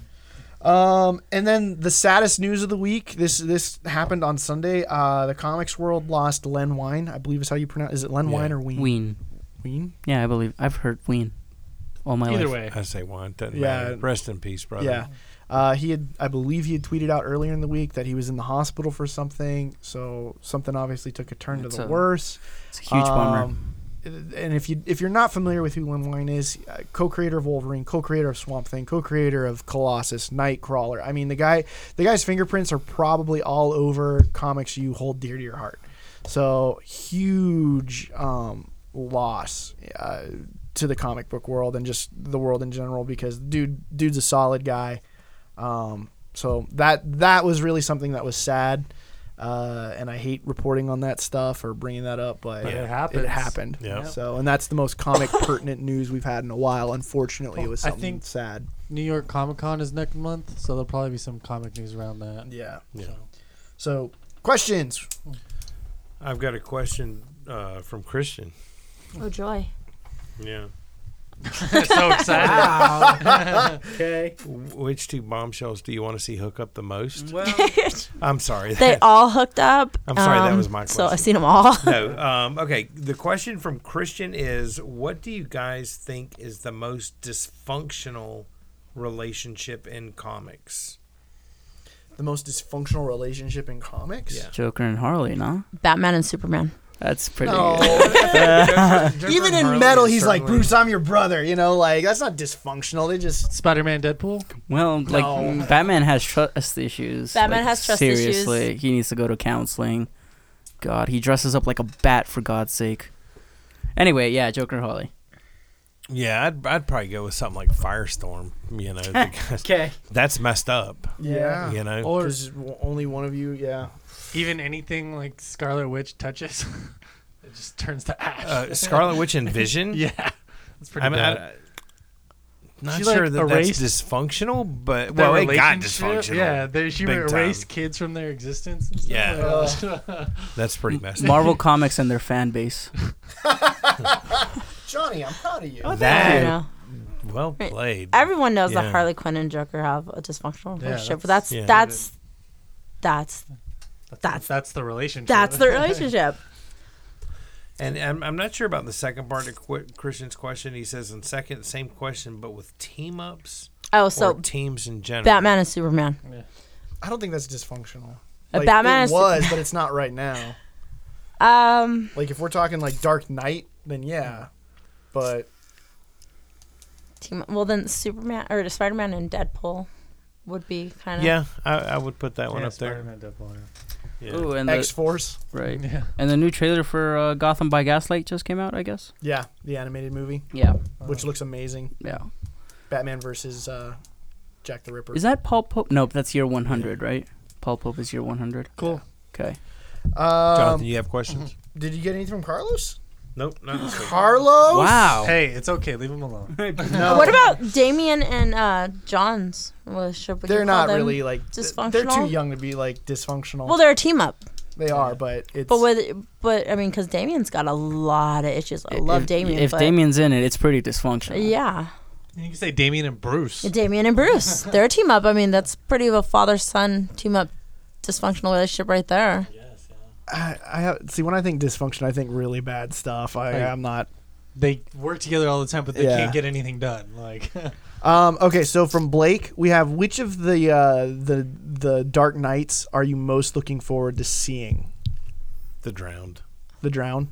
Um, and then the saddest news of the week. This this happened on Sunday. Uh, the comics world lost Len Wein. I believe is how you pronounce. Is it Len Yeah. Wein or Ween? Ween. Ween? Yeah, I believe. I've heard Ween all my Either life. way, I say one. Doesn't Yeah. matter. Rest in peace, brother. Yeah. Uh, he had, I believe, he had tweeted out earlier in the week that he was in the hospital for something. So something obviously took a turn That's to the a- worse. It's a huge bummer. Um, and if you if you're not familiar with who Len Wein is, uh, co-creator of Wolverine, co-creator of Swamp Thing, co-creator of Colossus, Nightcrawler. I mean, the guy the guy's fingerprints are probably all over comics you hold dear to your heart. So huge um, loss uh, to the comic book world and just the world in general because dude dude's a solid guy. Um, so that that was really something that was sad. Uh, and I hate reporting on that stuff or bringing that up, but, But it happens. It happened. Yeah. Yep. So, and that's the most comic pertinent news we've had in a while. Unfortunately, it was I something think- sad. New York Comic Con is next month, so there'll probably be some comic news around that. Yeah. Yeah. So, questions. I've got a question uh, from Christian. Oh joy. Yeah. so excited. Okay. Which two bombshells do you want to see hook up the most? Well, I'm sorry. They all hooked up. um, I'm sorry, that was my So I question. seen them all. no. Um, okay. The question from Christian is What do you guys think is the most dysfunctional relationship in comics? The most dysfunctional relationship in comics. Yeah. Joker and Harley, nah? Batman and Superman. That's pretty. No. Even in metal, he's like, Bruce, I'm your brother. You know, like, that's not dysfunctional. They just. Spider-Man, Deadpool. Well, like mm, No. Batman has trust issues. Batman like, has trust seriously. issues. he needs to go to counseling. God, he dresses up like a bat for God's sake. Anyway, yeah, Joker and Harley. Yeah, I'd, I'd probably go with something like Firestorm. You know, because Okay. that's messed up. Yeah. You know, Or is w- only one of you? Yeah. Even anything like Scarlet Witch touches, it just turns to ash. uh, Scarlet Witch and Vision. yeah, that's pretty I mean, bad. I, not She, like, sure that erased that's dysfunctional, but Their well, it got relationship, dysfunctional. Yeah, they, she Big erased time. kids from their existence. And stuff. Yeah. that's pretty messed up. Marvel Comics and their fan base. Johnny, I'm proud of you. you That know. well played. Everyone knows Yeah. that Harley Quinn and Joker have a dysfunctional Yeah, relationship, but that's- that's Yeah. that's that's that's that's the relationship. that's the relationship. And I'm, I'm not sure about the second part of Qu- Christian's question. He says, in second, same question, but with team ups Oh, or so teams in general. Batman and Superman. I don't think that's dysfunctional. A Batman it is- was, but it's not right now. Um, Like if we're talking like Dark Knight, then yeah. But team. Well, then Superman or Spider Man and Deadpool would be kind of Yeah, I, I would put that one Yeah, up there. Spider-Man, Deadpool, yeah. Yeah. Ooh, and X the, Force, right. Yeah. And the new trailer for uh, Gotham by Gaslight just came out, I guess. yeah, the animated movie, Yeah. Uh. which looks amazing. Yeah. Batman versus uh, Jack the Ripper. Is that Paul Pope? Nope, that's year 100, right? Paul Pope is year 100. Cool. Okay. Um, Jonathan, you have questions? did you get anything from Carlos? Nope, not this week. Carlos? Wow. Hey, it's okay. Leave him alone. No, What about Damien and uh, John's relationship? Would you they're call not them- really like th- They're too dysfunctional? young to be like dysfunctional. Well, they're a team up, they are, but it's but with but I mean, because Damien's got a lot of issues. I love if, Damien. If but, Damien's in it, it's pretty dysfunctional. yeah, You can say Damien and Bruce. Damien and Bruce, they're a team up. I mean, that's pretty of a father son team up dysfunctional relationship right there. Yes, yeah. I, I have, see when I think dysfunction, I think really bad stuff. I, Like- I'm not They work together all the time, but they Yeah. can't get anything done. Like, Um, okay, so from Blake, we have which of the uh, the the Dark Knights are you most looking forward to seeing? The Drowned. The Drown,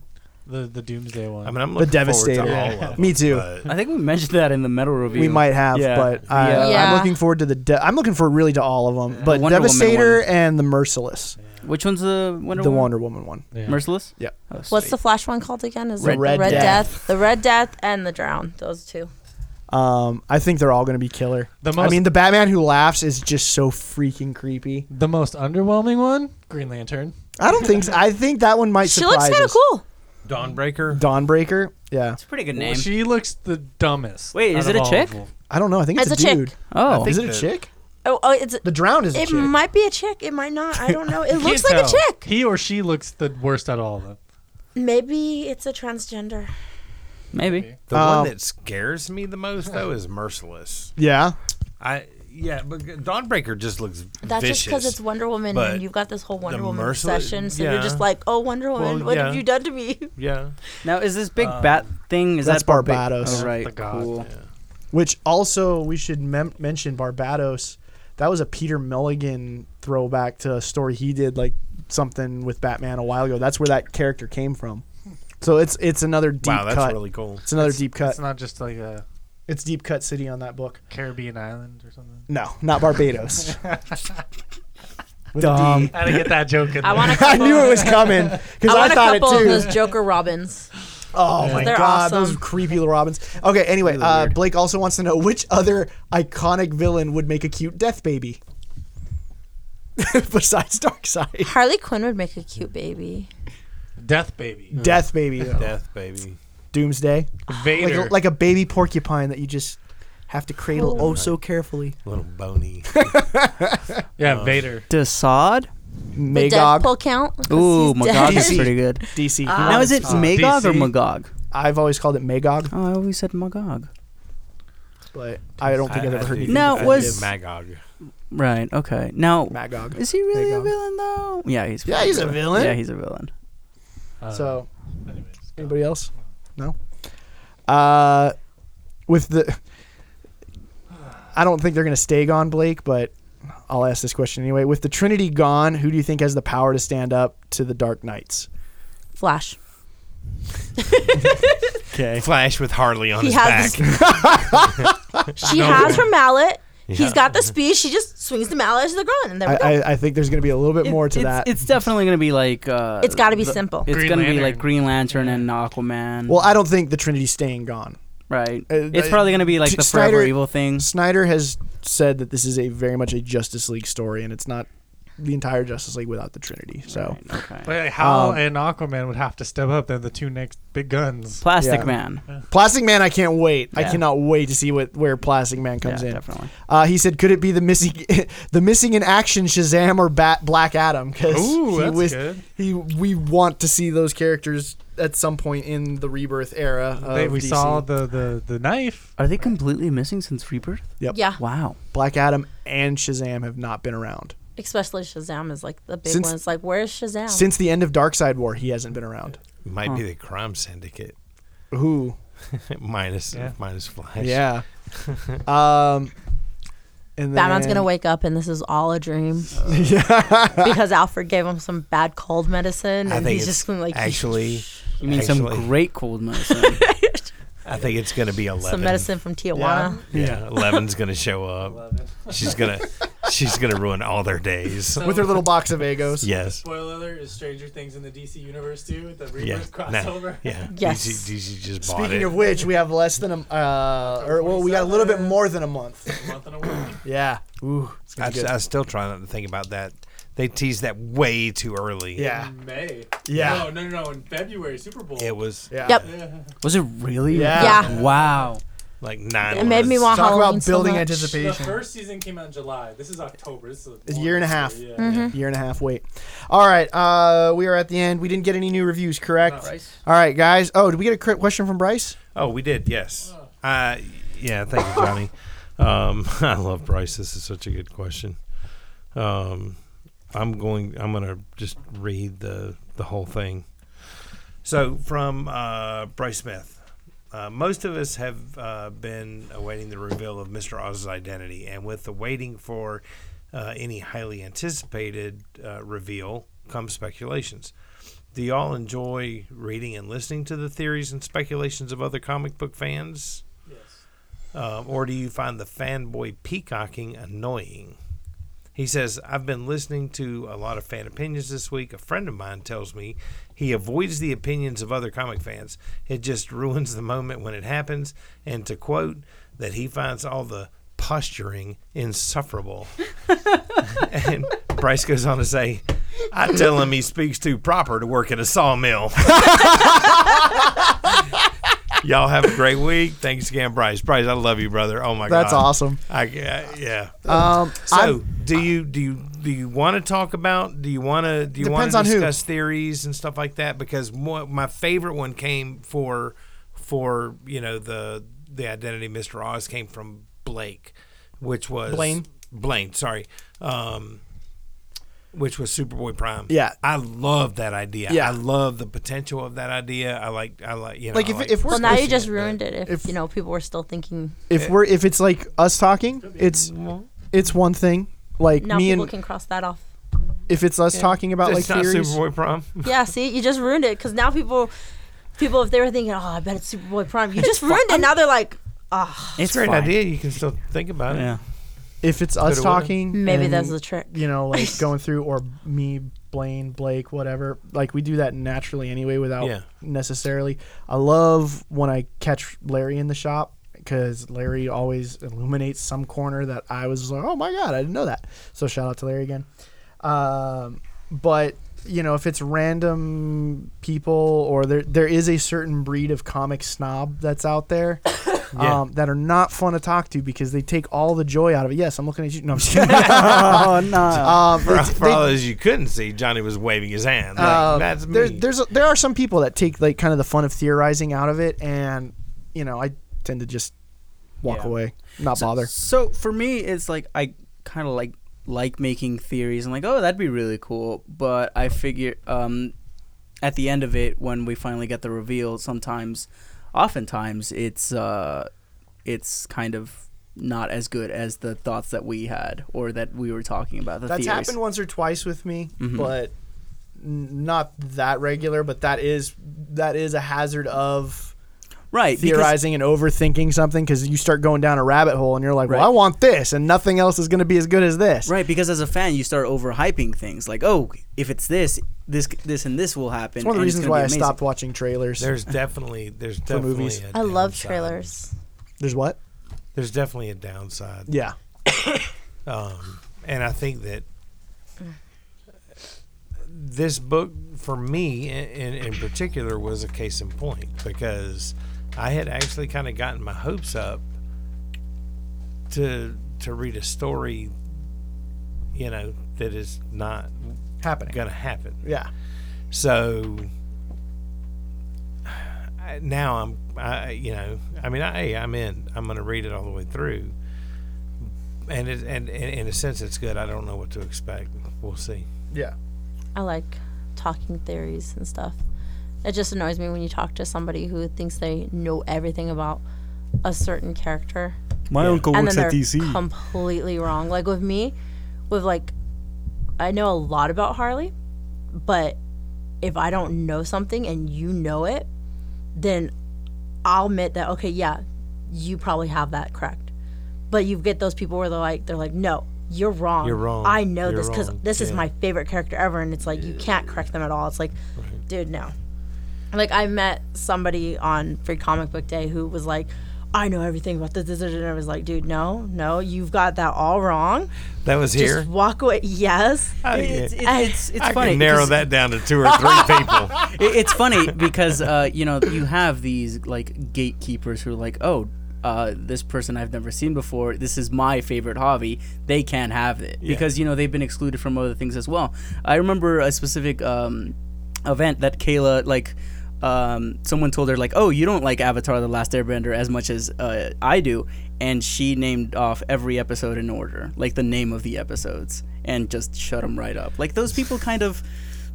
the the Doomsday one. I mean, I'm the looking Devastator. forward to all of them. Me too. but- I think we mentioned that in the metal review. we might have, Yeah. but I, Yeah. Yeah. I'm looking forward to the. De- I'm looking forward really to all of them, but Wonder Woman Devastator one. and the Merciless, Which one's the Wonder the Woman? Wonder Woman one. Yeah. Merciless? Yeah. Oh, What's sweet. the Flash one called again? Is Red it the Red Death. Death. the Red Death, and the Drown. Those two. Um, I think they're all going to be killer. The I most- mean, the Batman who laughs is just so freaking creepy. the most underwhelming one, Green Lantern. I don't think. So. I think that one might She looks surprise kind of us. cool. Dawnbreaker. Dawnbreaker. Yeah, It's a pretty good name. She looks the dumbest. Wait, is out it of a all chick? of them. I don't know. I think it's, It's a a, chick. dude. oh. Is it a that- chick? Oh, oh it's The Drowned is a it chick. might be a chick. It might not. I don't know. It You looks can't like a tell. chick. He or she looks the worst out of all of them. Maybe it's a transgender. Maybe. The Um, one that scares me the most though is Merciless. Yeah. I yeah, but Dawnbreaker just looks That's just vicious. because it's Wonder Woman but and you've got this whole Wonder Woman merciless- obsession. So yeah. you're just like, oh, Wonder Woman, Well, what yeah. have you done to me? yeah. Now, is this big bat thing? Is that's that Barba- Barbados. Oh, right. Um, The god. Cool. Which also we should mem- mention Barbados. That was a Peter Milligan throwback to a story he did, like something with Batman a while ago. That's where that character came from. So it's it's another deep Wow, that's cut. really cool. it's another deep cut. It's not just like a it's deep cut city on that book. Caribbean island or something. No, not Barbados. With a Dumb. D. I didn't get that joke. In there. I want a Um, I couple. knew it was coming because I I, want a thought it couple too. of those Joker Robins. Oh my They're god, awesome. those creepy little robins. Okay, anyway, uh, Blake also wants to know which other iconic villain would make a cute death baby. besides Darkseid. Harley Quinn would make a cute baby. Death Baby. Death Baby, though. Death baby. Doomsday, like Vader. a, like a baby porcupine that you just have to cradle oh so carefully. Little bony. Yeah, Vader. Desaad? Would Magog, Deadpool count? 'Cause Ooh, he's Magog dead. is pretty good. DC. He now wants is it to- Magog or DC? Magog? I've always called it Magog, Oh, I always said Magog. but I don't think I, have ever heard did- it. Now, I did was- Magog. Right. Okay. Now, Magog. is he really a Magog. villain though? Yeah, he's. Yeah, he's a villain. Yeah, he's a villain. Uh, So, Um, anybody else? No. Uh, with the, I don't think they're gonna stay gone, Blake. But I'll ask this question anyway. With the Trinity gone, who do you think has the power to stand up to the Dark Knights? Flash. Okay. Flash with Harley on He his has back. She has her mallet. He's got the speed. She just swings the mallet to the ground, and there I, we go. I, I think there's gonna be a little bit more to it's, that. It's definitely gonna be like. Uh, it's got to be the- simple. It's Green gonna be Lantern. like Green Lantern and Aquaman. well, I don't think the Trinity's staying gone. right. uh, it's uh, probably gonna be like T- the Forever Snyder- Evil thing. Snyder has said that this is a very much a Justice League story, and it's not the entire Justice League without the Trinity. So Right, okay. But Hal Um, and Aquaman would have to step up. They're the two next big guns. Plastic Yeah. Man. Plastic Man, I can't wait. I Yeah. cannot wait to see what where Plastic Man Yeah, comes in. definitely. Uh, he said, "Could it be the missing, the missing in action Shazam or Bat Black Adam? Because Ooh, he that's was- good. he we want to see those characters at some point in the Rebirth era. Of They, we DC. saw the, the, the knife. Are they completely missing since Rebirth? Yeah, Wow. Black Adam and Shazam have not been around especially Shazam is like the big Since- one. It's like, where's Shazam? since the end of Dark Side War. He hasn't been around. Might be the crime syndicate. Who? minus Yeah. minus Flash. Yeah. um. And Batman's then- gonna wake up, and this is all a dream yeah. because Alfred gave him some bad cold medicine, I and think he's it's just gonna like actually. You mean Actually- some great cold medicine? I think it's gonna be eleven. some medicine from Tijuana. Yeah, eleven's gonna show up. She's gonna she's gonna ruin all their days. With her little box of Agos. Yes. Spoiler alert is Stranger Things in the DC universe too. The Yeah. Rebirth nah, crossover. Yeah. Yes. DC, DC just bought Speaking it. of which, we have less than a uh, or well, we got a little bit more than a month. A month and a week. Yeah. Ooh, it's I, gonna be good. I still try not to think about that. They teased that way too early. Yeah. In May. Yeah. No, no, no, no. In February, Super Bowl. It was Yeah. Yep. Yeah. Was it really? Yeah. Yeah. Wow. like nine. It made me months. want Talk Halloween about building so much. The anticipation. first season came out in July. This is October. This is It's a year and a half. Yeah. Mm-hmm. Year and a half wait. All right, uh, we are at the end. We didn't get any new reviews, correct? All right, guys. Oh, did we get a cri- question from Bryce? Oh, we did. Yes. Uh, yeah. Thank you, Johnny. Um, I love Bryce. This is such a good question. Um, I'm going. I'm going to just read the the whole thing. So from uh, Bryce Smith. Uh, most of us have uh, been awaiting the reveal of Mr. Oz's identity, and with the waiting for uh, any highly anticipated uh, reveal comes speculations. Do y'all enjoy reading and listening to the theories and speculations of other comic book fans? Um, or do you find the fanboy peacocking annoying? He says, I've been listening to a lot of fan opinions this week. A friend of mine tells me he avoids the opinions of other comic fans. It just ruins the moment when it happens. And to quote, that he finds all the posturing insufferable. and Bryce goes on to say, I tell him he speaks too proper to work at a sawmill. Y'all have a great week. Thanks again, Bryce. Bryce, I love you, brother. Oh my god, That's awesome. I, I- yeah. Um, So, I'm- do you do you do you want to talk about? Do you want to do you want Depends to on who. discuss theories and stuff like that? Because mo my favorite one came for for you know the the identity of Mr. Oz came from Blake, which was Blaine? Blaine, sorry, um, which was Superboy Prime. Yeah. I love that idea. Yeah. I love the potential of that idea. I like I like you know Like, I if- if Well, we're- First now you question, just ruined it. If, if- you know people were still thinking, if we're if it's like us talking, it's it's one thing. Like now me people and can cross that off. if it's us talking about like it's not theories. Superboy Prime. Yeah, see, you just ruined it because now people, people, if they were thinking, oh, I bet it's Superboy Prime, you just ruined it. Now they're like, ah, It's a great fine. idea. You can still think about it. Yeah. If it's us Coulda, woulda. talking, maybe and- that's the trick. you know, like going through or me, Blaine, Blake, whatever. Like we do that naturally anyway without Yeah. necessarily. I love when I catch Larry in the shop because Larry always illuminates some corner that I was like, oh my God, I didn't know that. So shout out to Larry again. Um, but you know, if it's random people or there there is a certain breed of comic snob that's out there. Yeah. Um, that are not fun to talk to because they take all the joy out of it. Yes, I'm looking at you. No, I'm just kidding. oh no. um, they For, t- for they- all those you couldn't see, Johnny was waving his hand. Like, um, That's me. there, there's a, there are some people that take like kind of the fun of theorizing out of it, and you know I tend to just walk Yeah. away, not bother. So for me, it's like I kind of like like making theories and like, oh, that'd be really cool. But I figure um, at the end of it, when we finally get the reveal, sometimes, oftentimes, it's uh, it's kind of not as good as the thoughts that we had or that we were talking about. The That's theories. happened once or twice with me, Mhm. but n- not that regular. But that is that is a hazard of right? because- theorizing and overthinking something because you start going down a rabbit hole and you're like, Right. well, I want this, and nothing else is going to be as good as this. Right, because as a fan, you start overhyping things like, "Oh, if it's this, this, this, and this will happen." It's one of the and reasons gonna why I be amazing. stopped watching trailers. There's, There's definitely there's For definitely movies. a I love downside. trailers. what? There's definitely a downside. Yeah. Um, and I think that this book, for me in, in, in particular, was a case in point because I had actually kind of gotten my hopes up to to read a story, you know, that is not Happening. going to happen. Yeah. So I- now I'm, I, you know, I mean, I, I'm in. I'm going to read it all the way through, and it, and, and in a sense, it's good. I don't know what to expect. We'll see. Yeah. I like talking theories and stuff. It just annoys me when you talk to somebody who thinks they know everything about a certain character My uncle and works then at they're DC. completely wrong. Like with me, with like, I know a lot about Harley, but if I don't know something and you know it, then I'll admit that okay, yeah, you probably have that correct. But you get those people where they're like, they're like, no, you're wrong. You're wrong. I know You're this because wrong." this is Yeah. my favorite character ever, and it's like you can't correct them at all. It's like, dude, no. Like I met somebody on Free Comic Book Day who was like, I know everything about this, this, this," and I was like, dude, no, no, you've got that all wrong. That was here. Just walk away. Yes. I, It's, it's, I- it's, it's I funny. can narrow because- that down to two or three people. it, it's funny because uh, you know you have these like gatekeepers who are like, oh, uh, this person I've never seen before. This is my favorite hobby. They can't have it because you know they've been excluded from other things as well. I remember a specific um, event that Kayla like. Um, someone told her like, "Oh, you don't like Avatar: The Last Airbender as much as uh, I do," and she named off every episode in order, like the name of the episodes, and just shut them right up. Like those people kind of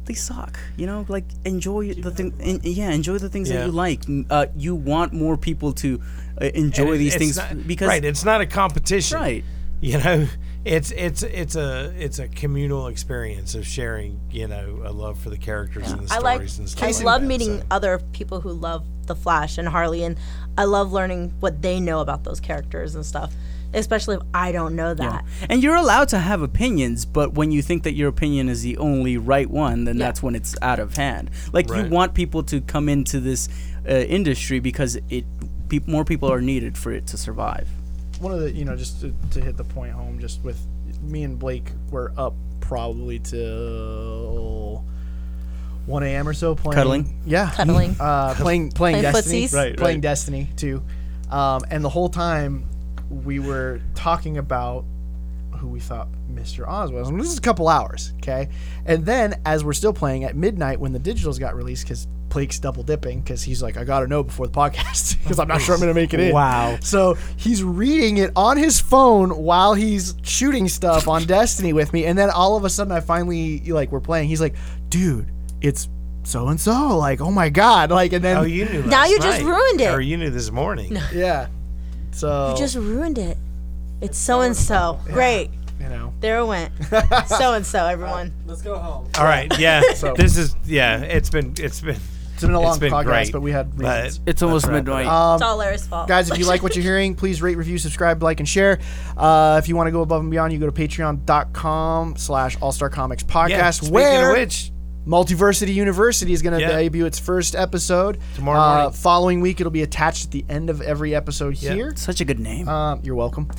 they suck you know like enjoy the thing en- yeah enjoy the things Yeah. that you like M- uh, you want more people to uh, enjoy And these it's things not- because right, it's not a competition. Right. You know, it's it's it's a it's a communal experience of sharing. You know, a love for the characters and the I stories like. and stuff. I like love that, meeting so. other people who love the Flash and Harley, and I love learning what they know about those characters and stuff. Especially if I don't know that. and you're allowed to have opinions but when you think that your opinion is the only right one then that's when it's out of hand like Right. you want people to come into this uh, industry because it peop more people are needed for it to survive one of the you know just to, to hit the point home just with me and blake were up probably till 1 a.m or so playing Cuddling? yeah Cuddling. uh playing playing, Playing destiny footsies? Right, playing destiny too um and the whole time we were talking about who we thought Mr. Oz was. And this is a couple hours, okay? And then as we're still playing at midnight when the digitals got released, because Blake's double dipping, because he's like, I gotta know before the podcast, because I'm not sure I'm gonna make it in. Wow. So he's reading it on his phone while he's shooting stuff on Destiny with me, and then all of a sudden I finally like we're playing. He's like, dude, it's so and so. Like, oh my god. Like, and then Oh, you knew. Now last you just night. ruined it. Or you knew this morning. yeah. So You just ruined it. It's so and so. Great. you know. There it went. So and so, everyone. Let's go home. All right, yeah. So- this is yeah. It's been it's been It's been a long been podcast, great, but we had reasons. but it's almost midnight it's all Larry's fault. guys if you like what you're hearing please rate review subscribe like and share uh, if you want to go above and beyond you go to patreon.com slash all star comics yeah, podcast speaking where of which multiversity university is going to Yeah. debut its first episode Tomorrow Uh, morning. following week it'll be attached at the end of every episode here such a good name um, you're welcome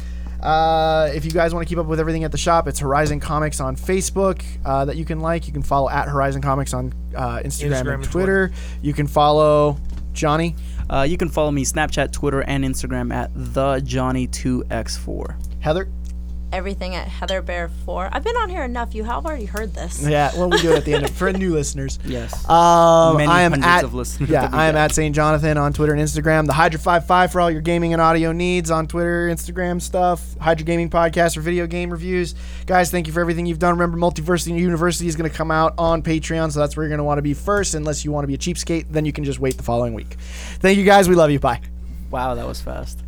Uh, if you guys want to keep up with everything at the shop, it's Horizon Comics on Facebook uh, that you can like. You can follow at Horizon Comics on uh, Instagram, and, Instagram and Twitter. You can follow Johnny. Uh, you can follow me Snapchat, Twitter, and Instagram at the Johnny2x4. Heather? Everything at Heather Bear 4. I've been on here enough. You have already heard this. Yeah, well, we do it at the end of, for new listeners. Yes. Um, Many I am hundreds at of listeners yeah, that we I am got. at Saint Jonathan on Twitter and Instagram. The Hydra Five Five for all your gaming and audio needs on Twitter, Instagram stuff. Hydra Gaming Podcast for video game reviews. Guys, thank you for everything you've done. Remember, Multiversity University is going to come out on Patreon, so that's where you're going to want to be first. Unless you want to be a cheapskate, then you can just wait the following week. Thank you, guys. We love you. Bye. wow, that was fast.